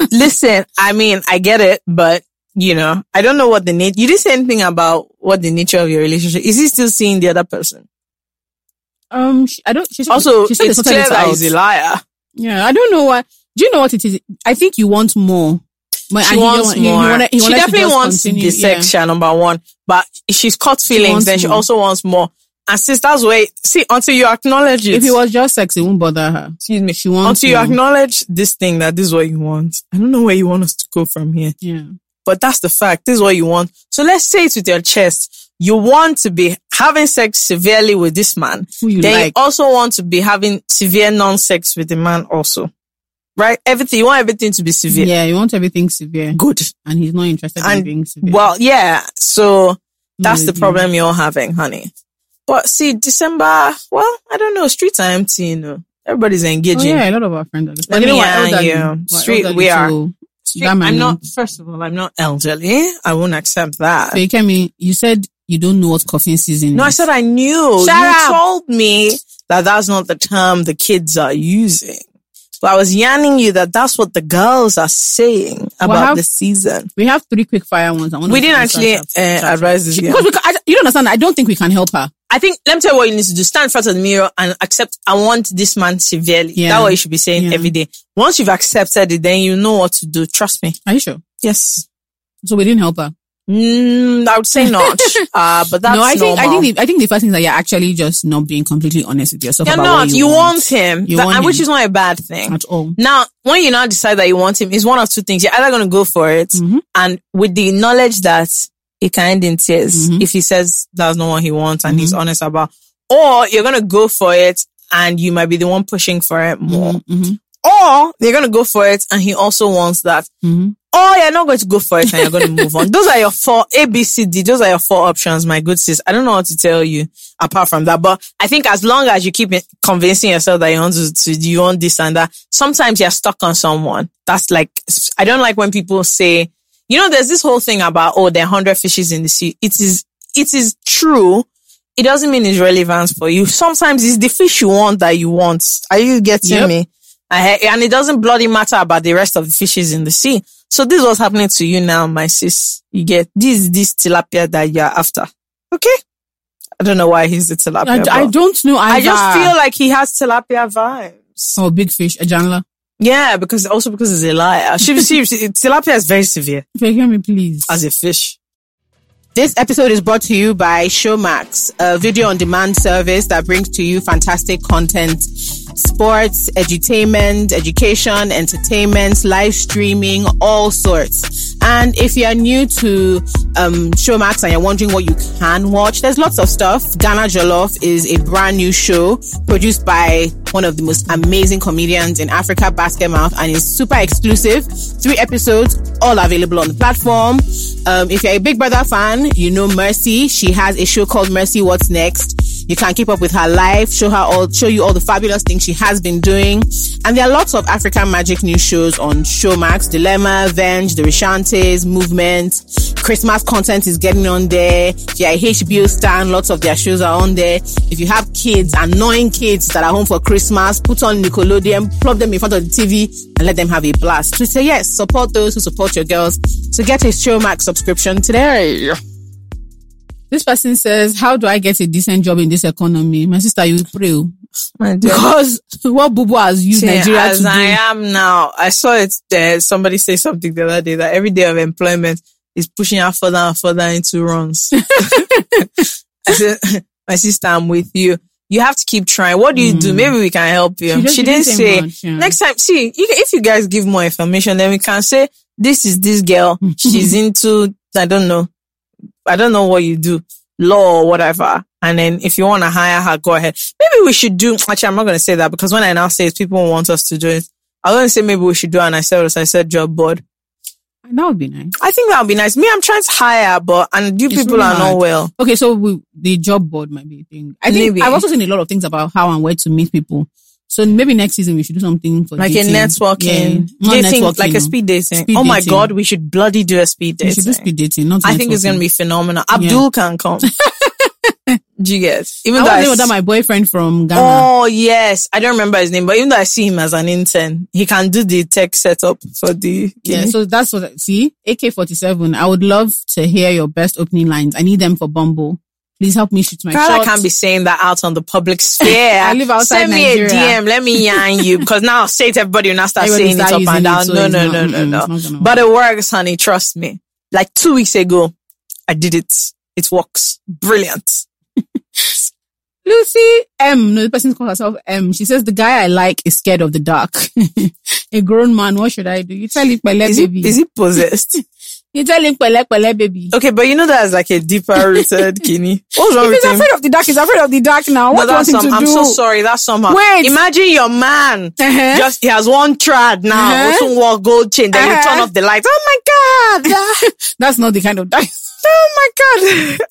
[SPEAKER 4] Listen, I mean, I get it, but you know, I don't know what the need. You didn't say anything about what the nature of your relationship is. He still seeing the other person.
[SPEAKER 2] Um, she- I don't. She said,
[SPEAKER 4] Also,
[SPEAKER 2] she said
[SPEAKER 4] it's
[SPEAKER 2] sorted
[SPEAKER 4] clear
[SPEAKER 2] it
[SPEAKER 4] that
[SPEAKER 2] out.
[SPEAKER 4] he's a liar.
[SPEAKER 2] Yeah, I don't know what. Do you know what it is? I think you want more. But
[SPEAKER 4] She
[SPEAKER 2] and he
[SPEAKER 4] wants
[SPEAKER 2] don't- he- he
[SPEAKER 4] more.
[SPEAKER 2] wanted- he
[SPEAKER 4] she
[SPEAKER 2] wanted to
[SPEAKER 4] definitely
[SPEAKER 2] just
[SPEAKER 4] wants
[SPEAKER 2] continue,
[SPEAKER 4] the section, number one. But she's caught
[SPEAKER 2] wants
[SPEAKER 4] feelings, and she
[SPEAKER 2] more.
[SPEAKER 4] also wants more. And since that's why, see, until you acknowledge it,
[SPEAKER 2] Yeah. If it was just sex, it won't bother her.
[SPEAKER 4] excuse me,
[SPEAKER 2] She wants
[SPEAKER 4] until you
[SPEAKER 2] more.
[SPEAKER 4] acknowledge this thing that this is what you want. I don't know where you want us to go from here,
[SPEAKER 2] Yeah.
[SPEAKER 4] but that's the fact. This is what you want. So let's say it with your chest. You want to be having sex severely with this man.
[SPEAKER 2] Who you
[SPEAKER 4] then you
[SPEAKER 2] like.
[SPEAKER 4] also want to be having severe non-sex with the man also. Right? Everything, you want everything to be severe.
[SPEAKER 2] Yeah, you want everything severe.
[SPEAKER 4] Good.
[SPEAKER 2] And he's not interested in
[SPEAKER 4] And-
[SPEAKER 2] being severe.
[SPEAKER 4] Well, yeah. So that's
[SPEAKER 2] No,
[SPEAKER 4] the
[SPEAKER 2] yeah.
[SPEAKER 4] problem you're having, honey. But see, December, well, I don't know. Streets are empty, you know. Everybody's
[SPEAKER 2] Oh,
[SPEAKER 4] engaging.
[SPEAKER 2] yeah, a lot of our friends are just.
[SPEAKER 4] Let
[SPEAKER 2] you know
[SPEAKER 4] me
[SPEAKER 2] what?
[SPEAKER 4] yarn
[SPEAKER 2] elderly.
[SPEAKER 4] you.
[SPEAKER 2] We're
[SPEAKER 4] Street-
[SPEAKER 2] elderly,
[SPEAKER 4] we are.
[SPEAKER 2] so-
[SPEAKER 4] Street-
[SPEAKER 2] That might
[SPEAKER 4] I'm
[SPEAKER 2] mean-
[SPEAKER 4] not, first of all, I'm not elderly. I won't accept that.
[SPEAKER 2] So, Ikemi, you said you don't know what coffin season
[SPEAKER 4] No, I
[SPEAKER 2] is.
[SPEAKER 4] said I knew.
[SPEAKER 2] Shut
[SPEAKER 4] you
[SPEAKER 2] up.
[SPEAKER 4] told me that that's not the term the kids are using. So I was yarning you that that's what the girls are saying about
[SPEAKER 2] how-
[SPEAKER 4] the season.
[SPEAKER 2] we have three quick fire ones. I want
[SPEAKER 4] We
[SPEAKER 2] to
[SPEAKER 4] didn't
[SPEAKER 2] answer
[SPEAKER 4] actually
[SPEAKER 2] that.
[SPEAKER 4] uh, advise this girl.
[SPEAKER 2] Because we ca- I, you don't understand. I don't think we can help her.
[SPEAKER 4] I think, let me tell you what you need to do. Stand in front of the mirror and accept, I want this man severely.
[SPEAKER 2] Yeah.
[SPEAKER 4] That's what you should be saying
[SPEAKER 2] Yeah.
[SPEAKER 4] every day. Once you've accepted it, then you know what to do. Trust me.
[SPEAKER 2] Are you sure?
[SPEAKER 4] Yes.
[SPEAKER 2] So we didn't help her.
[SPEAKER 4] Mm, I would say not. uh, but that's
[SPEAKER 2] no, I think I
[SPEAKER 4] normal.
[SPEAKER 2] think the, I think the first thing is that you're actually just not being completely honest with yourself.
[SPEAKER 4] You're
[SPEAKER 2] about
[SPEAKER 4] not.
[SPEAKER 2] what
[SPEAKER 4] You, want, him,
[SPEAKER 2] You
[SPEAKER 4] That-
[SPEAKER 2] want
[SPEAKER 4] and which
[SPEAKER 2] him.
[SPEAKER 4] is not a bad thing.
[SPEAKER 2] at all.
[SPEAKER 4] Now, when you now decide that you want him, it's one of two things. You're either going to go for it,
[SPEAKER 2] Mhm.
[SPEAKER 4] and with the knowledge that it can end in tears
[SPEAKER 2] Mhm.
[SPEAKER 4] if he says that's not what he wants and he's honest about, or you're going to go for it, and you might be the one pushing for it more,
[SPEAKER 2] Mhm,
[SPEAKER 4] or you're going to go for it, and he also wants that,
[SPEAKER 2] mhm.
[SPEAKER 4] or you're not going to go for it and you're going to move on. Those are your four A, B, C, D. Those are your four options, my good sis. I don't know what to tell you apart from that, but I think as long as you keep it- convincing yourself that you want to, to you want this and that, sometimes you're stuck on someone. That's like I don't like when people say, you know, there's this whole thing about oh, there are hundred fishes in the sea. It is it is true. It doesn't mean it's relevant for you. Sometimes it's the fish you want that you want. Are you getting
[SPEAKER 2] Yep.
[SPEAKER 4] me? I, and it doesn't bloody matter about the rest of the fishes in the sea. So this is what's happening to you now, my sis. You get this this tilapia that you're after. Okay. I don't know why he's the tilapia.
[SPEAKER 2] I,
[SPEAKER 4] but
[SPEAKER 2] I don't know.
[SPEAKER 4] I
[SPEAKER 2] Either.
[SPEAKER 4] just feel like he has tilapia vibes.
[SPEAKER 2] oh, big fish, a janla.
[SPEAKER 4] Yeah, because also because he's a liar. She, she, she, tilapia is very severe
[SPEAKER 2] Forgive me, please.
[SPEAKER 4] as a fish.
[SPEAKER 5] This episode is brought to you by Showmax, a video on demand service that brings to you fantastic content, sports, edutainment, education, entertainment, live streaming, all sorts. And if you are new to um, Showmax and you're wondering what you can watch, there's lots of stuff. Ghana Jollof is a brand new show produced by one of the most amazing comedians in Africa, Basket Mouth, and is super exclusive. Three episodes, all available on the platform. Um, if you're a Big Brother fan, you know Mercy. She has a show called Mercy What's Next. You can keep up with her life, show her all, show you all the fabulous things she has been doing. And there are lots of African magic new shows on Showmax, Dilemma, Venge, The Rishantes, Movement. Christmas content is getting on there. If you're a HBO stan, lots of their shows are on there. If you have kids, annoying kids that are home for Christmas, put on Nickelodeon, plug them in front of the TV and let them have a blast. So say yes, support those who support your girls. So get a Showmax subscription today.
[SPEAKER 2] This person says, "How do I get a decent job in this economy?" My sister, you pray oh.
[SPEAKER 4] My dear.
[SPEAKER 2] because what Bubu has used
[SPEAKER 4] Yeah,
[SPEAKER 2] Nigeria
[SPEAKER 4] as
[SPEAKER 2] to do.
[SPEAKER 4] I am now. I saw it there. Somebody say something the other day that every day of employment is pushing her further and further into runs. I said, my sister, I'm with you. You have to keep trying. What do you do? Maybe we can help you.
[SPEAKER 2] Hmm. She
[SPEAKER 4] She,
[SPEAKER 2] just
[SPEAKER 4] didn't
[SPEAKER 2] didn't
[SPEAKER 4] say.
[SPEAKER 2] say much, yeah.
[SPEAKER 4] Mm-hmm. Next time,
[SPEAKER 2] Mm-hmm.
[SPEAKER 4] see, you- if you guys give more information, then we can say, this is this girl. She's into I don't know. I don't know what you do, law or whatever. And then if you want to hire her, go ahead. Maybe we should do, actually, I'm not going to say that because when I now say it, people want us to do it. I was going to say maybe we should do an I I said job board.
[SPEAKER 2] That would be nice.
[SPEAKER 4] I think that would be nice. Me, I'm trying to hire, but, and you
[SPEAKER 2] It's
[SPEAKER 4] people
[SPEAKER 2] really
[SPEAKER 4] are not
[SPEAKER 2] hard.
[SPEAKER 4] well.
[SPEAKER 2] Okay, so we, the job board might be a thing. I think
[SPEAKER 4] Maybe.
[SPEAKER 2] I've also seen a lot of things about how and where to meet people. So maybe next season we should do something for
[SPEAKER 4] Like
[SPEAKER 2] dating.
[SPEAKER 4] a networking,
[SPEAKER 2] Yeah, not
[SPEAKER 4] dating,
[SPEAKER 2] networking,
[SPEAKER 4] like
[SPEAKER 2] no.
[SPEAKER 4] a speed dating.
[SPEAKER 2] Speed
[SPEAKER 4] oh my
[SPEAKER 2] dating.
[SPEAKER 4] God, we should bloody do a speed
[SPEAKER 2] We
[SPEAKER 4] dating.
[SPEAKER 2] should do speed dating. Not
[SPEAKER 4] I think it's going to
[SPEAKER 2] networking.
[SPEAKER 4] be phenomenal. Abdul can come. do you get? Even
[SPEAKER 2] I
[SPEAKER 4] though
[SPEAKER 2] was
[SPEAKER 4] I
[SPEAKER 2] there with
[SPEAKER 4] s-
[SPEAKER 2] that my boyfriend from Ghana.
[SPEAKER 4] Oh yes, I don't remember his name, but even though I see him as an intern, he can do the tech setup for the
[SPEAKER 2] Yeah, so that's what I see. AK forty seven. I would love to hear your best opening lines. I need them for Bumble. Please help me shoot my
[SPEAKER 4] Girl,
[SPEAKER 2] shot.
[SPEAKER 4] I can't be saying that out on the public sphere.
[SPEAKER 2] I live outside
[SPEAKER 4] Send
[SPEAKER 2] Nigeria.
[SPEAKER 4] me a DM. Let me yarn you because now I'll say it to everybody and I start
[SPEAKER 2] Everybody
[SPEAKER 4] saying it
[SPEAKER 2] start
[SPEAKER 4] up
[SPEAKER 2] using
[SPEAKER 4] and
[SPEAKER 2] it,
[SPEAKER 4] down.
[SPEAKER 2] so
[SPEAKER 4] no,
[SPEAKER 2] it's
[SPEAKER 4] no,
[SPEAKER 2] not-
[SPEAKER 4] no,
[SPEAKER 2] mm-mm,
[SPEAKER 4] no,
[SPEAKER 2] it's
[SPEAKER 4] no,
[SPEAKER 2] not gonna
[SPEAKER 4] But it works, honey. Trust me. Like two weeks ago, I did it. It works. Brilliant.
[SPEAKER 2] Lucy M. No, the person calls herself M. She says the guy I like is scared of the dark. a grown man. What should I do? You tell him, pele,
[SPEAKER 4] Is
[SPEAKER 2] baby.
[SPEAKER 4] it, is it possessed?
[SPEAKER 2] you tell him, pele, pele, baby.
[SPEAKER 4] okay, but you know that's like a deeper rooted kidney. What's wrong
[SPEAKER 2] If
[SPEAKER 4] with
[SPEAKER 2] he's
[SPEAKER 4] him?
[SPEAKER 2] afraid of the dark, he's afraid of the dark now. What
[SPEAKER 4] No,
[SPEAKER 2] do you want
[SPEAKER 4] that's
[SPEAKER 2] him
[SPEAKER 4] some-
[SPEAKER 2] to
[SPEAKER 4] I'm
[SPEAKER 2] do?
[SPEAKER 4] so sorry. That's somehow.
[SPEAKER 2] Wait.
[SPEAKER 4] Imagine your man.
[SPEAKER 2] Uh-huh.
[SPEAKER 4] Just he has one trad now.
[SPEAKER 2] Uh-huh.
[SPEAKER 4] Also one gold chain. Then you
[SPEAKER 2] Uh-huh.
[SPEAKER 4] turn off the lights. Oh my god.
[SPEAKER 2] That's not the kind of dark.
[SPEAKER 4] oh my god.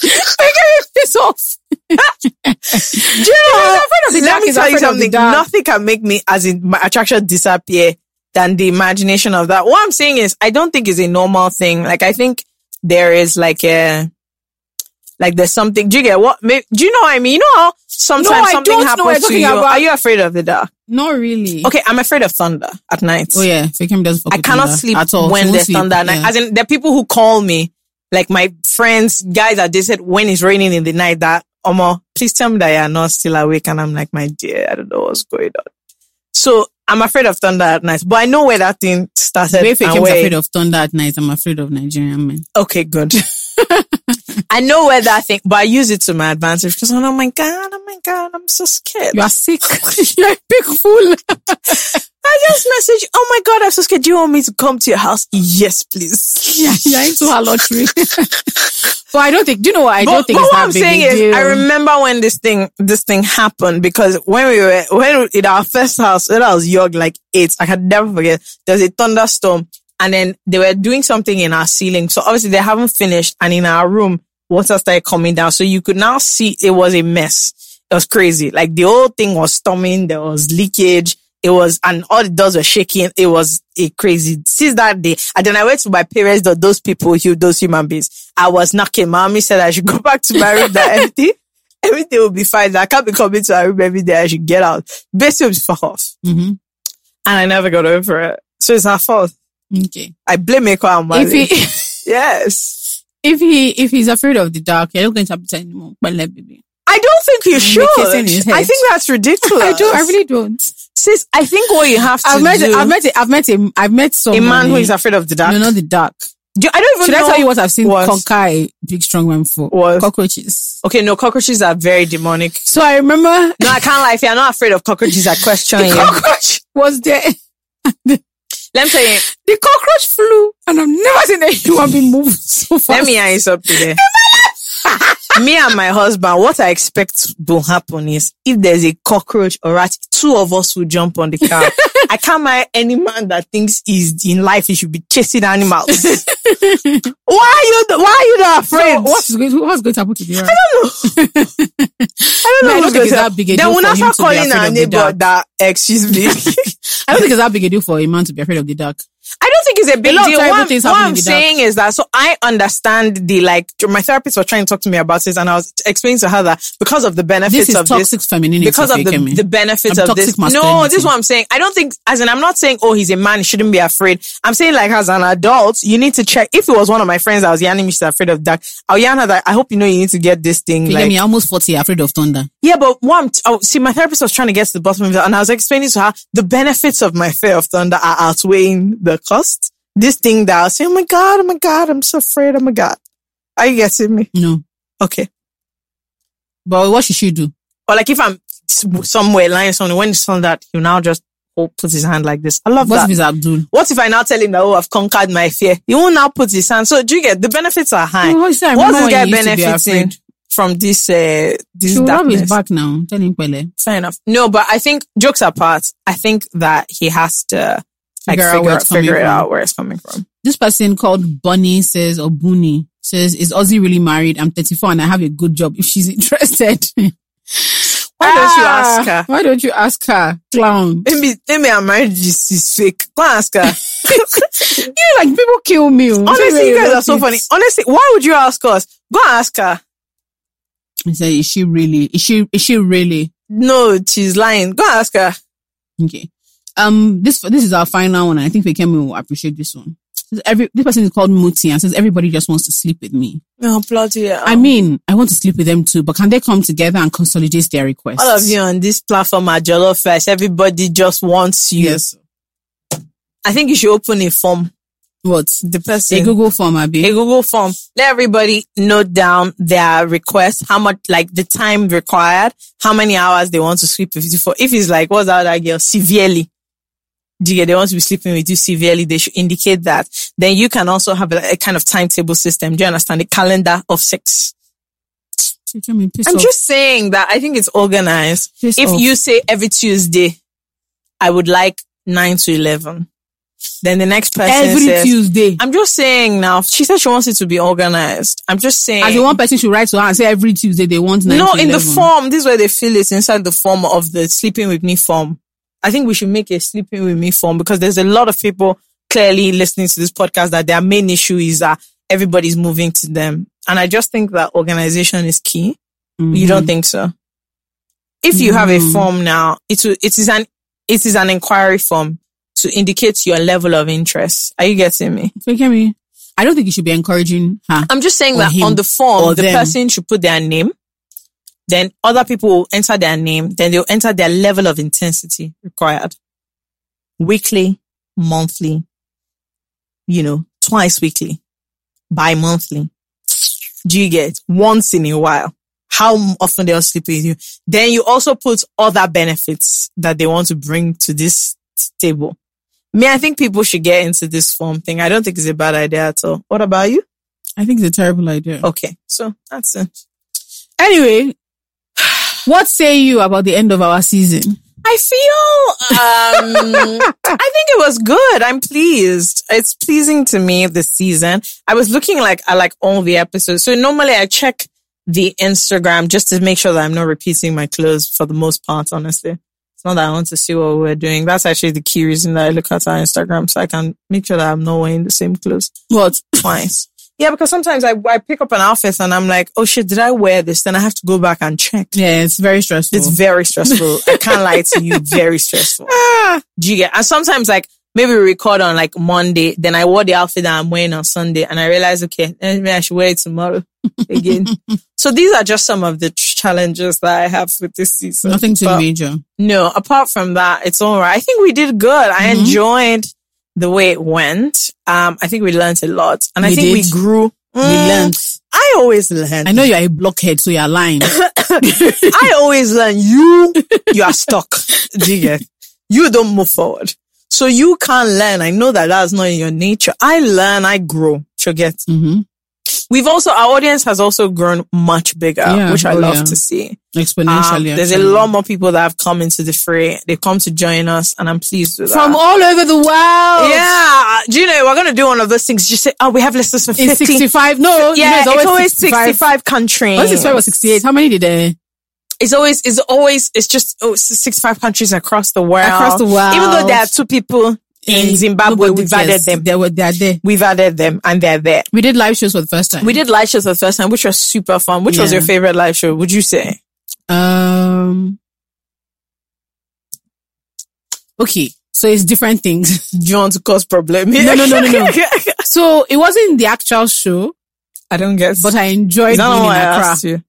[SPEAKER 2] Piss off.
[SPEAKER 4] Do you know what?
[SPEAKER 2] afraid of the dark,
[SPEAKER 4] Let me
[SPEAKER 2] he's
[SPEAKER 4] tell
[SPEAKER 2] afraid of
[SPEAKER 4] you
[SPEAKER 2] the
[SPEAKER 4] something.
[SPEAKER 2] dark.
[SPEAKER 4] Nothing can make me as in my attraction disappear than the imagination of that. What I'm saying is, I don't think it's a normal thing. Like I think there is like a. Like there's something. Do you get what? may- Do you know what I mean? You know how sometimes
[SPEAKER 2] I
[SPEAKER 4] something
[SPEAKER 2] don't know what
[SPEAKER 4] happens
[SPEAKER 2] you're
[SPEAKER 4] to you.
[SPEAKER 2] talking about.
[SPEAKER 4] Are you afraid of the dark?
[SPEAKER 2] Not really.
[SPEAKER 4] Okay, I'm afraid of thunder at night.
[SPEAKER 2] Oh yeah, Fakem doesn't fuck
[SPEAKER 4] I
[SPEAKER 2] with
[SPEAKER 4] cannot
[SPEAKER 2] thunder
[SPEAKER 4] sleep
[SPEAKER 2] at all. She
[SPEAKER 4] when
[SPEAKER 2] won't
[SPEAKER 4] there's
[SPEAKER 2] sleep.
[SPEAKER 4] thunder. And I,
[SPEAKER 2] Yeah.
[SPEAKER 4] as in, there are people who call me, like my friends, guys that they said when it's raining in the night that, Omo, please tell me that you are not still awake. And I'm like, my dear, I don't know what's going on. So I'm afraid of thunder at night, but I know where that thing started.
[SPEAKER 2] If
[SPEAKER 4] and
[SPEAKER 2] Fakem's
[SPEAKER 4] where-
[SPEAKER 2] afraid of thunder at night, I'm afraid of Nigerian men.
[SPEAKER 4] okay, good. I know where that thing, but I use it to my advantage because I'm like, oh my God, oh my God, I'm so scared.
[SPEAKER 2] You are sick. You're a big fool.
[SPEAKER 4] I just message, oh my God, I'm so scared. Do you want me to come to your house? Yes, please.
[SPEAKER 2] yeah, you're into her lottery. but I don't think. Do you know what? I don't think it's
[SPEAKER 4] what
[SPEAKER 2] that
[SPEAKER 4] I'm
[SPEAKER 2] big
[SPEAKER 4] saying
[SPEAKER 2] a
[SPEAKER 4] is,
[SPEAKER 2] deal.
[SPEAKER 4] I remember when this thing this thing happened because when we were when in our first house when I was young, like eight, I can never forget. There was a thunderstorm, and then they were doing something in our ceiling. So obviously they haven't finished, and in our room, water started coming down. So you could now see it was a mess. It was crazy. Like the whole thing was storming. There was leakage. It was, and all the doors were shaking. It was a crazy. Since that day, and then I went to my parents, though, those people, hu- those human beings, I was knocking. Mommy said I should go back to my room that empty. Everything will be fine. I can't be coming to my room every day. I should get out. Basically, it was fuck off.
[SPEAKER 2] Mhm.
[SPEAKER 4] And I never got over it. So it's her fault.
[SPEAKER 2] Okay.
[SPEAKER 4] I blame Eko and
[SPEAKER 2] If
[SPEAKER 4] Wale.
[SPEAKER 2] he
[SPEAKER 4] yes.
[SPEAKER 2] if he if he's afraid of the dark, you're not going to have it anymore. But let baby.
[SPEAKER 4] I don't think you should.
[SPEAKER 2] kissing his head.
[SPEAKER 4] I think that's ridiculous.
[SPEAKER 2] I don't. I really don't.
[SPEAKER 4] Sis, I think what you have to
[SPEAKER 2] I've met.
[SPEAKER 4] do.
[SPEAKER 2] I've met. I've met him. I've met
[SPEAKER 4] a
[SPEAKER 2] someone.
[SPEAKER 4] man who is afraid of the dark.
[SPEAKER 2] No, not the dark.
[SPEAKER 4] Do- I don't even
[SPEAKER 2] Should I
[SPEAKER 4] know-
[SPEAKER 2] tell you what I've seen
[SPEAKER 4] What?
[SPEAKER 2] conquer a big strong man for?
[SPEAKER 4] What?
[SPEAKER 2] Cockroaches.
[SPEAKER 4] Okay, no, cockroaches are very demonic.
[SPEAKER 2] So I remember
[SPEAKER 4] No, I can't lie. If you're not afraid of cockroaches, I question you.
[SPEAKER 2] cockroach was there.
[SPEAKER 4] Let me tell you.
[SPEAKER 2] The cockroach flew, and I've never seen a human being move so fast.
[SPEAKER 4] Let me hear you something there. me and my husband, what I expect will happen is if there's a cockroach or rat, two of us will jump on the car. I can't marry any man that thinks he's in life he should be chasing animals. why are you the- why are you not afraid?
[SPEAKER 2] So what's going, what's going to happen to the rat? I
[SPEAKER 4] I
[SPEAKER 2] don't
[SPEAKER 4] what's
[SPEAKER 2] think it's
[SPEAKER 4] going to-
[SPEAKER 2] that big a
[SPEAKER 4] Then
[SPEAKER 2] deal
[SPEAKER 4] we'll
[SPEAKER 2] for
[SPEAKER 4] not
[SPEAKER 2] him
[SPEAKER 4] start
[SPEAKER 2] to be
[SPEAKER 4] calling
[SPEAKER 2] afraid
[SPEAKER 4] our
[SPEAKER 2] of the
[SPEAKER 4] neighbor
[SPEAKER 2] dark.
[SPEAKER 4] that excuse me.
[SPEAKER 2] I don't think it's that big a deal for a man to be afraid of the dark.
[SPEAKER 4] I don't think it's a big
[SPEAKER 2] lot of
[SPEAKER 4] deal.
[SPEAKER 2] terrible
[SPEAKER 4] What, I'm-
[SPEAKER 2] things
[SPEAKER 4] what
[SPEAKER 2] happen in
[SPEAKER 4] I'm
[SPEAKER 2] the dark.
[SPEAKER 4] saying is that so I understand the like my therapist was trying to talk to me about this, and I was explaining to her that because of the benefits
[SPEAKER 2] This is
[SPEAKER 4] of this,
[SPEAKER 2] toxic femininity.
[SPEAKER 4] because of
[SPEAKER 2] Kemi.
[SPEAKER 4] the, the benefits
[SPEAKER 2] And
[SPEAKER 4] of this.
[SPEAKER 2] toxic
[SPEAKER 4] No,
[SPEAKER 2] masculinity.
[SPEAKER 4] this is what I'm saying. I don't think, as in, I'm not saying, oh, he's a man, he shouldn't be afraid. I'm saying, like, as an adult, you need to check. If it was one of my friends that was yanning me, she's afraid of dark. I'll yarn her that I hope you know you need to get this thing.
[SPEAKER 2] Kemi,
[SPEAKER 4] Like,
[SPEAKER 2] you're almost 40, you're afraid of thunder.
[SPEAKER 4] yeah, but what I'm, t- oh, see, my therapist was trying to get to the bottom of it, and I was explaining to her the benefits of my fear of thunder are outweighing the cost. This thing that I was saying, oh my God, oh my God, I'm so afraid, oh my God. Are you getting me?
[SPEAKER 2] No.
[SPEAKER 4] Okay.
[SPEAKER 2] But what should she do?
[SPEAKER 4] Or like if I'm s- somewhere lying somewhere, when it's on that, you now just oh, put his hand like this. I love
[SPEAKER 2] What
[SPEAKER 4] that.
[SPEAKER 2] if it's Abdul?
[SPEAKER 4] what if I now tell him that, oh, I've conquered my fear? He won't now put his hand. So do you get, the benefits are high.
[SPEAKER 2] Oh, see, I
[SPEAKER 4] What's
[SPEAKER 2] remember when
[SPEAKER 4] this guy
[SPEAKER 2] he used to be
[SPEAKER 4] benefiting
[SPEAKER 2] afraid.
[SPEAKER 4] from this, uh, this
[SPEAKER 2] She will rub
[SPEAKER 4] darkness?
[SPEAKER 2] his back now. Tell him, Kwele.
[SPEAKER 4] Fair enough. No, but I think jokes apart, I think that he has to like
[SPEAKER 2] Figure out
[SPEAKER 4] figure,
[SPEAKER 2] where
[SPEAKER 4] out,
[SPEAKER 2] it's coming
[SPEAKER 4] figure it
[SPEAKER 2] from.
[SPEAKER 4] out where it's coming from.
[SPEAKER 2] This person called Bunny says, or Bunny says, is Ozzy really married? I'm 34 and I have a good job if she's interested. why
[SPEAKER 4] Why don't you ask her?
[SPEAKER 2] Why don't you ask her? Clown.
[SPEAKER 4] Maybe maybe our marriage is, is fake. Go and ask her.
[SPEAKER 2] You like people kill me. oh.
[SPEAKER 4] Honestly, you guys are so
[SPEAKER 2] It's-
[SPEAKER 4] funny. Honestly, why would you ask us? Go and ask her.
[SPEAKER 2] He said, is she really? Is she, is she really?
[SPEAKER 4] No, she's lying. Go and ask her.
[SPEAKER 2] Okay. Um, this, this is our final one. And I think Fekemi will appreciate this one. Every, this person is called Muti and says, everybody just wants to sleep with me.
[SPEAKER 4] Oh bloody hell.
[SPEAKER 2] I mean, I want to sleep with them too, but can they come together and consolidate their requests?
[SPEAKER 4] all of you on this platform are jollof fest. Everybody just wants you.
[SPEAKER 2] Yes.
[SPEAKER 4] I think you should open a form.
[SPEAKER 2] What?
[SPEAKER 4] The
[SPEAKER 2] A
[SPEAKER 4] person
[SPEAKER 2] Google form, Abby.
[SPEAKER 4] a Google form. Let everybody note down their request, how much, like the time required, how many hours they want to sleep with you for. If it's like, what's that other girl? Severely. Do you get- They want to be sleeping with you severely. They should indicate that. Then you can also have a, a kind of timetable system. Do you understand? A calendar of sex.
[SPEAKER 2] She told me, piss
[SPEAKER 4] I'm
[SPEAKER 2] off.
[SPEAKER 4] just saying that I think it's organized.
[SPEAKER 2] Piss
[SPEAKER 4] if
[SPEAKER 2] off.
[SPEAKER 4] you say every Tuesday, I would like nine to 11. Then the next person
[SPEAKER 2] every
[SPEAKER 4] says,
[SPEAKER 2] Tuesday.
[SPEAKER 4] I'm just saying now. She said she wants it to be organized. I'm just saying.
[SPEAKER 2] As in one person should write to her and say every Tuesday they want nine
[SPEAKER 4] no,
[SPEAKER 2] to
[SPEAKER 4] in the
[SPEAKER 2] 11.
[SPEAKER 4] form. This is where they feel it inside the form of the sleeping with me form. I think we should make a sleeping with me form because there's a lot of people clearly listening to this podcast that their main issue is that everybody's moving to them. And I just think that organization is key. You
[SPEAKER 2] Mm-hmm.
[SPEAKER 4] don't think so? If you have a
[SPEAKER 2] Mm.
[SPEAKER 4] form now, it will, it is an it is an inquiry form to indicate your level of interest. Are you getting me?
[SPEAKER 2] Mm-hmm. Fekemi, I don't think you should be encouraging her.
[SPEAKER 4] I'm just saying
[SPEAKER 2] Or
[SPEAKER 4] that
[SPEAKER 2] him,
[SPEAKER 4] on the form,
[SPEAKER 2] or
[SPEAKER 4] the
[SPEAKER 2] them.
[SPEAKER 4] person should put their name. Then other people will enter their name. Then they'll enter their level of intensity required. Weekly, monthly, you know, twice weekly, bi-monthly. Do you get once in a while? How often they'll sleep with you. Then you also put other benefits that they want to bring to this table. Me, I think people should get into this form thing. I don't think it's a bad idea at all. What about you?
[SPEAKER 2] I think it's a terrible idea.
[SPEAKER 4] Okay, so that's it.
[SPEAKER 2] Anyway, what say you about the end of our season?
[SPEAKER 4] I feel, um, I think it was good. I'm pleased. It's pleasing to me this season. I was looking like, I like all the episodes. So normally I check the Instagram just to make sure that I'm not repeating my clothes for the most part, honestly. It's not that I want to see what we're doing. That's actually the key reason that I look at our Instagram so I can make sure that I'm not wearing the same clothes.
[SPEAKER 2] What?
[SPEAKER 4] twice. Yeah, because sometimes I, I pick up an outfit and I'm like, oh shit, did I wear this? Then I have to go back and check.
[SPEAKER 2] Yeah, it's very stressful.
[SPEAKER 4] It's very stressful. I can't lie to you. Very stressful.
[SPEAKER 2] Ah,
[SPEAKER 4] Do you get? And sometimes like maybe we record on like Monday, then I wore the outfit that I'm wearing on Sunday, and I realize okay, eh, maybe I should wear it tomorrow again. so these are just some of the ch- challenges that I have with this season.
[SPEAKER 2] Nothing too
[SPEAKER 4] But
[SPEAKER 2] major.
[SPEAKER 4] No, apart from that, it's all right. I think we did good. I
[SPEAKER 2] Mhm.
[SPEAKER 4] enjoyed the way it went. Um, I think we learned a lot, and I
[SPEAKER 2] We
[SPEAKER 4] think we
[SPEAKER 2] did.
[SPEAKER 4] grew.
[SPEAKER 2] We
[SPEAKER 4] Mm,
[SPEAKER 2] learned.
[SPEAKER 4] I always learn.
[SPEAKER 2] I know you're a blockhead, so you're lying.
[SPEAKER 4] I always learn you, you are stuck. Do you get? You don't move forward. So you can't learn. I know that that's not in your nature. I learn, I grow. You get?
[SPEAKER 2] hmm
[SPEAKER 4] We've also, our audience has also grown much bigger,
[SPEAKER 2] Yeah.
[SPEAKER 4] which I
[SPEAKER 2] Oh,
[SPEAKER 4] love
[SPEAKER 2] yeah.
[SPEAKER 4] to see. Um,
[SPEAKER 2] Exponentially.
[SPEAKER 4] there's a
[SPEAKER 2] actually.
[SPEAKER 4] lot more people that have come into the fray. They've come to join us and I'm pleased with
[SPEAKER 2] From
[SPEAKER 4] that.
[SPEAKER 2] all over the world.
[SPEAKER 4] yeah. Do you know, we're going to do one of those things. You say, oh, we have listeners from
[SPEAKER 2] It's
[SPEAKER 4] 50.
[SPEAKER 2] 65. No, you know,
[SPEAKER 4] Yeah, it's always, 65,
[SPEAKER 2] 65.
[SPEAKER 4] countries.
[SPEAKER 2] Oh, 65 or 68. How many did uh, they?
[SPEAKER 4] it's always it's always it's just oh, it's 65 countries across the world
[SPEAKER 2] Across the world.
[SPEAKER 4] even though there are two people in zimbabwe
[SPEAKER 2] uh, Nobody
[SPEAKER 4] we've added
[SPEAKER 2] cares.
[SPEAKER 4] them
[SPEAKER 2] They were they are there.
[SPEAKER 4] we've added them and they're there
[SPEAKER 2] We did live shows for the first time.
[SPEAKER 4] we did live shows the first time which was super fun which was
[SPEAKER 2] Yeah.
[SPEAKER 4] your favorite live show would you say
[SPEAKER 2] Um. Okay, so it's different things.
[SPEAKER 4] do you want to cause problem
[SPEAKER 2] No, no, no, no, no. so it wasn't the actual show,
[SPEAKER 4] i don't guess
[SPEAKER 2] but I enjoyed
[SPEAKER 4] Is
[SPEAKER 2] being
[SPEAKER 4] that
[SPEAKER 2] in
[SPEAKER 4] not what I
[SPEAKER 2] Accra.
[SPEAKER 4] asked you?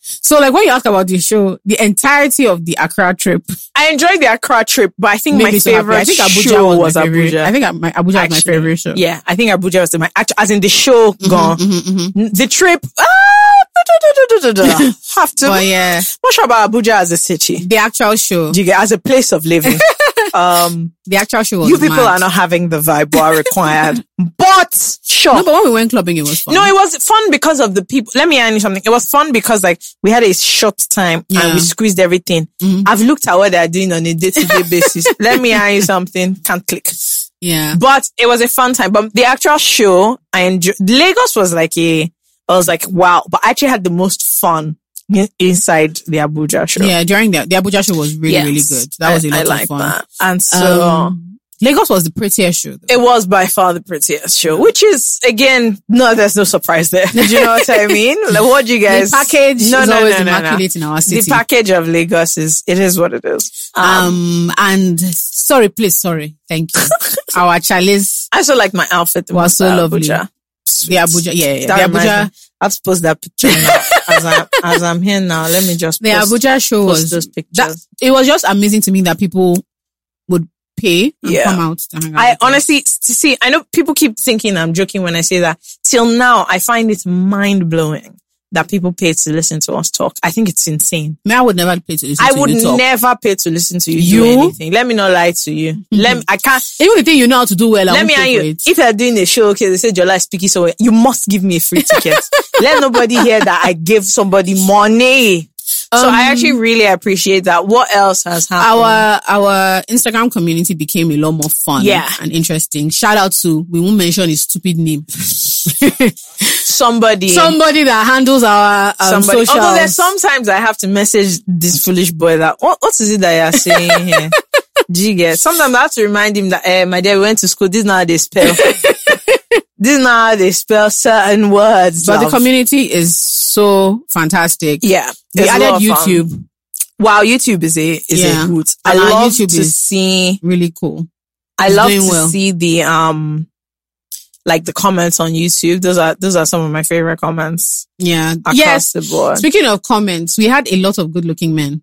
[SPEAKER 2] So, like when you ask about the show, the entirety of the Accra trip,
[SPEAKER 4] I enjoyed the Accra trip, but I think
[SPEAKER 2] made
[SPEAKER 4] my
[SPEAKER 2] me so happy.
[SPEAKER 4] favorite
[SPEAKER 2] I think Abuja
[SPEAKER 4] show
[SPEAKER 2] was,
[SPEAKER 4] was,
[SPEAKER 2] my favorite.
[SPEAKER 4] Abuja.
[SPEAKER 2] I think I- my, Abuja was my
[SPEAKER 4] Actually,
[SPEAKER 2] favorite show.
[SPEAKER 4] yeah, I think Abuja was the my act- as in the show gone.
[SPEAKER 2] Mhm, mhm.
[SPEAKER 4] The trip, ah, have to.
[SPEAKER 2] But yeah,
[SPEAKER 4] Not sure about Abuja as a city.
[SPEAKER 2] the actual show.
[SPEAKER 4] Do you get as a place of living? um,
[SPEAKER 2] The actual show was
[SPEAKER 4] you people
[SPEAKER 2] mad.
[SPEAKER 4] are not having the vibe we are required. but sure.
[SPEAKER 2] No, but when we went clubbing, it was fun.
[SPEAKER 4] No, it was fun because of the people. Let me add you something. It was fun because like we had a short time
[SPEAKER 2] Yeah.
[SPEAKER 4] and we squeezed everything.
[SPEAKER 2] Mm-hmm.
[SPEAKER 4] I've looked at what they are doing on a day to day basis. Let me add you something. Can't click.
[SPEAKER 2] yeah.
[SPEAKER 4] But it was a fun time. But the actual show, I enjoyed. Lagos was like a, I was like, wow. But I actually had the most fun in- inside the Abuja show.
[SPEAKER 2] Yeah, during the, the Abuja show was really,
[SPEAKER 4] Yes.
[SPEAKER 2] really good. That was a
[SPEAKER 4] I-
[SPEAKER 2] lot
[SPEAKER 4] I
[SPEAKER 2] of
[SPEAKER 4] like
[SPEAKER 2] fun.
[SPEAKER 4] That. And so
[SPEAKER 2] Um, Lagos was the prettiest show. Though.
[SPEAKER 4] it was by far the prettiest show, which is again, no, there's no surprise there. Do you know what I mean? Like, what do you guys?
[SPEAKER 2] the package
[SPEAKER 4] no,
[SPEAKER 2] is
[SPEAKER 4] no,
[SPEAKER 2] always
[SPEAKER 4] no, no, no.
[SPEAKER 2] immaculate in our
[SPEAKER 4] The
[SPEAKER 2] city.
[SPEAKER 4] package of Lagos is it is what it is. Um,
[SPEAKER 2] um, and sorry, please, sorry. Thank you. our chalice,
[SPEAKER 4] I also like my outfit. the
[SPEAKER 2] was
[SPEAKER 4] most
[SPEAKER 2] so
[SPEAKER 4] at
[SPEAKER 2] lovely.
[SPEAKER 4] Abuja.
[SPEAKER 2] the Abuja, yeah, yeah.
[SPEAKER 4] That
[SPEAKER 2] the Abuja,
[SPEAKER 4] reminds me. I have to post that picture now. as, I'm, as I'm here now, let me just
[SPEAKER 2] the
[SPEAKER 4] post,
[SPEAKER 2] Abuja show
[SPEAKER 4] post
[SPEAKER 2] was
[SPEAKER 4] those
[SPEAKER 2] that,
[SPEAKER 4] pictures.
[SPEAKER 2] it was just amazing to me that people would pay and
[SPEAKER 4] Yeah.
[SPEAKER 2] come out to hang out. with
[SPEAKER 4] I
[SPEAKER 2] us.
[SPEAKER 4] honestly s- see. I know people keep thinking I'm joking when I say that. Till now, I find it mind blowing that people pay to listen to us talk. I think it's insane.
[SPEAKER 2] Me, I would never pay to listen
[SPEAKER 4] I
[SPEAKER 2] to
[SPEAKER 4] would
[SPEAKER 2] you talk.
[SPEAKER 4] never pay to listen to you,
[SPEAKER 2] You?
[SPEAKER 4] do anything. Let me not lie to you. Let me, I can't.
[SPEAKER 2] Even the thing you know how to do well, I
[SPEAKER 4] let
[SPEAKER 2] won't
[SPEAKER 4] me
[SPEAKER 2] pay
[SPEAKER 4] and you.
[SPEAKER 2] for it.
[SPEAKER 4] If you're doing a show, okay, they say Jola is speaking so you must give me a free ticket. let nobody hear that I gave somebody money. so
[SPEAKER 2] Um,
[SPEAKER 4] I actually really appreciate that. What else has happened?
[SPEAKER 2] our our Instagram community became a lot more fun
[SPEAKER 4] Yeah.
[SPEAKER 2] and interesting. Shout out to we won't mention his stupid name.
[SPEAKER 4] somebody.
[SPEAKER 2] Somebody that handles our um,
[SPEAKER 4] somebody.
[SPEAKER 2] socials.
[SPEAKER 4] Although there's sometimes I have to message this foolish boy that what, what is it that you're saying here? Do you get? Sometimes I have to remind him that eh, my dear, we went to school. This is not how they spell. this is not how they spell certain words.
[SPEAKER 2] but the
[SPEAKER 4] love.
[SPEAKER 2] community is so fantastic.
[SPEAKER 4] yeah,
[SPEAKER 2] We
[SPEAKER 4] it's a lot
[SPEAKER 2] added
[SPEAKER 4] of um, fun.
[SPEAKER 2] YouTube.
[SPEAKER 4] Wow, YouTube is a is
[SPEAKER 2] Yeah.
[SPEAKER 4] a hoot. I
[SPEAKER 2] And our
[SPEAKER 4] love
[SPEAKER 2] YouTube
[SPEAKER 4] to
[SPEAKER 2] is-
[SPEAKER 4] see.
[SPEAKER 2] Really cool.
[SPEAKER 4] I
[SPEAKER 2] is
[SPEAKER 4] love
[SPEAKER 2] doing
[SPEAKER 4] to
[SPEAKER 2] well.
[SPEAKER 4] see the um, like the comments on YouTube. Those are those are some of my favorite comments
[SPEAKER 2] Yeah.
[SPEAKER 4] across
[SPEAKER 2] Yes.
[SPEAKER 4] the board.
[SPEAKER 2] Speaking of comments, we had a lot of good looking men.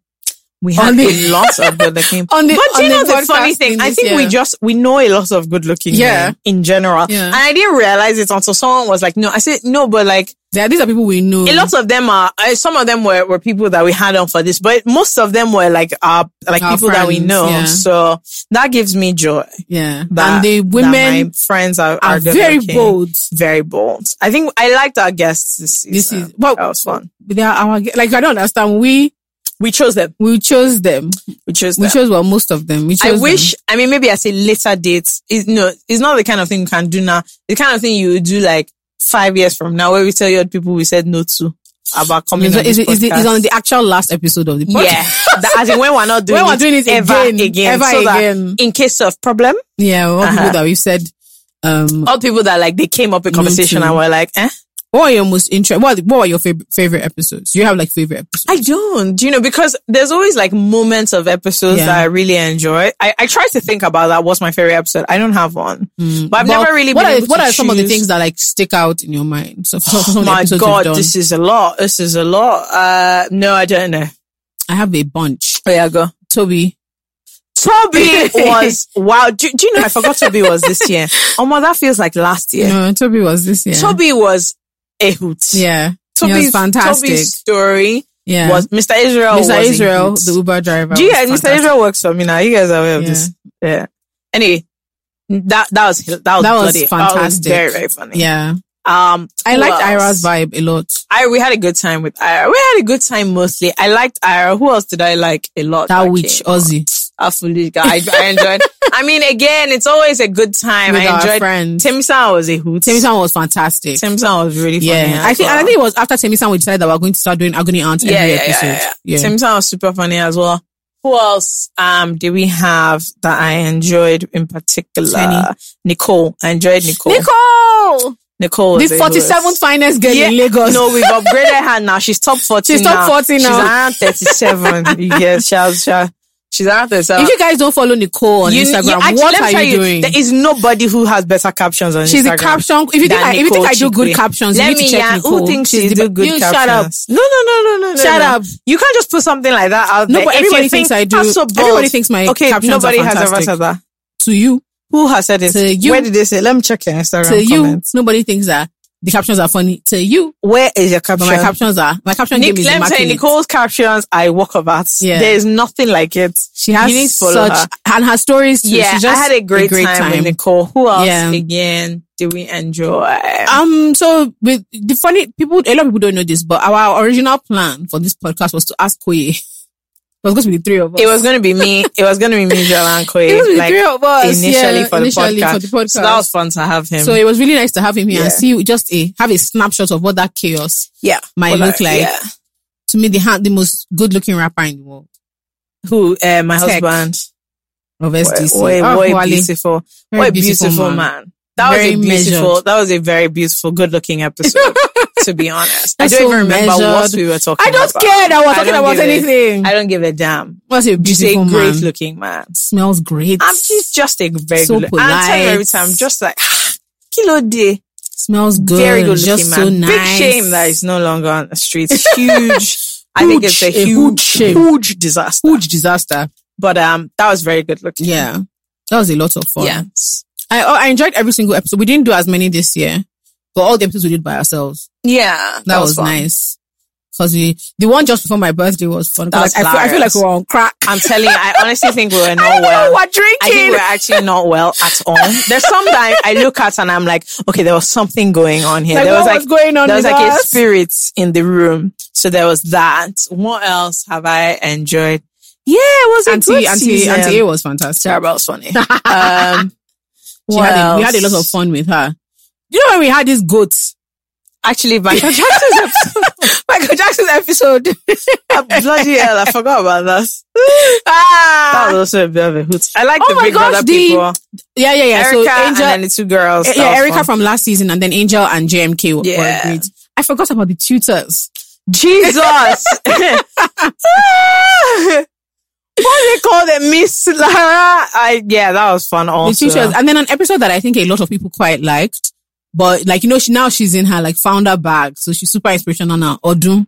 [SPEAKER 4] We
[SPEAKER 2] On
[SPEAKER 4] had
[SPEAKER 2] the-
[SPEAKER 4] Oh, a lot of good looking.
[SPEAKER 2] On the-
[SPEAKER 4] but do you
[SPEAKER 2] on
[SPEAKER 4] know
[SPEAKER 2] the
[SPEAKER 4] the funny
[SPEAKER 2] podcast
[SPEAKER 4] thing?
[SPEAKER 2] in
[SPEAKER 4] I
[SPEAKER 2] this
[SPEAKER 4] think we
[SPEAKER 2] year.
[SPEAKER 4] just we know a lot of good looking
[SPEAKER 2] Yeah.
[SPEAKER 4] men in general,
[SPEAKER 2] Yeah.
[SPEAKER 4] and I didn't realize it until someone was like, "No," I said, "No," but like
[SPEAKER 2] There, these are people we know.
[SPEAKER 4] a lot of them are. Uh, some of them were were people that we had on for this, but most of them were like our like
[SPEAKER 2] Our
[SPEAKER 4] people that we
[SPEAKER 2] friends,
[SPEAKER 4] know.
[SPEAKER 2] yeah.
[SPEAKER 4] So that gives me joy.
[SPEAKER 2] yeah.
[SPEAKER 4] That,
[SPEAKER 2] and the
[SPEAKER 4] that
[SPEAKER 2] women
[SPEAKER 4] my friends are,
[SPEAKER 2] are
[SPEAKER 4] good
[SPEAKER 2] very
[SPEAKER 4] looking.
[SPEAKER 2] bold.
[SPEAKER 4] Very bold. I think I liked our guests this season.
[SPEAKER 2] This is well,
[SPEAKER 4] that was fun.
[SPEAKER 2] They are our like I don't understand. We
[SPEAKER 4] We chose them.
[SPEAKER 2] we chose them.
[SPEAKER 4] We chose
[SPEAKER 2] We
[SPEAKER 4] them.
[SPEAKER 2] chose well most of them. We
[SPEAKER 4] I
[SPEAKER 2] chose
[SPEAKER 4] wish, I mean, maybe I say later dates. It, no, it's not the kind of thing you can do now. The kind of thing you would do like five years from now, where we tell your people we said no to about coming
[SPEAKER 2] It's,
[SPEAKER 4] on this
[SPEAKER 2] it's, it's, the- it's
[SPEAKER 4] podcast.
[SPEAKER 2] on the actual last episode of the podcast.
[SPEAKER 4] yeah, that, as in when we're not doing
[SPEAKER 2] When
[SPEAKER 4] it,
[SPEAKER 2] we're doing it
[SPEAKER 4] ever
[SPEAKER 2] again, ever
[SPEAKER 4] so that
[SPEAKER 2] again.
[SPEAKER 4] in case of problem,
[SPEAKER 2] Yeah, all
[SPEAKER 4] Uh-huh.
[SPEAKER 2] people that we've said. Um,
[SPEAKER 4] all people that like they came up with conversation
[SPEAKER 2] too.
[SPEAKER 4] and were like, eh,
[SPEAKER 2] what are your most interesting? What What are your fav- favorite episodes? Do you have like favorite episodes?
[SPEAKER 4] I don't, you know, because there's always like moments of episodes
[SPEAKER 2] Yeah.
[SPEAKER 4] that I really enjoy. I, I try to think about that. What's my favorite episode? I don't have one, but I've
[SPEAKER 2] Mm, But
[SPEAKER 4] never really
[SPEAKER 2] What
[SPEAKER 4] been
[SPEAKER 2] are
[SPEAKER 4] able
[SPEAKER 2] What
[SPEAKER 4] to
[SPEAKER 2] are some of the
[SPEAKER 4] choose. Oh
[SPEAKER 2] things that like stick out in your mind? So, so- some of the
[SPEAKER 4] my
[SPEAKER 2] episodes
[SPEAKER 4] god,
[SPEAKER 2] we've done.
[SPEAKER 4] this is a lot. This is a lot. Uh, no, I don't know.
[SPEAKER 2] I have a bunch.
[SPEAKER 4] Oh yeah, go.
[SPEAKER 2] Toby,
[SPEAKER 4] Toby was wow. Do, do you know? I forgot Toby was this year. Oh my, that feels like last year.
[SPEAKER 2] no, Toby was this year.
[SPEAKER 4] Toby was a hoot.
[SPEAKER 2] yeah, he
[SPEAKER 4] Toby's
[SPEAKER 2] was fantastic.
[SPEAKER 4] Toby's story
[SPEAKER 2] yeah,
[SPEAKER 4] was Mr. Israel.
[SPEAKER 2] Mr.
[SPEAKER 4] was a
[SPEAKER 2] Israel,
[SPEAKER 4] hoot.
[SPEAKER 2] the Uber driver.
[SPEAKER 4] Do you
[SPEAKER 2] was
[SPEAKER 4] guys, Mr.
[SPEAKER 2] fantastic.
[SPEAKER 4] Israel works for me now. You guys are aware of
[SPEAKER 2] Yeah.
[SPEAKER 4] this. Yeah. Anyway, that that was that was,
[SPEAKER 2] That was
[SPEAKER 4] bloody-
[SPEAKER 2] fantastic.
[SPEAKER 4] very very funny.
[SPEAKER 2] Yeah,
[SPEAKER 4] Um,
[SPEAKER 2] I
[SPEAKER 4] who
[SPEAKER 2] liked Ira's
[SPEAKER 4] else?
[SPEAKER 2] vibe a lot.
[SPEAKER 4] I we had a good time with Ira. We had a good time mostly. I liked Ira. Who else did I like a lot?
[SPEAKER 2] That
[SPEAKER 4] Okay.
[SPEAKER 2] witch, Ozzy,
[SPEAKER 4] A foolish guy. I, I enjoyed. I mean, again, it's always a good time.
[SPEAKER 2] with
[SPEAKER 4] I
[SPEAKER 2] our
[SPEAKER 4] enjoyed.
[SPEAKER 2] friends.
[SPEAKER 4] Timmy San was a hoot.
[SPEAKER 2] Timmy Sam was fantastic.
[SPEAKER 4] Timmy San was really funny.
[SPEAKER 2] Yeah,
[SPEAKER 4] as
[SPEAKER 2] I think and I
[SPEAKER 4] well.
[SPEAKER 2] think it was after Timmy Sam we decided that we are going to start doing agony aunt every episode. Yeah,
[SPEAKER 4] Tim Tam was super funny as well. Who else um do we have that I enjoyed in particular?
[SPEAKER 2] Tenny.
[SPEAKER 4] Nicole. I enjoyed Nicole.
[SPEAKER 2] Nicole,
[SPEAKER 4] Nicole was
[SPEAKER 2] the
[SPEAKER 4] a
[SPEAKER 2] forty seventh
[SPEAKER 4] hoot.
[SPEAKER 2] finest girl
[SPEAKER 4] Oh, Yeah.
[SPEAKER 2] in Lagos.
[SPEAKER 4] No, we've upgraded her now. She's top 14
[SPEAKER 2] She's top
[SPEAKER 4] now.
[SPEAKER 2] 14 now.
[SPEAKER 4] She's around 37. yes, she has, she has, she's around 37.
[SPEAKER 2] if you guys don't follow Nicole on Instagram,
[SPEAKER 4] actually-
[SPEAKER 2] what
[SPEAKER 4] let me
[SPEAKER 2] are
[SPEAKER 4] tell
[SPEAKER 2] you, doing?
[SPEAKER 4] There is nobody who has better captions on
[SPEAKER 2] She's
[SPEAKER 4] Instagram.
[SPEAKER 2] a caption. If you think
[SPEAKER 4] than
[SPEAKER 2] I, if you think I do
[SPEAKER 4] Nicole
[SPEAKER 2] good
[SPEAKER 4] Chikwe.
[SPEAKER 2] captions, you
[SPEAKER 4] Let
[SPEAKER 2] need
[SPEAKER 4] me
[SPEAKER 2] to check
[SPEAKER 4] yeah,
[SPEAKER 2] Nicole.
[SPEAKER 4] who thinks
[SPEAKER 2] She's
[SPEAKER 4] she's
[SPEAKER 2] the-
[SPEAKER 4] do good
[SPEAKER 2] you
[SPEAKER 4] captions?
[SPEAKER 2] shut up.
[SPEAKER 4] No, no, no, no, no, no.
[SPEAKER 2] Shut
[SPEAKER 4] no.
[SPEAKER 2] up.
[SPEAKER 4] You can't just put something like that out
[SPEAKER 2] No,
[SPEAKER 4] there.
[SPEAKER 2] but
[SPEAKER 4] If you
[SPEAKER 2] everybody thinks
[SPEAKER 4] think
[SPEAKER 2] I do-
[SPEAKER 4] that's So bold.
[SPEAKER 2] everybody thinks my
[SPEAKER 4] okay,
[SPEAKER 2] captions are
[SPEAKER 4] nobody has ever
[SPEAKER 2] fantastic.
[SPEAKER 4] said that.
[SPEAKER 2] To you,
[SPEAKER 4] Who has said it?
[SPEAKER 2] To you.
[SPEAKER 4] Where did they say? Let me check your Instagram
[SPEAKER 2] to you,
[SPEAKER 4] comments.
[SPEAKER 2] nobody thinks that The captions are funny to you,
[SPEAKER 4] Where is your
[SPEAKER 2] but
[SPEAKER 4] caption?
[SPEAKER 2] my captions are my caption
[SPEAKER 4] Nick,
[SPEAKER 2] game is
[SPEAKER 4] let me tell you,
[SPEAKER 2] immaculate.
[SPEAKER 4] Nicole's captions, I walk about.
[SPEAKER 2] Yeah.
[SPEAKER 4] There is nothing like it.
[SPEAKER 2] she has
[SPEAKER 4] you need to follow
[SPEAKER 2] such
[SPEAKER 4] her.
[SPEAKER 2] and her stories. Too.
[SPEAKER 4] Yeah,
[SPEAKER 2] She's
[SPEAKER 4] I
[SPEAKER 2] just
[SPEAKER 4] had a great, time, with Nicole. Who else
[SPEAKER 2] Yeah.
[SPEAKER 4] again did we enjoy?
[SPEAKER 2] Um, so with the funny people, a lot of people don't know this, but our original plan for this podcast was to ask Koye. It was going to be the three of us.
[SPEAKER 4] it was going to be me. It was going to be me, Joel and Koi.
[SPEAKER 2] It was the three of us
[SPEAKER 4] initially,
[SPEAKER 2] yeah,
[SPEAKER 4] for,
[SPEAKER 2] initially
[SPEAKER 4] the podcast.
[SPEAKER 2] for the podcast.
[SPEAKER 4] So that was fun to have him.
[SPEAKER 2] So it was really nice to have him here and
[SPEAKER 4] Yeah.
[SPEAKER 2] see just a have a snapshot of what that chaos
[SPEAKER 4] yeah.
[SPEAKER 2] might
[SPEAKER 4] Well,
[SPEAKER 2] look like.
[SPEAKER 4] yeah.
[SPEAKER 2] To me, the hand, the most good looking rapper in the world
[SPEAKER 4] Who? Uh, my
[SPEAKER 2] Tech.
[SPEAKER 4] husband.
[SPEAKER 2] of
[SPEAKER 4] Boy,
[SPEAKER 2] SDC.
[SPEAKER 4] boy,
[SPEAKER 2] Ah,
[SPEAKER 4] boy,
[SPEAKER 2] Wale.
[SPEAKER 4] beautiful.
[SPEAKER 2] Very
[SPEAKER 4] what a beautiful, man. That
[SPEAKER 2] Very
[SPEAKER 4] was a beautiful,
[SPEAKER 2] measured.
[SPEAKER 4] that was a very beautiful, good looking episode, to be honest. I
[SPEAKER 2] That's
[SPEAKER 4] don't
[SPEAKER 2] so
[SPEAKER 4] even remember what
[SPEAKER 2] measured.
[SPEAKER 4] we were talking
[SPEAKER 2] I
[SPEAKER 4] about.
[SPEAKER 2] don't care that we're
[SPEAKER 4] I
[SPEAKER 2] talking
[SPEAKER 4] don't
[SPEAKER 2] about
[SPEAKER 4] give a-
[SPEAKER 2] anything.
[SPEAKER 4] I don't give a damn.
[SPEAKER 2] What's a
[SPEAKER 4] She's a
[SPEAKER 2] beautiful man?
[SPEAKER 4] great looking man.
[SPEAKER 2] Smells great.
[SPEAKER 4] I'm she's just a very
[SPEAKER 2] So
[SPEAKER 4] good look- I'm telling you every
[SPEAKER 2] polite.
[SPEAKER 4] time, just like, kilo day.
[SPEAKER 2] Smells good.
[SPEAKER 4] Very good looking
[SPEAKER 2] Just
[SPEAKER 4] man.
[SPEAKER 2] so nice.
[SPEAKER 4] Big shame that he's no longer on the streets. Huge. I think it's a
[SPEAKER 2] Huge, a huge
[SPEAKER 4] huge,
[SPEAKER 2] shame.
[SPEAKER 4] huge disaster.
[SPEAKER 2] huge disaster.
[SPEAKER 4] But um, that was very good looking.
[SPEAKER 2] Yeah. That was a lot of fun.
[SPEAKER 4] Yeah.
[SPEAKER 2] I oh, I enjoyed every single episode. We didn't do as many this year, but all the episodes we did by ourselves.
[SPEAKER 4] Yeah.
[SPEAKER 2] That, was,
[SPEAKER 4] fun.
[SPEAKER 2] nice. Cause we the one just before my birthday was fun. 'Cause,
[SPEAKER 4] That
[SPEAKER 2] like, I, feel, I
[SPEAKER 4] was
[SPEAKER 2] feel like
[SPEAKER 4] hilarious.
[SPEAKER 2] we were on crack.
[SPEAKER 4] I'm telling you, I honestly think we were not
[SPEAKER 2] We
[SPEAKER 4] well.
[SPEAKER 2] were drinking.
[SPEAKER 4] I think we're actually not well at all. There's sometimes I look at and I'm like, okay, there was something going on here.
[SPEAKER 2] Like,
[SPEAKER 4] there was
[SPEAKER 2] what
[SPEAKER 4] like
[SPEAKER 2] was going on
[SPEAKER 4] there was
[SPEAKER 2] with
[SPEAKER 4] like a
[SPEAKER 2] us?
[SPEAKER 4] spirit in the room. So there was that. What else have I enjoyed? Yeah, it was a good
[SPEAKER 2] Auntie, auntie,
[SPEAKER 4] season.
[SPEAKER 2] auntie A was fantastic.
[SPEAKER 4] Sarah was funny. um,
[SPEAKER 2] She
[SPEAKER 4] what
[SPEAKER 2] had a, we
[SPEAKER 4] else?
[SPEAKER 2] had a lot of fun with her. You know when we had Ah! this goat,
[SPEAKER 4] Actually, Michael Jackson's episode.
[SPEAKER 2] Michael Jackson's episode.
[SPEAKER 4] bloody hell, I forgot about that. That
[SPEAKER 2] ah,
[SPEAKER 4] was also a bit of a hoot. I like
[SPEAKER 2] Oh
[SPEAKER 4] the
[SPEAKER 2] my
[SPEAKER 4] Big
[SPEAKER 2] gosh,
[SPEAKER 4] Brother
[SPEAKER 2] the-
[SPEAKER 4] people.
[SPEAKER 2] yeah, yeah, yeah.
[SPEAKER 4] Erica
[SPEAKER 2] so
[SPEAKER 4] and
[SPEAKER 2] Angel,
[SPEAKER 4] then the two girls. That
[SPEAKER 2] Eh, yeah,
[SPEAKER 4] was
[SPEAKER 2] Erica
[SPEAKER 4] fun.
[SPEAKER 2] from last season, and then Angel and JMK were,
[SPEAKER 4] Yeah.
[SPEAKER 2] were great. I forgot about the tutors.
[SPEAKER 4] Jesus. what they call it, Miss Lara? I yeah, that was fun. Also,
[SPEAKER 2] The tutors, and then an episode that I think a lot of people quite liked, but like you know, she now she's in her like founder bag, so she's super inspirational now. Odum,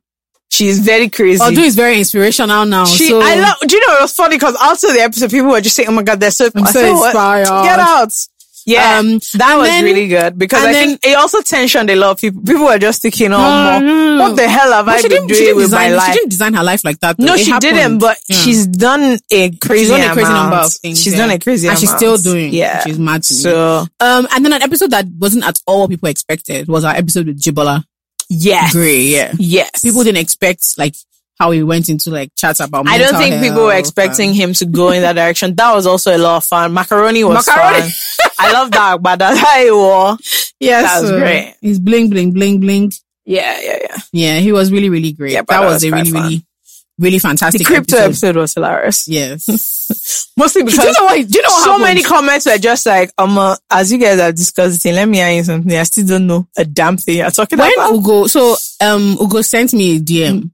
[SPEAKER 4] she's very crazy.
[SPEAKER 2] Odum is very inspirational now.
[SPEAKER 4] she,
[SPEAKER 2] so
[SPEAKER 4] I love. Do you know it was funny because after the episode, people were just saying, "Oh my god, they're so,
[SPEAKER 2] I'm
[SPEAKER 4] I
[SPEAKER 2] so
[SPEAKER 4] said, "What?
[SPEAKER 2] inspired.
[SPEAKER 4] Get out!" Yeah,
[SPEAKER 2] Um,
[SPEAKER 4] that
[SPEAKER 2] and
[SPEAKER 4] was
[SPEAKER 2] then-
[SPEAKER 4] really good because
[SPEAKER 2] and
[SPEAKER 4] I
[SPEAKER 2] then-
[SPEAKER 4] think it also tensioned a lot of people. People were just thinking, "Oh,
[SPEAKER 2] No,
[SPEAKER 4] more,
[SPEAKER 2] no, no.
[SPEAKER 4] what the hell have I
[SPEAKER 2] she
[SPEAKER 4] been
[SPEAKER 2] didn't, she
[SPEAKER 4] doing
[SPEAKER 2] didn't
[SPEAKER 4] with
[SPEAKER 2] design.
[SPEAKER 4] my
[SPEAKER 2] She
[SPEAKER 4] life?"
[SPEAKER 2] didn't design her life like that. though.
[SPEAKER 4] no,
[SPEAKER 2] It
[SPEAKER 4] she
[SPEAKER 2] happened.
[SPEAKER 4] didn't, but
[SPEAKER 2] Yeah.
[SPEAKER 4] she's done a crazy,
[SPEAKER 2] she's done a crazy
[SPEAKER 4] amount.
[SPEAKER 2] number of things.
[SPEAKER 4] She's
[SPEAKER 2] yeah.
[SPEAKER 4] done a crazy
[SPEAKER 2] and she's
[SPEAKER 4] amount.
[SPEAKER 2] still doing.
[SPEAKER 4] Yeah.
[SPEAKER 2] which is mad to me.
[SPEAKER 4] So
[SPEAKER 2] Um, and then an episode that wasn't at all what people expected was our episode with Jibola
[SPEAKER 4] yes,
[SPEAKER 2] Gray. Yeah,
[SPEAKER 4] Yes.
[SPEAKER 2] people didn't expect like how he went into like chats about.
[SPEAKER 4] I don't
[SPEAKER 2] mental
[SPEAKER 4] think people
[SPEAKER 2] health
[SPEAKER 4] were
[SPEAKER 2] and-
[SPEAKER 4] expecting him to go in that direction. That was also a lot of fun. Macaroni was
[SPEAKER 2] Macaroni.
[SPEAKER 4] fun. I love that, but that's how it was.
[SPEAKER 2] Yes,
[SPEAKER 4] That was great.
[SPEAKER 2] He's bling, bling, bling, bling.
[SPEAKER 4] Yeah, yeah, yeah.
[SPEAKER 2] Yeah, he was really, really great.
[SPEAKER 4] Yeah, but
[SPEAKER 2] that,
[SPEAKER 4] that
[SPEAKER 2] was,
[SPEAKER 4] was
[SPEAKER 2] a
[SPEAKER 4] quite
[SPEAKER 2] really,
[SPEAKER 4] fun.
[SPEAKER 2] really, really fantastic
[SPEAKER 4] The crypto
[SPEAKER 2] episode.
[SPEAKER 4] episode, was hilarious.
[SPEAKER 2] Yes.
[SPEAKER 4] Mostly
[SPEAKER 2] do
[SPEAKER 4] because
[SPEAKER 2] you know what? Do you know what
[SPEAKER 4] so
[SPEAKER 2] happened?
[SPEAKER 4] many comments were just like, um, uh, as you guys have discussed it, let me hear you something. I still don't know a damn thing you're talking
[SPEAKER 2] when
[SPEAKER 4] about.
[SPEAKER 2] Ugo, so um, Ugo sent me a DM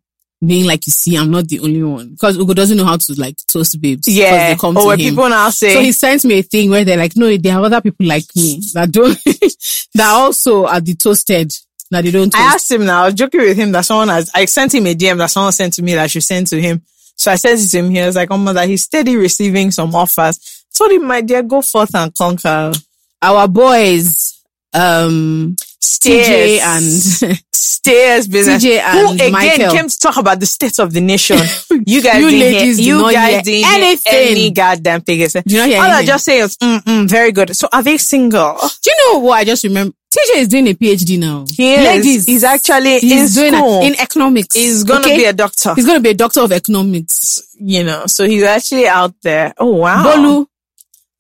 [SPEAKER 2] being like, you see, I'm not the only one because Ugo doesn't know how to like toast babes. 'cause
[SPEAKER 4] Yeah.
[SPEAKER 2] they come
[SPEAKER 4] or
[SPEAKER 2] to
[SPEAKER 4] when
[SPEAKER 2] him.
[SPEAKER 4] people now say,
[SPEAKER 2] so he sent me a thing where they're like, no, there are other people like me that don't, that also are the toasted, that they don't toast.
[SPEAKER 4] I asked him now, I was joking with him that someone has, I sent him a DM that someone sent to me that I should send to him. So I sent it to him. He was like, oh my, that he's steady receiving some offers. Told him, my dear, go forth and conquer.
[SPEAKER 2] Our boys, um, TJ
[SPEAKER 4] Stairs.
[SPEAKER 2] and
[SPEAKER 4] Stairs business.
[SPEAKER 2] TJ and
[SPEAKER 4] Who again
[SPEAKER 2] Michael.
[SPEAKER 4] came to talk about the state of the nation. You guys,
[SPEAKER 2] You
[SPEAKER 4] didn't hear-
[SPEAKER 2] ladies did
[SPEAKER 4] you
[SPEAKER 2] not hear
[SPEAKER 4] guys didn't hear
[SPEAKER 2] anything.
[SPEAKER 4] Any goddamn thing. It's-
[SPEAKER 2] you not hear
[SPEAKER 4] All I
[SPEAKER 2] anything?
[SPEAKER 4] just say is, mm, mm, very good. So are they single?
[SPEAKER 2] Do you know what I just remember? TJ is doing a PhD now.
[SPEAKER 4] He is.
[SPEAKER 2] Ladies,
[SPEAKER 4] he's actually
[SPEAKER 2] he's
[SPEAKER 4] in
[SPEAKER 2] doing
[SPEAKER 4] school.
[SPEAKER 2] a, in economics.
[SPEAKER 4] he's gonna
[SPEAKER 2] okay?
[SPEAKER 4] be a doctor.
[SPEAKER 2] he's gonna be a doctor of economics.
[SPEAKER 4] you know, so he's actually out there. Oh wow.
[SPEAKER 2] Bolu, Bolu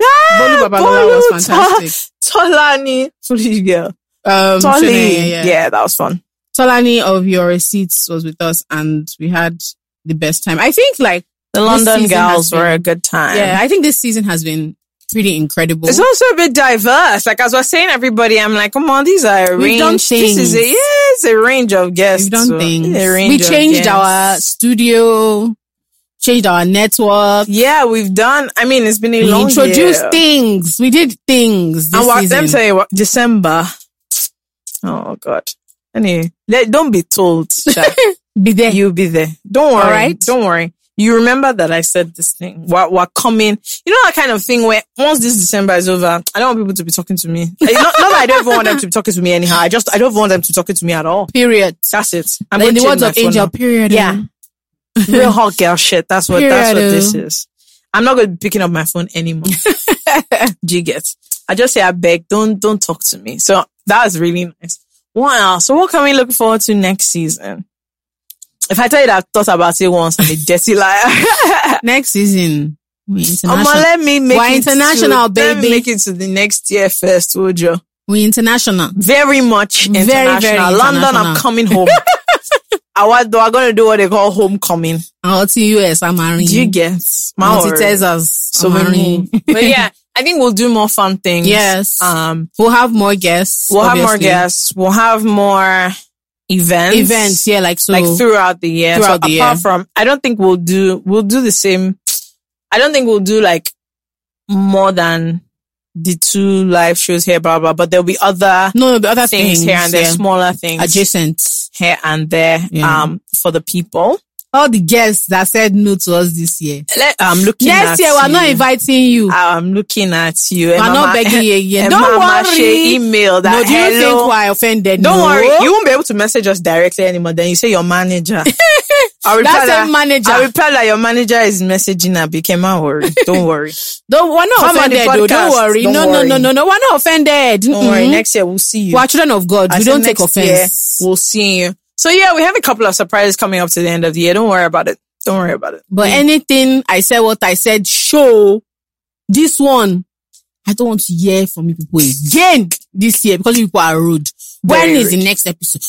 [SPEAKER 4] Ah,
[SPEAKER 2] Babalola
[SPEAKER 4] Bolu
[SPEAKER 2] was fantastic.
[SPEAKER 4] To- Tolani. Foolish girl.
[SPEAKER 2] Um,
[SPEAKER 4] Tolly.
[SPEAKER 2] Shanae,
[SPEAKER 4] yeah.
[SPEAKER 2] yeah.
[SPEAKER 4] that was fun.
[SPEAKER 2] Tolani of your receipts was with us, and we had the best time. I think, like,
[SPEAKER 4] The
[SPEAKER 2] This
[SPEAKER 4] London
[SPEAKER 2] season has
[SPEAKER 4] girls
[SPEAKER 2] been-
[SPEAKER 4] were a good time.
[SPEAKER 2] yeah, I think this season has been pretty incredible.
[SPEAKER 4] It's also a bit diverse. Like as I was saying, everybody, I'm like, come on, these are a
[SPEAKER 2] We've
[SPEAKER 4] range.
[SPEAKER 2] done
[SPEAKER 4] This is a,
[SPEAKER 2] things.
[SPEAKER 4] yeah, it's a range of guests.
[SPEAKER 2] We've done
[SPEAKER 4] so-
[SPEAKER 2] things.
[SPEAKER 4] a
[SPEAKER 2] We
[SPEAKER 4] range of
[SPEAKER 2] changed
[SPEAKER 4] guests.
[SPEAKER 2] our studio, changed our network.
[SPEAKER 4] Yeah, we've done. I mean, it's been a
[SPEAKER 2] We
[SPEAKER 4] long
[SPEAKER 2] introduced
[SPEAKER 4] year.
[SPEAKER 2] things. We did things. This
[SPEAKER 4] And what, let
[SPEAKER 2] season.
[SPEAKER 4] me tell you what, December. Oh God. Anyway, let, don't be told. Sha.
[SPEAKER 2] Be there. Eh.
[SPEAKER 4] You'll be there. Don't worry.
[SPEAKER 2] All right.
[SPEAKER 4] Don't worry. you remember that I said this thing. We're, we're coming. You know that kind of thing where once this December is over, I don't want people to be talking to me. not, not that I don't even want them to be talking to me anyhow. I just I don't want them to be talking to me at all.
[SPEAKER 2] Period.
[SPEAKER 4] That's it. I'm
[SPEAKER 2] In
[SPEAKER 4] gonna
[SPEAKER 2] the
[SPEAKER 4] change
[SPEAKER 2] words
[SPEAKER 4] my
[SPEAKER 2] of
[SPEAKER 4] phone
[SPEAKER 2] Angel,
[SPEAKER 4] now.
[SPEAKER 2] period. oh.
[SPEAKER 4] Yeah. real hot girl shit. That's what that's what
[SPEAKER 2] Period.
[SPEAKER 4] this is. I'm not going to be picking up my phone anymore. Do you get? I just say I beg, don't don't talk to me. So that was really nice. What else? So what can we look forward to next season? If I tell you that I thought about it once, I'm a dirty liar.
[SPEAKER 2] Next season, we
[SPEAKER 4] Oma,
[SPEAKER 2] international.
[SPEAKER 4] let me make
[SPEAKER 2] We're
[SPEAKER 4] it
[SPEAKER 2] international,
[SPEAKER 4] to, Let
[SPEAKER 2] baby.
[SPEAKER 4] me make it to the next year first, would you?
[SPEAKER 2] we international.
[SPEAKER 4] Very much
[SPEAKER 2] Very,
[SPEAKER 4] international.
[SPEAKER 2] very
[SPEAKER 4] London,
[SPEAKER 2] international.
[SPEAKER 4] I'm coming home. I want, I'm going to do what they call homecoming.
[SPEAKER 2] Our TUS, I'm marrying.
[SPEAKER 4] Do you get? My
[SPEAKER 2] Auntie
[SPEAKER 4] worry.
[SPEAKER 2] Tessa's,
[SPEAKER 4] So
[SPEAKER 2] I'm
[SPEAKER 4] we
[SPEAKER 2] marrying.
[SPEAKER 4] move. But yeah, I think we'll do more fun things.
[SPEAKER 2] Yes.
[SPEAKER 4] Um,
[SPEAKER 2] We'll have more guests.
[SPEAKER 4] we'll have more
[SPEAKER 2] obviously.
[SPEAKER 4] guests. We'll have more events.
[SPEAKER 2] Events, yeah, like so.
[SPEAKER 4] Like throughout the year.
[SPEAKER 2] Throughout
[SPEAKER 4] so
[SPEAKER 2] the
[SPEAKER 4] apart
[SPEAKER 2] year.
[SPEAKER 4] from, I don't think we'll do, we'll do the same. I don't think we'll do like more than the two live shows here, blah, blah, but there'll be other
[SPEAKER 2] no, no, the other
[SPEAKER 4] things,
[SPEAKER 2] things,
[SPEAKER 4] here and there,
[SPEAKER 2] yeah.
[SPEAKER 4] smaller things
[SPEAKER 2] adjacent.
[SPEAKER 4] here and there,
[SPEAKER 2] Yeah.
[SPEAKER 4] um, for the people.
[SPEAKER 2] All the guests that said no to us this year.
[SPEAKER 4] Let, I'm looking
[SPEAKER 2] Next
[SPEAKER 4] at
[SPEAKER 2] year, we're
[SPEAKER 4] you.
[SPEAKER 2] not inviting you.
[SPEAKER 4] I'm looking at you.
[SPEAKER 2] we're not
[SPEAKER 4] eh,
[SPEAKER 2] begging you again.
[SPEAKER 4] Emma
[SPEAKER 2] Don't
[SPEAKER 4] Mache
[SPEAKER 2] worry.
[SPEAKER 4] email that.
[SPEAKER 2] no, do you
[SPEAKER 4] hello.
[SPEAKER 2] think we're offended?
[SPEAKER 4] Don't
[SPEAKER 2] No.
[SPEAKER 4] worry. You won't be able to message us directly anymore. Then you say your manager. I reply
[SPEAKER 2] That's a manager.
[SPEAKER 4] I reply that your manager is messaging her. Became my worry. Don't worry.
[SPEAKER 2] Don't, we're not
[SPEAKER 4] Come on the
[SPEAKER 2] offended. though. Don't
[SPEAKER 4] podcast.
[SPEAKER 2] worry.
[SPEAKER 4] Don't
[SPEAKER 2] no,
[SPEAKER 4] worry.
[SPEAKER 2] no, no, no, no. We're not offended.
[SPEAKER 4] Don't worry.
[SPEAKER 2] Mm-mm.
[SPEAKER 4] Next year we'll see you.
[SPEAKER 2] we're children of God. Mm-hmm.
[SPEAKER 4] I
[SPEAKER 2] we
[SPEAKER 4] said
[SPEAKER 2] don't take
[SPEAKER 4] next
[SPEAKER 2] offense.
[SPEAKER 4] year we'll see you. So yeah, we have a couple of surprises coming up to the end of the year. Don't worry about it. Don't worry about it.
[SPEAKER 2] But anything I said, what I said, show this one. I don't want to hear from you people again this year because you people are rude. When
[SPEAKER 4] Very
[SPEAKER 2] is the next episode?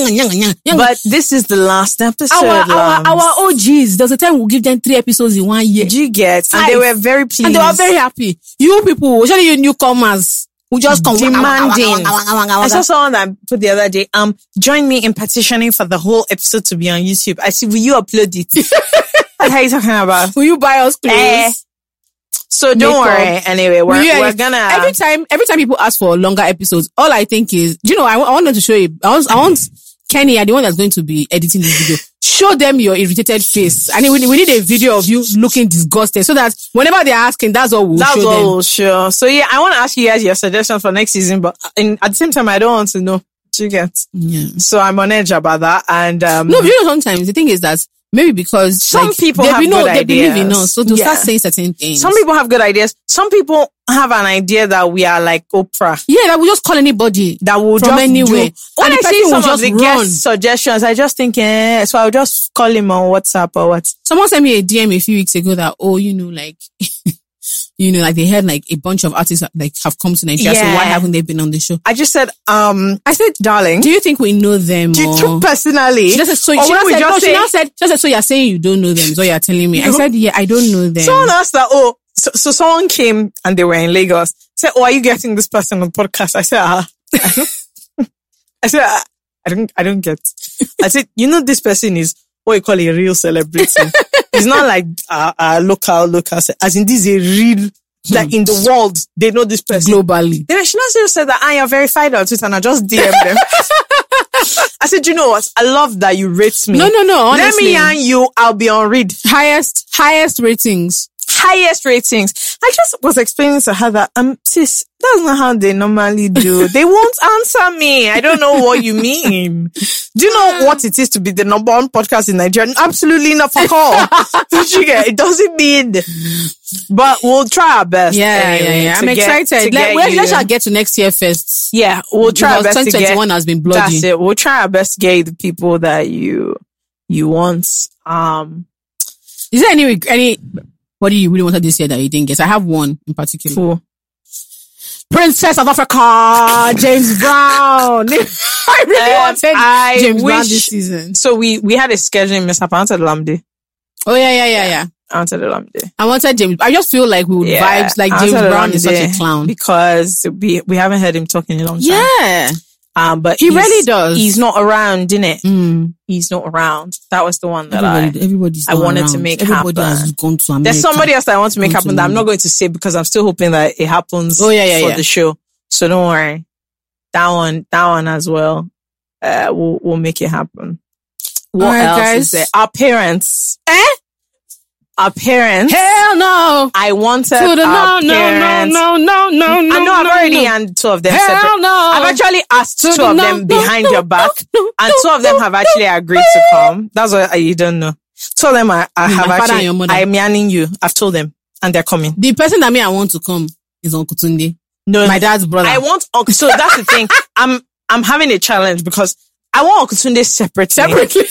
[SPEAKER 2] But
[SPEAKER 4] But this is the last episode.
[SPEAKER 2] our, our,
[SPEAKER 4] lambs.
[SPEAKER 2] our OGs, there's a time we'll give them three episodes in one year.
[SPEAKER 4] Do you get? And they
[SPEAKER 2] Five.
[SPEAKER 4] were very pleased.
[SPEAKER 2] And they were very happy. You people, especially you newcomers, who just come.
[SPEAKER 4] Demanding. I saw someone that put the other day, um, join me in petitioning for the whole episode to be on YouTube. I see, will you upload it? what are you talking about?
[SPEAKER 2] Will you buy us clothes?
[SPEAKER 4] Eh, So don't
[SPEAKER 2] Makeup.
[SPEAKER 4] worry. Anyway, we're,
[SPEAKER 2] Will you
[SPEAKER 4] we're
[SPEAKER 2] edit-
[SPEAKER 4] gonna,
[SPEAKER 2] every time every time people ask for longer episodes, all I think is, you know, I, wa- I want them to show you. I want, I want Kenny, the one that's going to be editing this video. Show them your irritated face. I mean, we, we need a video of you looking disgusted so that whenever they're asking, that's all we'll
[SPEAKER 4] that's
[SPEAKER 2] show
[SPEAKER 4] all
[SPEAKER 2] them.
[SPEAKER 4] we'll show. So yeah, I want to ask you guys your suggestions for next season, but uh, in, at the same time, I don't want to know. Do you get?
[SPEAKER 2] Yeah.
[SPEAKER 4] So I'm on edge about that. And, um,
[SPEAKER 2] No, but you know, sometimes the thing is that maybe because
[SPEAKER 4] Some
[SPEAKER 2] like,
[SPEAKER 4] people
[SPEAKER 2] they,
[SPEAKER 4] have
[SPEAKER 2] be- no,
[SPEAKER 4] good
[SPEAKER 2] they believe in
[SPEAKER 4] ideas.
[SPEAKER 2] us, so they'll start
[SPEAKER 4] Yeah.
[SPEAKER 2] saying certain things.
[SPEAKER 4] some people have good ideas. Some people have an idea that we are like Oprah.
[SPEAKER 2] yeah, that will just call anybody.
[SPEAKER 4] that will
[SPEAKER 2] From
[SPEAKER 4] just
[SPEAKER 2] anywhere.
[SPEAKER 4] do. When
[SPEAKER 2] And
[SPEAKER 4] I
[SPEAKER 2] the
[SPEAKER 4] see
[SPEAKER 2] person
[SPEAKER 4] some
[SPEAKER 2] will
[SPEAKER 4] of
[SPEAKER 2] just
[SPEAKER 4] the
[SPEAKER 2] run.
[SPEAKER 4] guest suggestions, I just think, eh, so I'll just call him on WhatsApp or what.
[SPEAKER 2] someone sent me a DM a few weeks ago that, oh, you know, like, you know, like they had like a bunch of artists that, like have come to Nigeria. So
[SPEAKER 4] Yeah.
[SPEAKER 2] why haven't they been on the show?
[SPEAKER 4] I just said, um, I said, darling,
[SPEAKER 2] Do you think we know them?
[SPEAKER 4] do you
[SPEAKER 2] or-
[SPEAKER 4] took personally?
[SPEAKER 2] she just said, so,
[SPEAKER 4] Or
[SPEAKER 2] she
[SPEAKER 4] will
[SPEAKER 2] now
[SPEAKER 4] we
[SPEAKER 2] said,
[SPEAKER 4] just
[SPEAKER 2] no,
[SPEAKER 4] say-
[SPEAKER 2] she now said, she said, so you're saying you don't know them. So you're telling me. I said, yeah, I don't know them.
[SPEAKER 4] Someone asked that, oh, so, so someone came and they were in Lagos. Said, oh, are you getting this person on podcast? I said, ah. I said, ah, I don't, I don't get. I said, you know, this person is what you call a real celebrity. it's not like a, a local, local, ce- as in this is a real, like in the world, they know this person.
[SPEAKER 2] globally.
[SPEAKER 4] Then she not said that I am verified on Twitter and I just DM them. I said, you know what? I love that you rate me.
[SPEAKER 2] No, no, no.
[SPEAKER 4] Let
[SPEAKER 2] Honestly,
[SPEAKER 4] me and you, I'll be on read.
[SPEAKER 2] highest, highest ratings.
[SPEAKER 4] Highest ratings. I just was explaining to her that, um, sis, that's not how they normally do. They won't answer me. I don't know what you mean. Do you know what it is to be the number one podcast in Nigeria? Absolutely not for call. Did you get? It doesn't mean, but we'll try our best.
[SPEAKER 2] Yeah,
[SPEAKER 4] anyway
[SPEAKER 2] yeah, yeah.
[SPEAKER 4] to
[SPEAKER 2] I'm
[SPEAKER 4] get- to
[SPEAKER 2] excited. Let,
[SPEAKER 4] get
[SPEAKER 2] well,
[SPEAKER 4] you-
[SPEAKER 2] let's just get to next year first.
[SPEAKER 4] yeah, we'll try our
[SPEAKER 2] Because
[SPEAKER 4] best to get
[SPEAKER 2] 2021 has been bloody.
[SPEAKER 4] That's it. We'll try our best to get you the people that you you want. Um,
[SPEAKER 2] Is there any any what do you really wanted this year that you didn't get? I have one in particular.
[SPEAKER 4] cool.
[SPEAKER 2] Princess of Africa, Uh, James Brown. I really
[SPEAKER 4] Um,
[SPEAKER 2] wanted
[SPEAKER 4] I
[SPEAKER 2] James Brown
[SPEAKER 4] wish-
[SPEAKER 2] this season.
[SPEAKER 4] So we we had a scheduling mishap. I wanted Lamde.
[SPEAKER 2] Oh yeah, yeah, yeah, yeah.
[SPEAKER 4] I wanted Lamde.
[SPEAKER 2] I wanted James. I just feel like we would
[SPEAKER 4] Yeah,
[SPEAKER 2] vibes like
[SPEAKER 4] I
[SPEAKER 2] James
[SPEAKER 4] wanted
[SPEAKER 2] Brown is such a
[SPEAKER 4] Olamide
[SPEAKER 2] clown.
[SPEAKER 4] because we we haven't heard him talking in a long time.
[SPEAKER 2] Yeah,
[SPEAKER 4] um, but
[SPEAKER 2] he
[SPEAKER 4] he's-
[SPEAKER 2] really does.
[SPEAKER 4] He's not around, innit?
[SPEAKER 2] Mm.
[SPEAKER 4] He's not around. That was the one that I.
[SPEAKER 2] Everybody, everybody's
[SPEAKER 4] I
[SPEAKER 2] not
[SPEAKER 4] wanted to
[SPEAKER 2] around.
[SPEAKER 4] make
[SPEAKER 2] everybody
[SPEAKER 4] happen.
[SPEAKER 2] has gone to America.
[SPEAKER 4] There's somebody else that I want to make
[SPEAKER 2] Come to
[SPEAKER 4] happen that I'm
[SPEAKER 2] me.
[SPEAKER 4] not going to say because I'm still hoping that it happens
[SPEAKER 2] Oh, yeah, yeah,
[SPEAKER 4] for
[SPEAKER 2] yeah.
[SPEAKER 4] the show. So don't worry. That one, that one as well. Uh, we'll, we'll make it happen. What
[SPEAKER 2] Alright,
[SPEAKER 4] else
[SPEAKER 2] guys.
[SPEAKER 4] is there? Our parents. Eh? our parents.
[SPEAKER 2] Hell no.
[SPEAKER 4] I wanted
[SPEAKER 2] To the no,
[SPEAKER 4] our
[SPEAKER 2] no, no,
[SPEAKER 4] parents.
[SPEAKER 2] no, no, no, no.
[SPEAKER 4] I know I've
[SPEAKER 2] no,
[SPEAKER 4] already
[SPEAKER 2] no.
[SPEAKER 4] and two of them.
[SPEAKER 2] Hell
[SPEAKER 4] separate.
[SPEAKER 2] no.
[SPEAKER 4] I've actually asked
[SPEAKER 2] To
[SPEAKER 4] two
[SPEAKER 2] the
[SPEAKER 4] of
[SPEAKER 2] no,
[SPEAKER 4] them
[SPEAKER 2] no,
[SPEAKER 4] behind
[SPEAKER 2] no,
[SPEAKER 4] your back,
[SPEAKER 2] no, no,
[SPEAKER 4] and two of them have actually agreed to come. That's what I, you don't know. Two of them are, I have
[SPEAKER 2] Mm, father and
[SPEAKER 4] actually.
[SPEAKER 2] your mother.
[SPEAKER 4] I'm yanning you. I've told them, and they're coming.
[SPEAKER 2] The person that me I want to come is Uncle Tunde,
[SPEAKER 4] No,
[SPEAKER 2] my dad's brother.
[SPEAKER 4] I want. Uncle- So that's the thing. I'm I'm having a challenge because I want Uncle Tunde separate.
[SPEAKER 2] separately.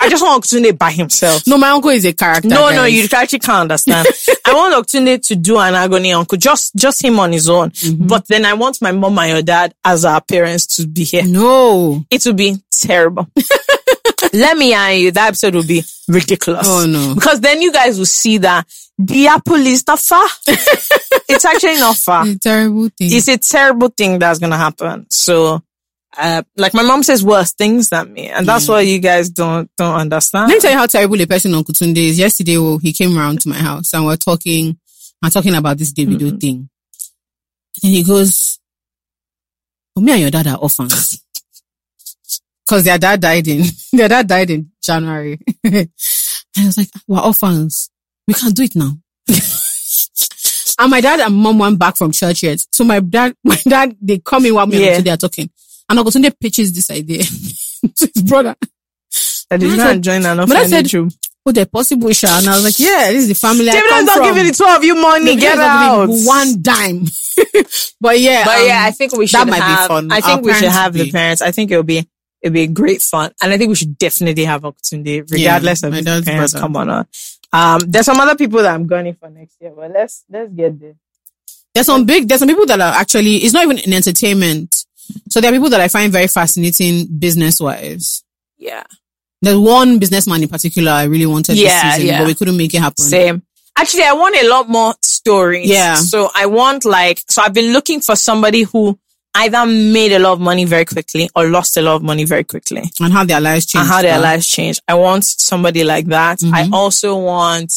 [SPEAKER 4] I just want Uncle Tunde by himself.
[SPEAKER 2] no, my uncle is a character.
[SPEAKER 4] No,
[SPEAKER 2] guys.
[SPEAKER 4] no, you actually can't understand. I want Octunde to do an agony uncle, just just him on his own.
[SPEAKER 2] Mm-hmm.
[SPEAKER 4] But then I want my mom and your dad as our parents to be
[SPEAKER 2] Mm.
[SPEAKER 4] here.
[SPEAKER 2] No.
[SPEAKER 4] It will be terrible. Let me tell you, that episode will be ridiculous.
[SPEAKER 2] Oh, no.
[SPEAKER 4] Because then you guys will see that the apple is not far. it's actually not far.
[SPEAKER 2] It's a terrible thing.
[SPEAKER 4] It's a terrible thing that's gonna happen. So. Uh, like my mom says worse things than me, and that's why you guys don't don't understand.
[SPEAKER 2] Mm. Let me tell you how terrible a person Uncle Tunde is. Yesterday, well, he came round to my house and we're talking, I'm talking about this Davido thing. And he goes, "But me and your dad are orphans. Cause their dad died in, their dad died in January. and I was like, we're orphans. We can't do it now. and my dad and mom went back from church yet. So my dad, my dad, they come in while me
[SPEAKER 4] Yeah.
[SPEAKER 2] and Uncle Tunde are talking. And Uncle Tunde pitches this idea to his brother.
[SPEAKER 4] I did
[SPEAKER 2] Mother
[SPEAKER 4] not
[SPEAKER 2] said-
[SPEAKER 4] join an
[SPEAKER 2] Mother
[SPEAKER 4] orphanage.
[SPEAKER 2] said-
[SPEAKER 4] room.
[SPEAKER 2] oh, they're possible, Sha. And I was like, yeah, this is the family I
[SPEAKER 4] David
[SPEAKER 2] come
[SPEAKER 4] is not
[SPEAKER 2] from.
[SPEAKER 4] giving the two of you money.
[SPEAKER 2] Davido's
[SPEAKER 4] Get
[SPEAKER 2] not
[SPEAKER 4] out.
[SPEAKER 2] giving One dime. but yeah.
[SPEAKER 4] But
[SPEAKER 2] um,
[SPEAKER 4] yeah, I think we should
[SPEAKER 2] that might be
[SPEAKER 4] have,
[SPEAKER 2] fun.
[SPEAKER 4] I
[SPEAKER 2] Our
[SPEAKER 4] think we should
[SPEAKER 2] parents
[SPEAKER 4] have
[SPEAKER 2] would
[SPEAKER 4] the
[SPEAKER 2] be-
[SPEAKER 4] parents. I think it'll be it'll be great fun, and I think we should definitely have opportunity
[SPEAKER 2] Yeah,
[SPEAKER 4] regardless of
[SPEAKER 2] my
[SPEAKER 4] if the
[SPEAKER 2] dad's
[SPEAKER 4] parents
[SPEAKER 2] brother.
[SPEAKER 4] come or not. Um, there's some other people that I'm gunning for next year, but let's let's get there.
[SPEAKER 2] there's some big, there's some people that are actually, it's not even in entertainment. So there are people that I find very fascinating business wise.
[SPEAKER 4] Yeah,
[SPEAKER 2] There's one businessman in particular I really wanted
[SPEAKER 4] Yeah,
[SPEAKER 2] this season,
[SPEAKER 4] yeah.
[SPEAKER 2] but we couldn't make it happen.
[SPEAKER 4] same. Actually, I want a lot more stories.
[SPEAKER 2] Yeah.
[SPEAKER 4] So I want like so I've been looking for somebody who either made a lot of money very quickly or lost a lot of money very quickly.
[SPEAKER 2] And how their lives changed.
[SPEAKER 4] and how their
[SPEAKER 2] but-
[SPEAKER 4] lives change. I want somebody like that. I
[SPEAKER 2] Mm-hmm.
[SPEAKER 4] also want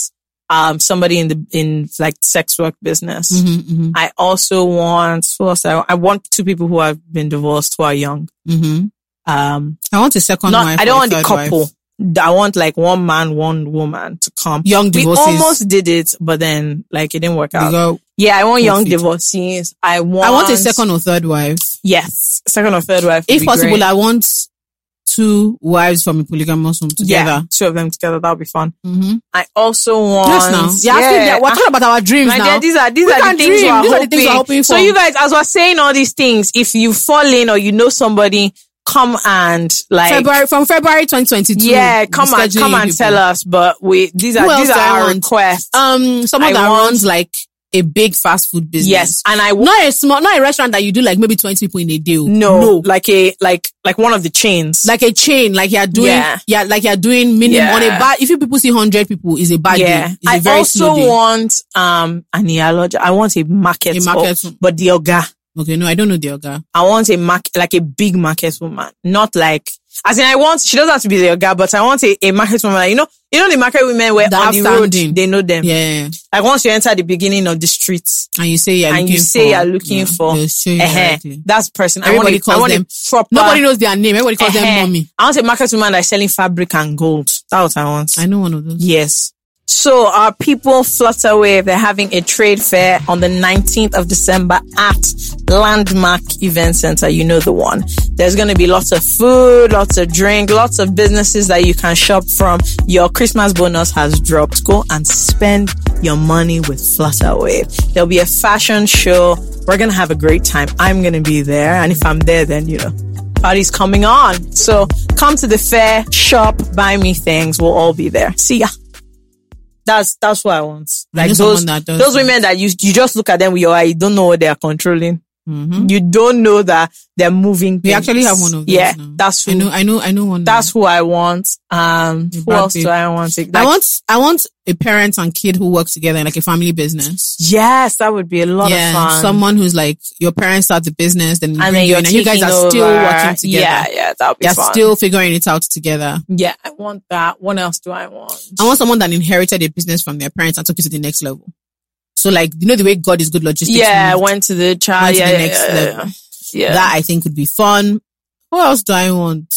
[SPEAKER 4] um somebody in the in like sex work business.
[SPEAKER 2] Mhm, mhm,
[SPEAKER 4] I also want who else? I, I want two people who have been divorced who are young.
[SPEAKER 2] mhm.
[SPEAKER 4] Um,
[SPEAKER 2] I want a second
[SPEAKER 4] not
[SPEAKER 2] wife.
[SPEAKER 4] I don't
[SPEAKER 2] or
[SPEAKER 4] want the
[SPEAKER 2] third wife.
[SPEAKER 4] couple. I want like one man, one woman to come.
[SPEAKER 2] Young
[SPEAKER 4] we
[SPEAKER 2] divorces.
[SPEAKER 4] almost did it, but then like it didn't work
[SPEAKER 2] They
[SPEAKER 4] out.
[SPEAKER 2] go-
[SPEAKER 4] yeah, I want young
[SPEAKER 2] Proceed.
[SPEAKER 4] divorcees. I want
[SPEAKER 2] I want a second or third wife.
[SPEAKER 4] Yes, second or third wife. would
[SPEAKER 2] If
[SPEAKER 4] be
[SPEAKER 2] possible,
[SPEAKER 4] great.
[SPEAKER 2] I want two wives from a polygamous home
[SPEAKER 4] yeah,
[SPEAKER 2] together.
[SPEAKER 4] two of them together. That would be fun.
[SPEAKER 2] Mm-hmm.
[SPEAKER 4] I also want.
[SPEAKER 2] Yes, now. Yeah, I think that we're talking about our dreams
[SPEAKER 4] My
[SPEAKER 2] now.
[SPEAKER 4] dear, these are these,
[SPEAKER 2] We
[SPEAKER 4] are
[SPEAKER 2] can
[SPEAKER 4] the, things
[SPEAKER 2] dream.
[SPEAKER 4] we are
[SPEAKER 2] These are the things we're hoping
[SPEAKER 4] So
[SPEAKER 2] for.
[SPEAKER 4] you guys, as we're saying all these things, if you fall in or you know somebody, come and like
[SPEAKER 2] February from February 2022.
[SPEAKER 4] yeah, come
[SPEAKER 2] we're
[SPEAKER 4] and come
[SPEAKER 2] scheduling
[SPEAKER 4] and
[SPEAKER 2] people.
[SPEAKER 4] tell us. But we these are
[SPEAKER 2] Who else
[SPEAKER 4] these
[SPEAKER 2] do
[SPEAKER 4] are
[SPEAKER 2] I
[SPEAKER 4] our
[SPEAKER 2] want?
[SPEAKER 4] requests.
[SPEAKER 2] Um, someone
[SPEAKER 4] I
[SPEAKER 2] that
[SPEAKER 4] want-
[SPEAKER 2] runs like a big fast food business.
[SPEAKER 4] yes, and I want
[SPEAKER 2] Not a small, not a restaurant that you do like maybe 20 people in a day. oh.
[SPEAKER 4] no, like a like like one of the chains.
[SPEAKER 2] Like a chain, like you're doing, yeah,
[SPEAKER 4] Yeah.
[SPEAKER 2] like you're doing minimum
[SPEAKER 4] Yeah.
[SPEAKER 2] on a bad. If you people see hundred people, is a bad
[SPEAKER 4] yeah,
[SPEAKER 2] day. It's
[SPEAKER 4] I
[SPEAKER 2] a very
[SPEAKER 4] also
[SPEAKER 2] slow day.
[SPEAKER 4] want um an eolog- I want a market,
[SPEAKER 2] A market wo-
[SPEAKER 4] but the oga.
[SPEAKER 2] okay, no, I don't know the other.
[SPEAKER 4] I want a market, like a big market woman, not like, as in I want, she doesn't have to be the girl, but I want a, a market woman. Like, you know, you know, the market women where
[SPEAKER 2] That
[SPEAKER 4] on the road,
[SPEAKER 2] standing.
[SPEAKER 4] they know them.
[SPEAKER 2] Yeah,
[SPEAKER 4] Like once you enter the beginning of the streets
[SPEAKER 2] and you say you're
[SPEAKER 4] and
[SPEAKER 2] looking
[SPEAKER 4] you say
[SPEAKER 2] for,
[SPEAKER 4] you're looking
[SPEAKER 2] yeah,
[SPEAKER 4] for,
[SPEAKER 2] they'll show you
[SPEAKER 4] eh-heh,
[SPEAKER 2] directly.
[SPEAKER 4] that's the person.
[SPEAKER 2] Everybody
[SPEAKER 4] I
[SPEAKER 2] calls
[SPEAKER 4] want, a, I
[SPEAKER 2] them-
[SPEAKER 4] want a proper,
[SPEAKER 2] Nobody knows their name. Everybody calls
[SPEAKER 4] eh-heh.
[SPEAKER 2] them mommy.
[SPEAKER 4] I want a market woman that's selling fabric and gold. That's what I want.
[SPEAKER 2] I know one of those.
[SPEAKER 4] Yes. So our people Flutterwave, they're having a trade fair on the 19th of December at Landmark Event Center. You know the one. There's going to be lots of food, lots of drink, lots of businesses that you can shop from. Your Christmas bonus has dropped. Go and spend your money with Flutterwave. There'll be a fashion show. We're going to have a great time. I'm going to be there. And if I'm there, then you know party's coming on. So come to the fair, shop, buy me things. We'll all be there. See ya. That's that's what I want.
[SPEAKER 2] I
[SPEAKER 4] Like
[SPEAKER 2] know
[SPEAKER 4] those
[SPEAKER 2] someone that does
[SPEAKER 4] those
[SPEAKER 2] that.
[SPEAKER 4] women that you you just look at them with your eye, you don't know what they are controlling. You don't know that they're moving.
[SPEAKER 2] We
[SPEAKER 4] things.
[SPEAKER 2] Mm-hmm. actually have one of those.
[SPEAKER 4] Yeah,
[SPEAKER 2] now.
[SPEAKER 4] that's who.
[SPEAKER 2] I know. I know. I know one. now.
[SPEAKER 4] That's who I want. Um, who
[SPEAKER 2] Brad
[SPEAKER 4] else
[SPEAKER 2] Pitt.
[SPEAKER 4] do I want? Like,
[SPEAKER 2] I want I want a parent and kid who work together, like a family business.
[SPEAKER 4] Yes, that would be a lot
[SPEAKER 2] yeah,
[SPEAKER 4] of fun.
[SPEAKER 2] someone who's like your parents start the business, then you
[SPEAKER 4] and
[SPEAKER 2] bring
[SPEAKER 4] then
[SPEAKER 2] you
[SPEAKER 4] you're
[SPEAKER 2] in, and you guys
[SPEAKER 4] taking
[SPEAKER 2] are still
[SPEAKER 4] over.
[SPEAKER 2] working together.
[SPEAKER 4] Yeah, yeah, that would be
[SPEAKER 2] They're
[SPEAKER 4] fun.
[SPEAKER 2] still figuring it out together.
[SPEAKER 4] yeah, I want that. What else do I want?
[SPEAKER 2] I want someone that inherited a business from their parents and took it to the next level. So, like you know, the way God is good logistics.
[SPEAKER 4] Yeah,
[SPEAKER 2] moved,
[SPEAKER 4] went to the
[SPEAKER 2] went
[SPEAKER 4] child.
[SPEAKER 2] to
[SPEAKER 4] yeah,
[SPEAKER 2] the
[SPEAKER 4] yeah,
[SPEAKER 2] next
[SPEAKER 4] yeah,
[SPEAKER 2] level.
[SPEAKER 4] yeah.
[SPEAKER 2] That I think would be fun. Who else do I want?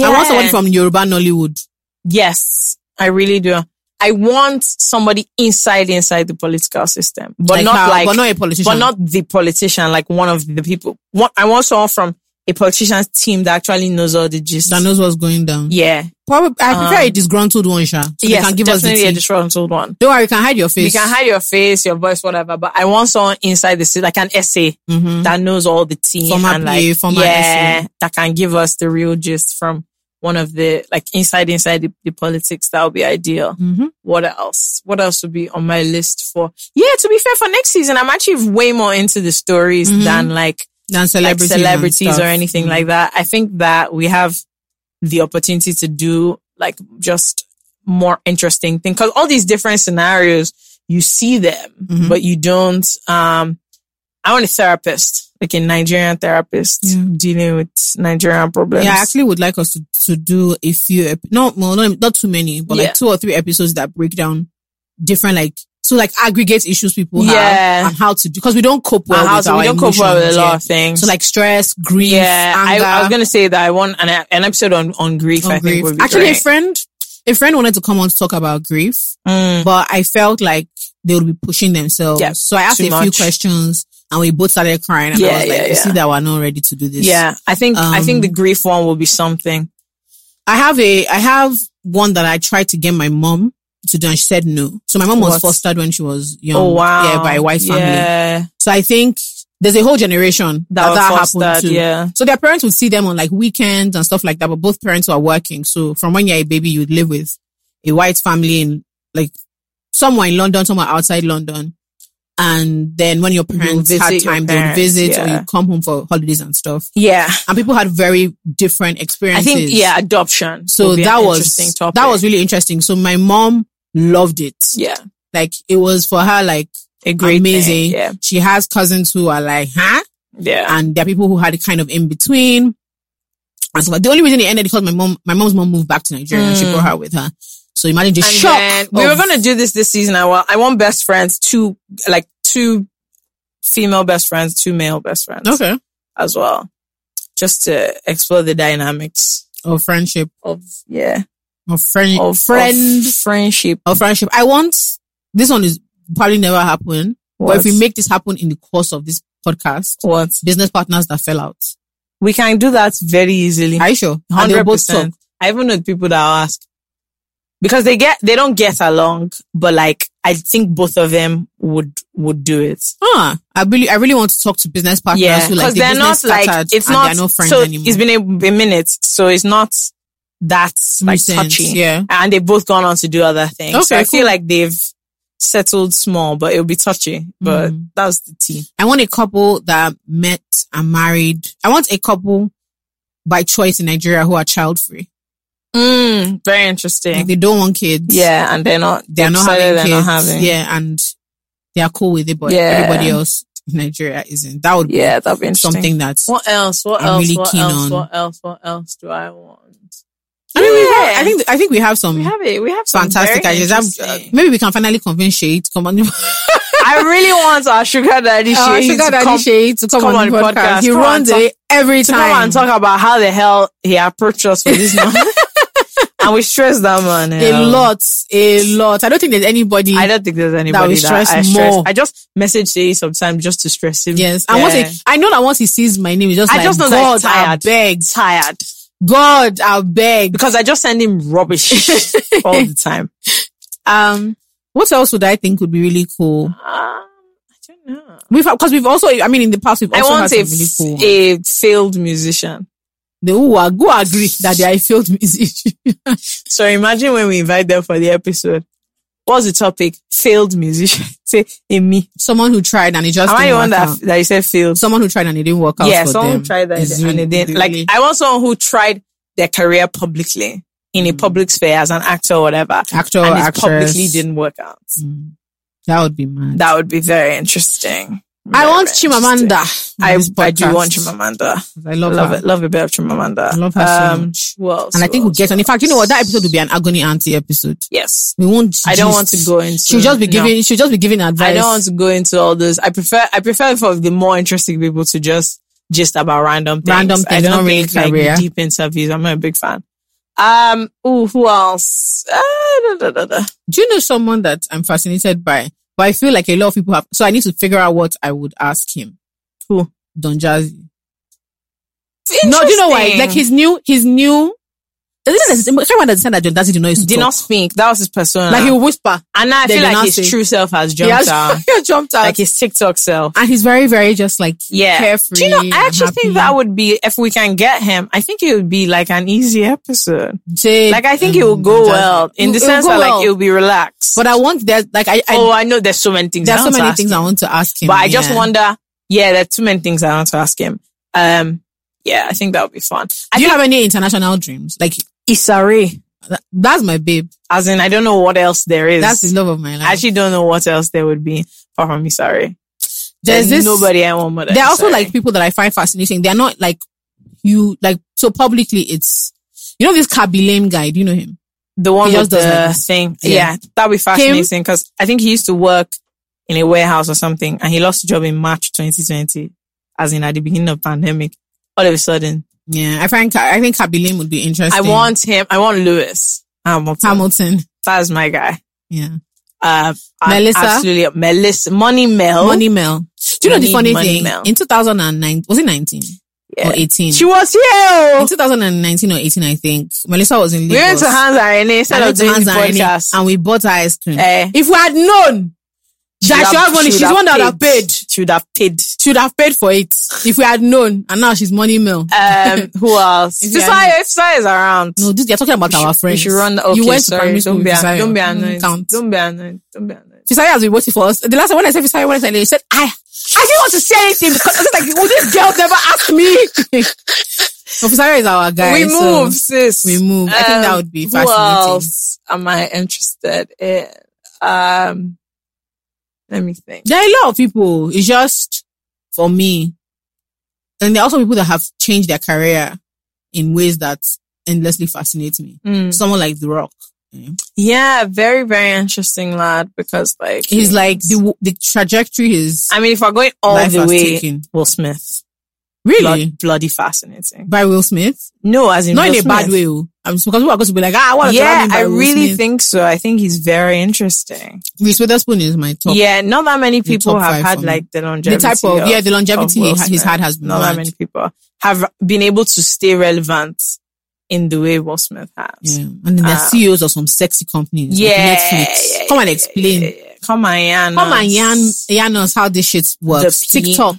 [SPEAKER 2] I want somebody from Yoruba Nollywood.
[SPEAKER 4] Yes, I really do. I want somebody inside inside the political system, but
[SPEAKER 2] Like
[SPEAKER 4] not
[SPEAKER 2] how-
[SPEAKER 4] like
[SPEAKER 2] but not a politician.
[SPEAKER 4] but not the politician. Like one of the people. What I want someone from a politician's team that actually knows all the gist.
[SPEAKER 2] that knows what's going down.
[SPEAKER 4] yeah,
[SPEAKER 2] Probably, I prefer
[SPEAKER 4] Um,
[SPEAKER 2] a disgruntled one, Sha. So
[SPEAKER 4] yes,
[SPEAKER 2] they can give us the
[SPEAKER 4] definitely a
[SPEAKER 2] tea.
[SPEAKER 4] disgruntled one.
[SPEAKER 2] Don't worry, you can hide your face.
[SPEAKER 4] You can hide your face, your voice, whatever, but I want someone inside the city, like an essay
[SPEAKER 2] Mhm.
[SPEAKER 4] that knows all the tea
[SPEAKER 2] Former
[SPEAKER 4] and like
[SPEAKER 2] PA, former
[SPEAKER 4] yeah,
[SPEAKER 2] SA.
[SPEAKER 4] that can give us the real gist from one of the like inside inside the, the politics. That would be ideal.
[SPEAKER 2] Mhm.
[SPEAKER 4] What else? What else would be on my list for? Yeah, to be fair, for next season, I'm actually way more into the stories
[SPEAKER 2] Mhm.
[SPEAKER 4] than like
[SPEAKER 2] Than
[SPEAKER 4] like
[SPEAKER 2] celebrities, and
[SPEAKER 4] celebrities
[SPEAKER 2] stuff.
[SPEAKER 4] or anything
[SPEAKER 2] Mhm.
[SPEAKER 4] like that. I think that we have the opportunity to do like just more interesting thing because all these different scenarios you see them,
[SPEAKER 2] Mhm.
[SPEAKER 4] but you don't. Um, I want a therapist, like a Nigerian therapist
[SPEAKER 2] Yeah.
[SPEAKER 4] dealing with Nigerian problems.
[SPEAKER 2] Yeah, I actually would like us to, to do a few, ep- not, well, not, not too many, but
[SPEAKER 4] Yeah.
[SPEAKER 2] like two or three episodes that break down different, like, so like aggregate issues people
[SPEAKER 4] Yeah.
[SPEAKER 2] have and how to do, because we don't cope well
[SPEAKER 4] And how
[SPEAKER 2] with
[SPEAKER 4] to-
[SPEAKER 2] our
[SPEAKER 4] we don't cope well with
[SPEAKER 2] emotions,
[SPEAKER 4] a lot
[SPEAKER 2] yeah.
[SPEAKER 4] of things.
[SPEAKER 2] So like stress, grief,
[SPEAKER 4] yeah, I,
[SPEAKER 2] anger.
[SPEAKER 4] I was gonna say that I want an, an episode on on grief.
[SPEAKER 2] on
[SPEAKER 4] I
[SPEAKER 2] grief.
[SPEAKER 4] think would be
[SPEAKER 2] Actually, a
[SPEAKER 4] great.
[SPEAKER 2] friend, a friend wanted to come on to talk about grief.
[SPEAKER 4] Mm.
[SPEAKER 2] but I felt like they would be pushing themselves.
[SPEAKER 4] Yeah,
[SPEAKER 2] so I asked
[SPEAKER 4] too
[SPEAKER 2] a few
[SPEAKER 4] much.
[SPEAKER 2] questions and we both started crying and
[SPEAKER 4] Yeah,
[SPEAKER 2] I was like,
[SPEAKER 4] yeah,
[SPEAKER 2] you
[SPEAKER 4] yeah.
[SPEAKER 2] see that we're not ready to do this.
[SPEAKER 4] Yeah, I think I think
[SPEAKER 2] Um,
[SPEAKER 4] the grief one will be something.
[SPEAKER 2] I have a, I have one that I tried to get my mom to do and she said no. So my mom
[SPEAKER 4] What?
[SPEAKER 2] was fostered when she was young.
[SPEAKER 4] Oh wow!
[SPEAKER 2] Yeah, by a white family.
[SPEAKER 4] Yeah,
[SPEAKER 2] So I think there's a whole generation that
[SPEAKER 4] that,
[SPEAKER 2] that,
[SPEAKER 4] that
[SPEAKER 2] happened to.
[SPEAKER 4] Yeah,
[SPEAKER 2] So their parents would see them on like weekends and stuff like that, but both parents were working. So from when you're a baby, you'd live with a white family in like somewhere in London, somewhere outside London. And then when your parents had
[SPEAKER 4] visit your
[SPEAKER 2] time, they would
[SPEAKER 4] parents,
[SPEAKER 2] visit or
[SPEAKER 4] yeah.
[SPEAKER 2] you come home for holidays and stuff.
[SPEAKER 4] yeah.
[SPEAKER 2] And people had very different
[SPEAKER 4] I
[SPEAKER 2] experiences.
[SPEAKER 4] think yeah, adoption.
[SPEAKER 2] So
[SPEAKER 4] would be an
[SPEAKER 2] that
[SPEAKER 4] interesting
[SPEAKER 2] was,
[SPEAKER 4] topic.
[SPEAKER 2] that was really interesting. So my mom loved it.
[SPEAKER 4] yeah,
[SPEAKER 2] Like it was for her, like
[SPEAKER 4] a great
[SPEAKER 2] amazing.
[SPEAKER 4] thing. Yeah,
[SPEAKER 2] She has cousins who are like, huh?
[SPEAKER 4] yeah.
[SPEAKER 2] and there are people who had a kind of in between. And so but the only reason it ended because my mom, my mom's mom moved back to Nigeria and she
[SPEAKER 4] Mm.
[SPEAKER 2] brought her with her. So imagine the
[SPEAKER 4] And
[SPEAKER 2] shock.
[SPEAKER 4] then we
[SPEAKER 2] of-
[SPEAKER 4] were gonna do this this season. I want I want best friends, two like two female best friends, two male best friends
[SPEAKER 2] okay
[SPEAKER 4] as well, just to explore the dynamics
[SPEAKER 2] of friendship
[SPEAKER 4] of yeah
[SPEAKER 2] of friend
[SPEAKER 4] of
[SPEAKER 2] of friend
[SPEAKER 4] of friendship.
[SPEAKER 2] of friendship. I want this one is probably never happen, but if we make this happen in the course of this podcast,
[SPEAKER 4] what
[SPEAKER 2] business partners that fell out.
[SPEAKER 4] we can do that very easily.
[SPEAKER 2] Are you sure? And they'll
[SPEAKER 4] Hundred
[SPEAKER 2] both talk.
[SPEAKER 4] percent. I even know people that I'll ask because they get they don't get along, but like I think both of them would would do it.
[SPEAKER 2] Ah, I really, I really want to talk to business partners
[SPEAKER 4] Yeah,
[SPEAKER 2] who like
[SPEAKER 4] because
[SPEAKER 2] the
[SPEAKER 4] they're not
[SPEAKER 2] business
[SPEAKER 4] like
[SPEAKER 2] started
[SPEAKER 4] it's
[SPEAKER 2] and
[SPEAKER 4] not
[SPEAKER 2] they're not friends
[SPEAKER 4] so.
[SPEAKER 2] anymore.
[SPEAKER 4] It's been a, a minute, so it's not that like
[SPEAKER 2] Nuisance,
[SPEAKER 4] touchy.
[SPEAKER 2] Yeah,
[SPEAKER 4] And they've both gone on to do other things. so
[SPEAKER 2] Okay,
[SPEAKER 4] I feel like they've settled small, but it'll be touchy. But
[SPEAKER 2] Mm.
[SPEAKER 4] that's the tea.
[SPEAKER 2] I want a couple that met and married. I want a couple by choice in Nigeria who are child free.
[SPEAKER 4] Mm, very interesting.
[SPEAKER 2] Like they don't want kids.
[SPEAKER 4] yeah, and they're not.
[SPEAKER 2] They're not having
[SPEAKER 4] decided
[SPEAKER 2] kids.
[SPEAKER 4] they're not having.
[SPEAKER 2] Yeah. And they are cool with it, but
[SPEAKER 4] Yeah.
[SPEAKER 2] everybody else in Nigeria isn't. That would be
[SPEAKER 4] yeah, that'd be interesting.
[SPEAKER 2] something that's.
[SPEAKER 4] What else? What
[SPEAKER 2] I'm
[SPEAKER 4] else?
[SPEAKER 2] really
[SPEAKER 4] what
[SPEAKER 2] keen
[SPEAKER 4] else?
[SPEAKER 2] on.
[SPEAKER 4] What else? What else do I want?
[SPEAKER 2] I mean, we have,
[SPEAKER 4] Yeah.
[SPEAKER 2] I think, I think we have some
[SPEAKER 4] We have it. We have some
[SPEAKER 2] fantastic
[SPEAKER 4] very
[SPEAKER 2] ideas. I'm-
[SPEAKER 4] interesting-
[SPEAKER 2] maybe we can finally convince Shay to come on the,
[SPEAKER 4] I really want our sugar daddy.
[SPEAKER 2] Our
[SPEAKER 4] Shades
[SPEAKER 2] sugar
[SPEAKER 4] to
[SPEAKER 2] daddy
[SPEAKER 4] come,
[SPEAKER 2] Shay to come, on, the podcast. He
[SPEAKER 4] Come on,
[SPEAKER 2] runs
[SPEAKER 4] talk-
[SPEAKER 2] it every
[SPEAKER 4] to
[SPEAKER 2] time.
[SPEAKER 4] come and talk about how the hell he approached us for this month. and we stress that man
[SPEAKER 2] a
[SPEAKER 4] yeah.
[SPEAKER 2] lot, a lot. I don't think there's anybody.
[SPEAKER 4] I don't think there's anybody
[SPEAKER 2] will
[SPEAKER 4] that,
[SPEAKER 2] stress
[SPEAKER 4] I
[SPEAKER 2] more.
[SPEAKER 4] I just message Jay sometimes just to stress him.
[SPEAKER 2] Yes, and once
[SPEAKER 4] Yeah.
[SPEAKER 2] he, I know that once he sees my name, he's just
[SPEAKER 4] I
[SPEAKER 2] like
[SPEAKER 4] just know that
[SPEAKER 2] God,
[SPEAKER 4] he's
[SPEAKER 2] I
[SPEAKER 4] tired.
[SPEAKER 2] beg,
[SPEAKER 4] tired
[SPEAKER 2] God, I beg.
[SPEAKER 4] because I just send him rubbish all the time.
[SPEAKER 2] Um, what else would I think would be really cool?
[SPEAKER 4] Um, I don't know.
[SPEAKER 2] We've because we've also, I mean, in the past we've
[SPEAKER 4] I
[SPEAKER 2] also had
[SPEAKER 4] want
[SPEAKER 2] some
[SPEAKER 4] a,
[SPEAKER 2] really cool. ones.
[SPEAKER 4] a failed musician.
[SPEAKER 2] the who are go agree that they are a failed musician.
[SPEAKER 4] So imagine when we invite them for the episode. What's the topic? Failed musician. Say, in me.
[SPEAKER 2] Someone who tried and it just
[SPEAKER 4] Am I the
[SPEAKER 2] didn't
[SPEAKER 4] one
[SPEAKER 2] work
[SPEAKER 4] that,
[SPEAKER 2] out.
[SPEAKER 4] that you said failed?
[SPEAKER 2] Someone who tried and it didn't work out.
[SPEAKER 4] yeah,
[SPEAKER 2] for
[SPEAKER 4] someone
[SPEAKER 2] them
[SPEAKER 4] tried that
[SPEAKER 2] is
[SPEAKER 4] and they didn't. Like,
[SPEAKER 2] really-
[SPEAKER 4] I want someone who tried their career publicly in a public sphere as an actor or whatever.
[SPEAKER 2] actor,
[SPEAKER 4] and it
[SPEAKER 2] Hmm. actress,
[SPEAKER 4] publicly didn't work out.
[SPEAKER 2] Mm. That would be mad.
[SPEAKER 4] That would be very interesting.
[SPEAKER 2] I
[SPEAKER 4] Very
[SPEAKER 2] want
[SPEAKER 4] interesting.
[SPEAKER 2] Chimamanda. on
[SPEAKER 4] I,
[SPEAKER 2] this
[SPEAKER 4] I do
[SPEAKER 2] podcast.
[SPEAKER 4] want Chimamanda.
[SPEAKER 2] I love,
[SPEAKER 4] love
[SPEAKER 2] her.
[SPEAKER 4] it. Love a bit of Chimamanda.
[SPEAKER 2] I love her so much.
[SPEAKER 4] Um, who else?
[SPEAKER 2] And I
[SPEAKER 4] Who
[SPEAKER 2] think we'll
[SPEAKER 4] else?
[SPEAKER 2] get on. In fact, you know what? That
[SPEAKER 4] else?
[SPEAKER 2] episode will be an agony auntie episode.
[SPEAKER 4] Yes.
[SPEAKER 2] We won't.
[SPEAKER 4] I don't
[SPEAKER 2] just-
[SPEAKER 4] want to go into.
[SPEAKER 2] She'll just be
[SPEAKER 4] no.
[SPEAKER 2] giving. She'll just be giving advice.
[SPEAKER 4] I don't want to go into all this. I prefer I prefer for the more interesting people to just just about random things.
[SPEAKER 2] Random
[SPEAKER 4] I
[SPEAKER 2] things,
[SPEAKER 4] don't
[SPEAKER 2] not really
[SPEAKER 4] think, like
[SPEAKER 2] career.
[SPEAKER 4] deep interviews. I'm not a big fan. Um. Ooh, who else? Uh, da, da, da, da.
[SPEAKER 2] Do you know someone that I'm fascinated by? But I feel like a lot of people have. So I need to figure out what I would ask him.
[SPEAKER 4] Who?
[SPEAKER 2] Don Jazzy. No, do you know why?
[SPEAKER 4] Interesting.
[SPEAKER 2] Like his new, his new. Does it doesn't everyone understand that Don Jazzy did not used to
[SPEAKER 4] did
[SPEAKER 2] talk.
[SPEAKER 4] not speak. That was his persona.
[SPEAKER 2] Like he'll whisper.
[SPEAKER 4] and now I
[SPEAKER 2] They
[SPEAKER 4] feel
[SPEAKER 2] did
[SPEAKER 4] like
[SPEAKER 2] not
[SPEAKER 4] his
[SPEAKER 2] say.
[SPEAKER 4] true self has
[SPEAKER 2] He
[SPEAKER 4] jumped
[SPEAKER 2] has-
[SPEAKER 4] out.
[SPEAKER 2] he has jumped out.
[SPEAKER 4] Like his TikTok self.
[SPEAKER 2] and he's very, very just like
[SPEAKER 4] Yeah.
[SPEAKER 2] carefree.
[SPEAKER 4] Do you know, I actually think that
[SPEAKER 2] would
[SPEAKER 4] would be, if we can get him, I think it would be like an easy episode.
[SPEAKER 2] say,
[SPEAKER 4] Like, I think it
[SPEAKER 2] um,
[SPEAKER 4] will go well in the
[SPEAKER 2] It'll
[SPEAKER 4] sense
[SPEAKER 2] go
[SPEAKER 4] that,
[SPEAKER 2] well.
[SPEAKER 4] like, it will be relaxed.
[SPEAKER 2] But I want that. Like I, I
[SPEAKER 4] oh, I know there's so many things.
[SPEAKER 2] there's
[SPEAKER 4] I
[SPEAKER 2] so
[SPEAKER 4] want to
[SPEAKER 2] many
[SPEAKER 4] ask
[SPEAKER 2] things
[SPEAKER 4] him.
[SPEAKER 2] I want to ask him.
[SPEAKER 4] But I just
[SPEAKER 2] yeah.
[SPEAKER 4] wonder, yeah, there's too many things I want to ask him. Um, yeah, I think that would be fun. I
[SPEAKER 2] Do you
[SPEAKER 4] think
[SPEAKER 2] have any international dreams? Like
[SPEAKER 4] Isare,
[SPEAKER 2] tha- that's my babe.
[SPEAKER 4] as in, I don't know what else there is.
[SPEAKER 2] That's the love of my life.
[SPEAKER 4] I actually don't know what else there would be apart from Isare.
[SPEAKER 2] There's this-
[SPEAKER 4] nobody I want more than
[SPEAKER 2] They're also
[SPEAKER 4] Isare.
[SPEAKER 2] like people that I find fascinating. They're not like you like so publicly. It's you know this Kaby Lame guy. Do you know him?
[SPEAKER 4] the one
[SPEAKER 2] He
[SPEAKER 4] with
[SPEAKER 2] just
[SPEAKER 4] the
[SPEAKER 2] does like this.
[SPEAKER 4] thing. Yeah,
[SPEAKER 2] Yeah.
[SPEAKER 4] that'd be fascinating because I think he used to work in a warehouse or something, and he lost his job in March 2020, as in at the beginning of pandemic. All of a sudden,
[SPEAKER 2] Yeah, I find Ka- I think Kaby Lame would be
[SPEAKER 4] I
[SPEAKER 2] interesting.
[SPEAKER 4] want him. I want Lewis Hamilton.
[SPEAKER 2] Hamilton.
[SPEAKER 4] That's my guy.
[SPEAKER 2] Yeah,
[SPEAKER 4] Uh, I-
[SPEAKER 2] Melissa?
[SPEAKER 4] absolutely, Melissa, Money Mel.
[SPEAKER 2] Money Mel. Do you know the funny
[SPEAKER 4] Money, Money
[SPEAKER 2] thing?
[SPEAKER 4] Mel.
[SPEAKER 2] In 2009, was it 19
[SPEAKER 4] Yeah.
[SPEAKER 2] or 18?
[SPEAKER 4] She was here. oh.
[SPEAKER 2] in 2019 or 18, I think Melissa was in
[SPEAKER 4] We went
[SPEAKER 2] Lagos.
[SPEAKER 4] to Hans and Rene
[SPEAKER 2] I
[SPEAKER 4] instead
[SPEAKER 2] went
[SPEAKER 4] of
[SPEAKER 2] to
[SPEAKER 4] doing the
[SPEAKER 2] Hans and Rene
[SPEAKER 4] podcast.
[SPEAKER 2] and we bought her ice cream.
[SPEAKER 4] Eh,
[SPEAKER 2] If we had known that she
[SPEAKER 4] would
[SPEAKER 2] had money,
[SPEAKER 4] she
[SPEAKER 2] she's
[SPEAKER 4] would
[SPEAKER 2] one that would have paid.
[SPEAKER 4] She would have paid.
[SPEAKER 2] She would have paid for it. If we had known, and now she's money mill.
[SPEAKER 4] Um, who else?
[SPEAKER 2] If you are-
[SPEAKER 4] Fisayo, Fisayo is around.
[SPEAKER 2] No, this, they're talking about
[SPEAKER 4] We
[SPEAKER 2] our
[SPEAKER 4] should-
[SPEAKER 2] friends.
[SPEAKER 4] We should run. Okay,
[SPEAKER 2] you went
[SPEAKER 4] sorry.
[SPEAKER 2] to primary school
[SPEAKER 4] don't, be,
[SPEAKER 2] with Fisayo.
[SPEAKER 4] don't be
[SPEAKER 2] Mm,
[SPEAKER 4] annoyed.
[SPEAKER 2] Count.
[SPEAKER 4] Don't be annoyed. Don't be annoyed.
[SPEAKER 2] Fisayo has been waiting for us. The last time when I said Fisayo, when I said, she said, I, I didn't want to say anything because I was like, well, this girl never asked me. so Fisayo is our guy.
[SPEAKER 4] we
[SPEAKER 2] so
[SPEAKER 4] move, sis. Um,
[SPEAKER 2] we move. I think that would be fascinating.
[SPEAKER 4] Who else am I interested in? Um, let me think.
[SPEAKER 2] There are a lot of people. It's just for me. And there are also people that have changed their career in ways that endlessly fascinate me.
[SPEAKER 4] Mm.
[SPEAKER 2] Someone like The Rock. Mm. you know.
[SPEAKER 4] Yeah, very very interesting lad because like
[SPEAKER 2] He's like the the trajectory is
[SPEAKER 4] I mean, if we're going all
[SPEAKER 2] life
[SPEAKER 4] the
[SPEAKER 2] has
[SPEAKER 4] way,
[SPEAKER 2] taken.
[SPEAKER 4] Will Smith,
[SPEAKER 2] Really?
[SPEAKER 4] blood, bloody fascinating.
[SPEAKER 2] By Will Smith?
[SPEAKER 4] No, as in
[SPEAKER 2] Not in
[SPEAKER 4] Will
[SPEAKER 2] a bad
[SPEAKER 4] Smith.
[SPEAKER 2] way. oh. I'm just, because people are going to be like, ah, I want to
[SPEAKER 4] Yeah,
[SPEAKER 2] him by
[SPEAKER 4] I
[SPEAKER 2] Will
[SPEAKER 4] really
[SPEAKER 2] Smith.
[SPEAKER 4] think so. I think he's very interesting.
[SPEAKER 2] Reese Witherspoon is my top.
[SPEAKER 4] Yeah, not that many
[SPEAKER 2] the
[SPEAKER 4] people
[SPEAKER 2] top
[SPEAKER 4] have
[SPEAKER 2] five
[SPEAKER 4] had
[SPEAKER 2] for me.
[SPEAKER 4] like the
[SPEAKER 2] the
[SPEAKER 4] longevity.
[SPEAKER 2] type of, yeah, the longevity
[SPEAKER 4] Will
[SPEAKER 2] he ha- he's
[SPEAKER 4] Smith.
[SPEAKER 2] had has been
[SPEAKER 4] not that
[SPEAKER 2] mad.
[SPEAKER 4] many people have been able to stay relevant in the way Will Smith has.
[SPEAKER 2] Yeah. And then they're
[SPEAKER 4] Um,
[SPEAKER 2] CEOs E of some sexy companies.
[SPEAKER 4] Yeah,
[SPEAKER 2] Yeah. Like Netflix.
[SPEAKER 4] yeah,
[SPEAKER 2] Come and
[SPEAKER 4] yeah,
[SPEAKER 2] explain.
[SPEAKER 4] yeah, yeah. Come on, Yana.
[SPEAKER 2] Come and yarn, yarn us how this shit works.
[SPEAKER 4] The P.
[SPEAKER 2] TikTok.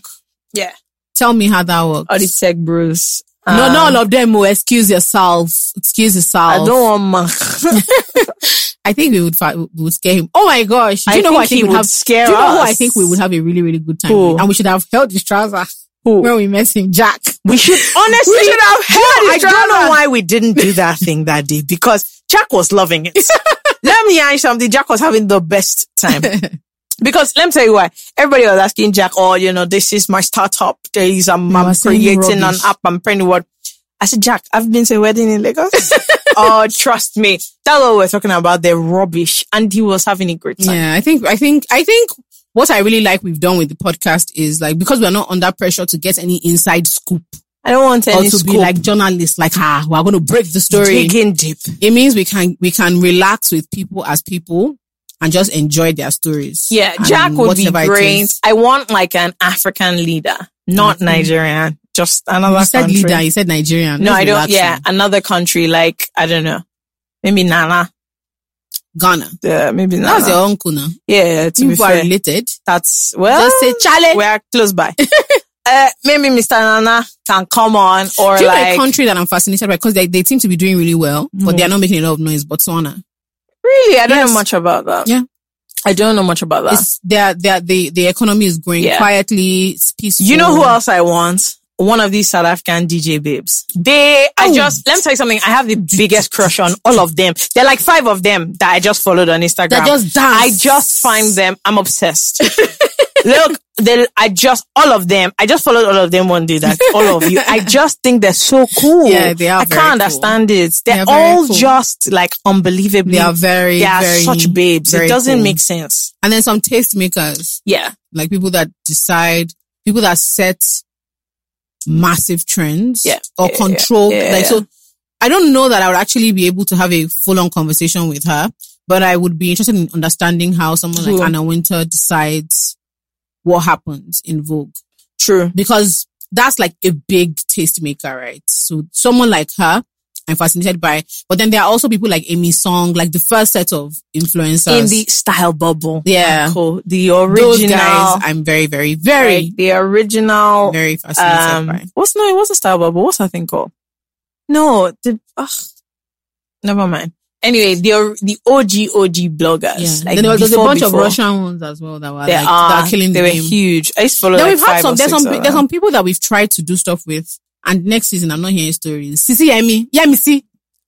[SPEAKER 4] Yeah,
[SPEAKER 2] Tell me how that works.
[SPEAKER 4] all the tech bros.
[SPEAKER 2] no,
[SPEAKER 4] Um,
[SPEAKER 2] not all of them. Oh, excuse yourself. Excuse yourself.
[SPEAKER 4] I don't want man.
[SPEAKER 2] I think we would, fi- we would scare him. Oh my gosh. Do you
[SPEAKER 4] I
[SPEAKER 2] know who I
[SPEAKER 4] think he
[SPEAKER 2] think would
[SPEAKER 4] would
[SPEAKER 2] have?
[SPEAKER 4] scare
[SPEAKER 2] Do you know who I
[SPEAKER 4] us.
[SPEAKER 2] think we would have a really, really good time
[SPEAKER 4] Who?
[SPEAKER 2] with? And we should have held his trouser when we met him, Jack.
[SPEAKER 4] We should honestly
[SPEAKER 2] We-
[SPEAKER 4] should have held
[SPEAKER 2] No,
[SPEAKER 4] it.
[SPEAKER 2] I
[SPEAKER 4] I don't
[SPEAKER 2] don't
[SPEAKER 4] know
[SPEAKER 2] know.
[SPEAKER 4] why we didn't do that thing that day because Jack was loving it. let me ask you something. Jack was having the best time. Because let me tell you why. Everybody was asking Jack, oh, you know, this is my startup. There is, um,
[SPEAKER 2] You
[SPEAKER 4] I'm
[SPEAKER 2] are saying
[SPEAKER 4] creating an
[SPEAKER 2] rubbish.
[SPEAKER 4] app. I'm printing what. I said, Jack, I've been to a wedding in Lagos. oh, trust me. That's what we're talking about. They're rubbish. And he was having a great time.
[SPEAKER 2] Yeah. I think, I think, I think what I really like we've done with the podcast is like, because we're not under pressure to get any inside scoop
[SPEAKER 4] I don't want
[SPEAKER 2] or
[SPEAKER 4] any
[SPEAKER 2] to
[SPEAKER 4] scoop.
[SPEAKER 2] be like journalists, like, ah, we're going to break the story.
[SPEAKER 4] digging deep.
[SPEAKER 2] it means we can we can relax with people as people and just enjoy their stories.
[SPEAKER 4] Yeah,
[SPEAKER 2] And
[SPEAKER 4] Jack would be
[SPEAKER 2] whatever it
[SPEAKER 4] great.
[SPEAKER 2] is. Mm-hmm.
[SPEAKER 4] I want like an African leader, not Nigerian, just another
[SPEAKER 2] You said
[SPEAKER 4] country.
[SPEAKER 2] leader, you said Nigerian.
[SPEAKER 4] No,
[SPEAKER 2] Let's
[SPEAKER 4] I don't.
[SPEAKER 2] relax
[SPEAKER 4] Yeah,
[SPEAKER 2] now.
[SPEAKER 4] another country like I don't know, maybe Nana.
[SPEAKER 2] Ghana.
[SPEAKER 4] Yeah, maybe Nana.
[SPEAKER 2] That's your uncle now.
[SPEAKER 4] yeah, yeah, to be
[SPEAKER 2] You are
[SPEAKER 4] fair,
[SPEAKER 2] related.
[SPEAKER 4] that's well.
[SPEAKER 2] Just say challenge.
[SPEAKER 4] Um, We're close by. uh, maybe Mr. Nana can come on, or
[SPEAKER 2] Do you know
[SPEAKER 4] like Mm-hmm.
[SPEAKER 2] a country that I'm fascinated by because they, they seem to be doing really well, but they are not making a lot of noise. Botswana.
[SPEAKER 4] really, I don't know
[SPEAKER 2] Yes.
[SPEAKER 4] much about that.
[SPEAKER 2] Yeah.
[SPEAKER 4] I don't know much about that.
[SPEAKER 2] It's, they're, they're, the the economy is growing
[SPEAKER 4] Yeah.
[SPEAKER 2] quietly. It's peaceful.
[SPEAKER 4] You know who else I want? One of these South African DJ babes. They, I
[SPEAKER 2] Oh.
[SPEAKER 4] just, let me tell you something. I have the biggest crush on all of them. There are like five of them that I just followed on Instagram.
[SPEAKER 2] They just dance.
[SPEAKER 4] I just find them. I'm obsessed. Look, they, I just, all of them. I just followed all of them one day. That all of you. I just think they're so cool.
[SPEAKER 2] Yeah, they are
[SPEAKER 4] I
[SPEAKER 2] very
[SPEAKER 4] can't understand it. They're
[SPEAKER 2] are very
[SPEAKER 4] all
[SPEAKER 2] cool.
[SPEAKER 4] just like unbelievably.
[SPEAKER 2] They are very,
[SPEAKER 4] they are
[SPEAKER 2] very,
[SPEAKER 4] such babes. It
[SPEAKER 2] very
[SPEAKER 4] doesn't
[SPEAKER 2] cool.
[SPEAKER 4] make sense.
[SPEAKER 2] And then some tastemakers.
[SPEAKER 4] Yeah.
[SPEAKER 2] like people that decide, people that set massive trends
[SPEAKER 4] Yeah.
[SPEAKER 2] or
[SPEAKER 4] Yeah,
[SPEAKER 2] control.
[SPEAKER 4] yeah, yeah,
[SPEAKER 2] like,
[SPEAKER 4] yeah.
[SPEAKER 2] so I don't know that I would actually be able to have a full on conversation with her, But I would be interested in understanding how someone
[SPEAKER 4] True.
[SPEAKER 2] like Anna Winter decides what happens in Vogue
[SPEAKER 4] True.
[SPEAKER 2] because that's like a big tastemaker, right? So someone like her, I'm fascinated by. But then there are also people like Amy Song, like the first set of influencers.
[SPEAKER 4] In the style bubble.
[SPEAKER 2] yeah,
[SPEAKER 4] Cool. The
[SPEAKER 2] those
[SPEAKER 4] original.
[SPEAKER 2] guys, I'm very, very, very,
[SPEAKER 4] Like, the original.
[SPEAKER 2] very fascinated
[SPEAKER 4] Oh, Um,
[SPEAKER 2] by.
[SPEAKER 4] what's no? It was a style bubble. What's that thing called? No, the ugh, never mind. Anyway, the or- the OG OG bloggers.
[SPEAKER 2] Yeah.
[SPEAKER 4] Like
[SPEAKER 2] then there was there's a
[SPEAKER 4] before-
[SPEAKER 2] bunch
[SPEAKER 4] before.
[SPEAKER 2] of Russian ones as well that were
[SPEAKER 4] They
[SPEAKER 2] like
[SPEAKER 4] are,
[SPEAKER 2] that are killing
[SPEAKER 4] They
[SPEAKER 2] the
[SPEAKER 4] were
[SPEAKER 2] game.
[SPEAKER 4] huge. I used to follow.
[SPEAKER 2] Then
[SPEAKER 4] like
[SPEAKER 2] we've had
[SPEAKER 4] five
[SPEAKER 2] some. There's
[SPEAKER 4] or six
[SPEAKER 2] some.
[SPEAKER 4] of
[SPEAKER 2] There's
[SPEAKER 4] them.
[SPEAKER 2] some people that we've tried to do stuff with, and next season I'm not hearing stories. Sisi Yemi, Yemi see,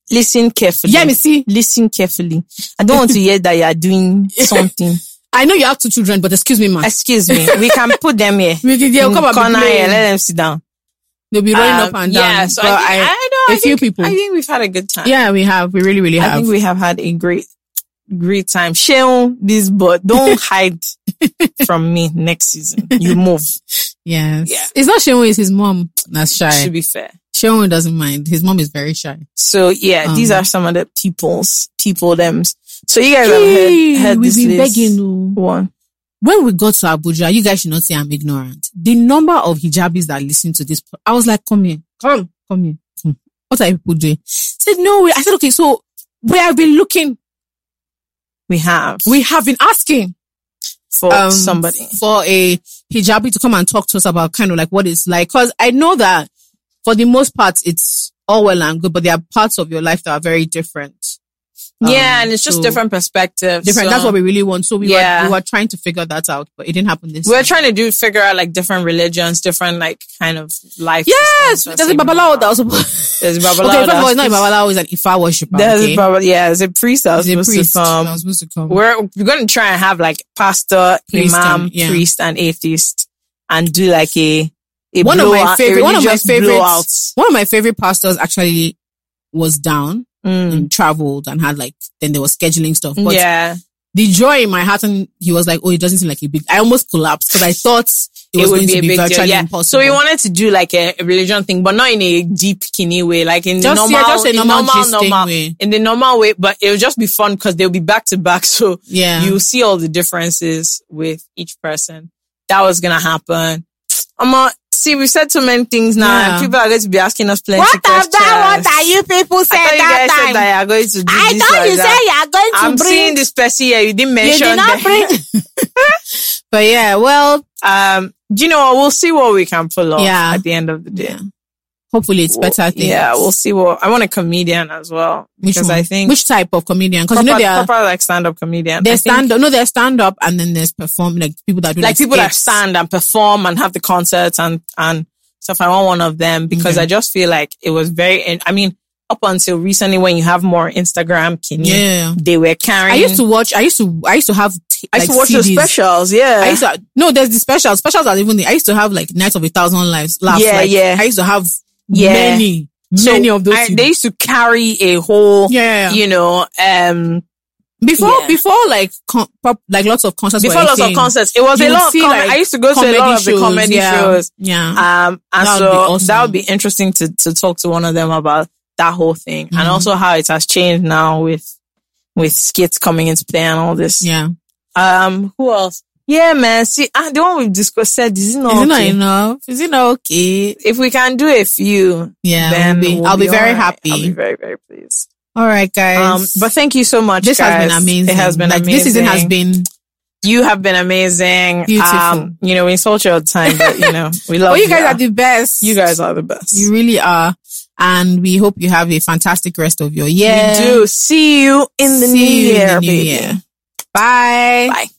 [SPEAKER 4] Listen carefully.
[SPEAKER 2] Yemi see.
[SPEAKER 4] Listen carefully. I don't want to hear that you are doing something.
[SPEAKER 2] I know you have two children, but excuse me, man.
[SPEAKER 4] Excuse me. We can put them here.
[SPEAKER 2] We can- They'll
[SPEAKER 4] In
[SPEAKER 2] come and be
[SPEAKER 4] corner
[SPEAKER 2] playing.
[SPEAKER 4] here. Let them sit down.
[SPEAKER 2] They'll be running
[SPEAKER 4] Um,
[SPEAKER 2] up and down.
[SPEAKER 4] Yeah, so I,
[SPEAKER 2] But
[SPEAKER 4] think, I, know.
[SPEAKER 2] a
[SPEAKER 4] I
[SPEAKER 2] few
[SPEAKER 4] think-
[SPEAKER 2] people.
[SPEAKER 4] I think we've had a good time.
[SPEAKER 2] yeah, we have. We really, really
[SPEAKER 4] I
[SPEAKER 2] have.
[SPEAKER 4] think we have had a great, great time. Sheon, this but don't hide from me next season. You move.
[SPEAKER 2] Yes.
[SPEAKER 4] Yeah.
[SPEAKER 2] It's not Shenwu, it's his mom that's
[SPEAKER 4] To
[SPEAKER 2] shy.
[SPEAKER 4] be fair.
[SPEAKER 2] Shenwu doesn't mind. His mom is very shy.
[SPEAKER 4] So yeah,
[SPEAKER 2] Um,
[SPEAKER 4] these are some of the people's people thems. So you guys have heard, heard
[SPEAKER 2] we've
[SPEAKER 4] this
[SPEAKER 2] been
[SPEAKER 4] list.
[SPEAKER 2] begging oh. you.
[SPEAKER 4] One.
[SPEAKER 2] When we got to Abuja, you guys should not say I'm ignorant. The number of hijabis that listen to this, po- I was like, come here, come, come here. Hmm. What are you people doing? Said, no way. I said, okay, so we have been looking.
[SPEAKER 4] We have
[SPEAKER 2] We have been asking
[SPEAKER 4] for
[SPEAKER 2] um,
[SPEAKER 4] somebody.
[SPEAKER 2] for a hijabi to come and talk to us about kind of like what it's like. Cause I know that for the most part, it's all well and good, but there are parts of your life that are very different. um,
[SPEAKER 4] yeah, and it's just
[SPEAKER 2] so-
[SPEAKER 4] different perspectives.
[SPEAKER 2] different.
[SPEAKER 4] So
[SPEAKER 2] That's what we really want. So we
[SPEAKER 4] Yeah.
[SPEAKER 2] were we were trying to figure that out, but it didn't happen this.
[SPEAKER 4] we're
[SPEAKER 2] time.
[SPEAKER 4] trying to do figure out like different religions, different like kind of life.
[SPEAKER 2] Yes,
[SPEAKER 4] systems.
[SPEAKER 2] there's a babalao that was supposed.
[SPEAKER 4] There's a babalao.
[SPEAKER 2] okay, first of all, it's not a
[SPEAKER 4] that's-
[SPEAKER 2] babalao; it's an Ifa worshiper.
[SPEAKER 4] There's
[SPEAKER 2] okay?
[SPEAKER 4] a baba- yeah, there's a priest that was
[SPEAKER 2] It's a
[SPEAKER 4] supposed
[SPEAKER 2] priest
[SPEAKER 4] to come.
[SPEAKER 2] that was supposed to come.
[SPEAKER 4] We're we're gonna try and have like pastor,
[SPEAKER 2] Priest
[SPEAKER 4] imam,
[SPEAKER 2] and- yeah.
[SPEAKER 4] priest, and atheist, and do like a, a
[SPEAKER 2] One of my
[SPEAKER 4] blowout- a
[SPEAKER 2] favorite- one of my
[SPEAKER 4] religious
[SPEAKER 2] favorites.
[SPEAKER 4] blowout.
[SPEAKER 2] One of my favorite pastors actually was down
[SPEAKER 4] Mm.
[SPEAKER 2] and traveled and had like then there was scheduling stuff. But
[SPEAKER 4] Yeah,
[SPEAKER 2] the joy in my heart and he was like, "Oh, it doesn't seem like a big." I almost collapsed because I thought it, was
[SPEAKER 4] it would
[SPEAKER 2] going
[SPEAKER 4] be
[SPEAKER 2] to
[SPEAKER 4] a
[SPEAKER 2] be
[SPEAKER 4] big
[SPEAKER 2] virtually
[SPEAKER 4] deal. Yeah,
[SPEAKER 2] impossible.
[SPEAKER 4] so we wanted to do like a, a religion thing, but not in a deep kinny way, like in the
[SPEAKER 2] Just-
[SPEAKER 4] normal,
[SPEAKER 2] yeah, just a
[SPEAKER 4] in
[SPEAKER 2] normal gisting way.
[SPEAKER 4] in the normal way. But it'll just be fun because they'll be back to back, so
[SPEAKER 2] yeah.
[SPEAKER 4] you see all the differences with each person. That was gonna happen. Amma, see, we said so many things now,
[SPEAKER 2] Yeah.
[SPEAKER 4] and people are going to be asking us plenty
[SPEAKER 6] What
[SPEAKER 4] questions.
[SPEAKER 6] about what are you people
[SPEAKER 4] I
[SPEAKER 6] said
[SPEAKER 4] thought you guys
[SPEAKER 6] that
[SPEAKER 4] said
[SPEAKER 6] time?
[SPEAKER 4] that you are going to do
[SPEAKER 6] I
[SPEAKER 4] this
[SPEAKER 6] thought
[SPEAKER 4] like
[SPEAKER 6] you said
[SPEAKER 4] that.
[SPEAKER 6] you are going to
[SPEAKER 4] I'm
[SPEAKER 6] bring.
[SPEAKER 4] seeing this person here. You didn't mention
[SPEAKER 6] you did not
[SPEAKER 4] them.
[SPEAKER 6] bring.
[SPEAKER 2] but yeah, well,
[SPEAKER 4] Um, do you know what? We'll see what we can pull off
[SPEAKER 2] Yeah.
[SPEAKER 4] at the end of the day.
[SPEAKER 2] Yeah. hopefully it's
[SPEAKER 4] We'll-
[SPEAKER 2] better. Things.
[SPEAKER 4] Yeah, we'll see what. I want a comedian as well
[SPEAKER 2] Which
[SPEAKER 4] because
[SPEAKER 2] one?
[SPEAKER 4] I think
[SPEAKER 2] which type of comedian? Because
[SPEAKER 4] proper,
[SPEAKER 2] you know they are
[SPEAKER 4] proper like stand up comedian. I
[SPEAKER 2] There's
[SPEAKER 4] think
[SPEAKER 2] stand up. No, there's stand up, and then there's perform like people that do
[SPEAKER 4] like people that
[SPEAKER 2] skits.
[SPEAKER 4] stand and perform and have the concerts and and stuff. I want one of them because
[SPEAKER 2] Okay.
[SPEAKER 4] I just feel like it was very. and I mean, up until recently, when you have more Instagram, can you?
[SPEAKER 2] Yeah,
[SPEAKER 4] They were carrying.
[SPEAKER 2] I used to watch. I used to. I used to have. T-
[SPEAKER 4] I used
[SPEAKER 2] like,
[SPEAKER 4] to watch the
[SPEAKER 2] CDs.
[SPEAKER 4] specials. Yeah.
[SPEAKER 2] I used to no. There's the specials. Specials are even. The, I used to have like nights of a thousand lives. Laughs.
[SPEAKER 4] Yeah,
[SPEAKER 2] like,
[SPEAKER 4] yeah.
[SPEAKER 2] I used to have
[SPEAKER 4] Yeah.
[SPEAKER 2] many, many of those.
[SPEAKER 4] I-
[SPEAKER 2] CDs.
[SPEAKER 4] they used to carry a whole.
[SPEAKER 2] yeah.
[SPEAKER 4] You know, um,
[SPEAKER 2] Before,
[SPEAKER 4] yeah.
[SPEAKER 2] before like con- pop, like lots of concerts.
[SPEAKER 4] before
[SPEAKER 2] were a
[SPEAKER 4] lots of
[SPEAKER 2] thing.
[SPEAKER 4] concerts, it was
[SPEAKER 2] You
[SPEAKER 4] a
[SPEAKER 2] would
[SPEAKER 4] lot of
[SPEAKER 2] see,
[SPEAKER 4] com-
[SPEAKER 2] like,
[SPEAKER 4] I used to go to a lot of the comedy
[SPEAKER 2] yeah.
[SPEAKER 4] shows.
[SPEAKER 2] Yeah.
[SPEAKER 4] Um, and
[SPEAKER 2] That would
[SPEAKER 4] so
[SPEAKER 2] be awesome.
[SPEAKER 4] that would be interesting to, to talk to one of them about that whole thing
[SPEAKER 2] Mhm.
[SPEAKER 4] and also how it has changed now with, with skits coming into play and all this.
[SPEAKER 2] yeah.
[SPEAKER 4] Um, who else? Yeah, man. See, ah, the one we've discussed said, is it not
[SPEAKER 2] Is it not
[SPEAKER 4] okay?
[SPEAKER 2] enough? Is it not okay?
[SPEAKER 4] If we can do a few,
[SPEAKER 2] Yeah.
[SPEAKER 4] then
[SPEAKER 2] we'll be-
[SPEAKER 4] we'll
[SPEAKER 2] I'll be, very
[SPEAKER 4] alright.
[SPEAKER 2] happy.
[SPEAKER 4] I'll be very, very pleased.
[SPEAKER 2] All right, guys.
[SPEAKER 4] Um, but thank you so much.
[SPEAKER 2] this has been
[SPEAKER 4] guys.
[SPEAKER 2] amazing.
[SPEAKER 4] It has been
[SPEAKER 2] like,
[SPEAKER 4] amazing.
[SPEAKER 2] This season has been
[SPEAKER 4] You have been amazing.
[SPEAKER 2] Beautiful.
[SPEAKER 4] Um, you know, we insult you all the time, but you know, we love
[SPEAKER 2] Well, you guys
[SPEAKER 4] ya.
[SPEAKER 2] are the best.
[SPEAKER 4] you guys are the best.
[SPEAKER 2] you really are. And we hope you have a fantastic rest of your year.
[SPEAKER 4] We do. See you in the
[SPEAKER 2] See
[SPEAKER 4] new
[SPEAKER 2] you in
[SPEAKER 4] year,
[SPEAKER 2] the new
[SPEAKER 4] baby.
[SPEAKER 2] year. Bye.
[SPEAKER 4] Bye.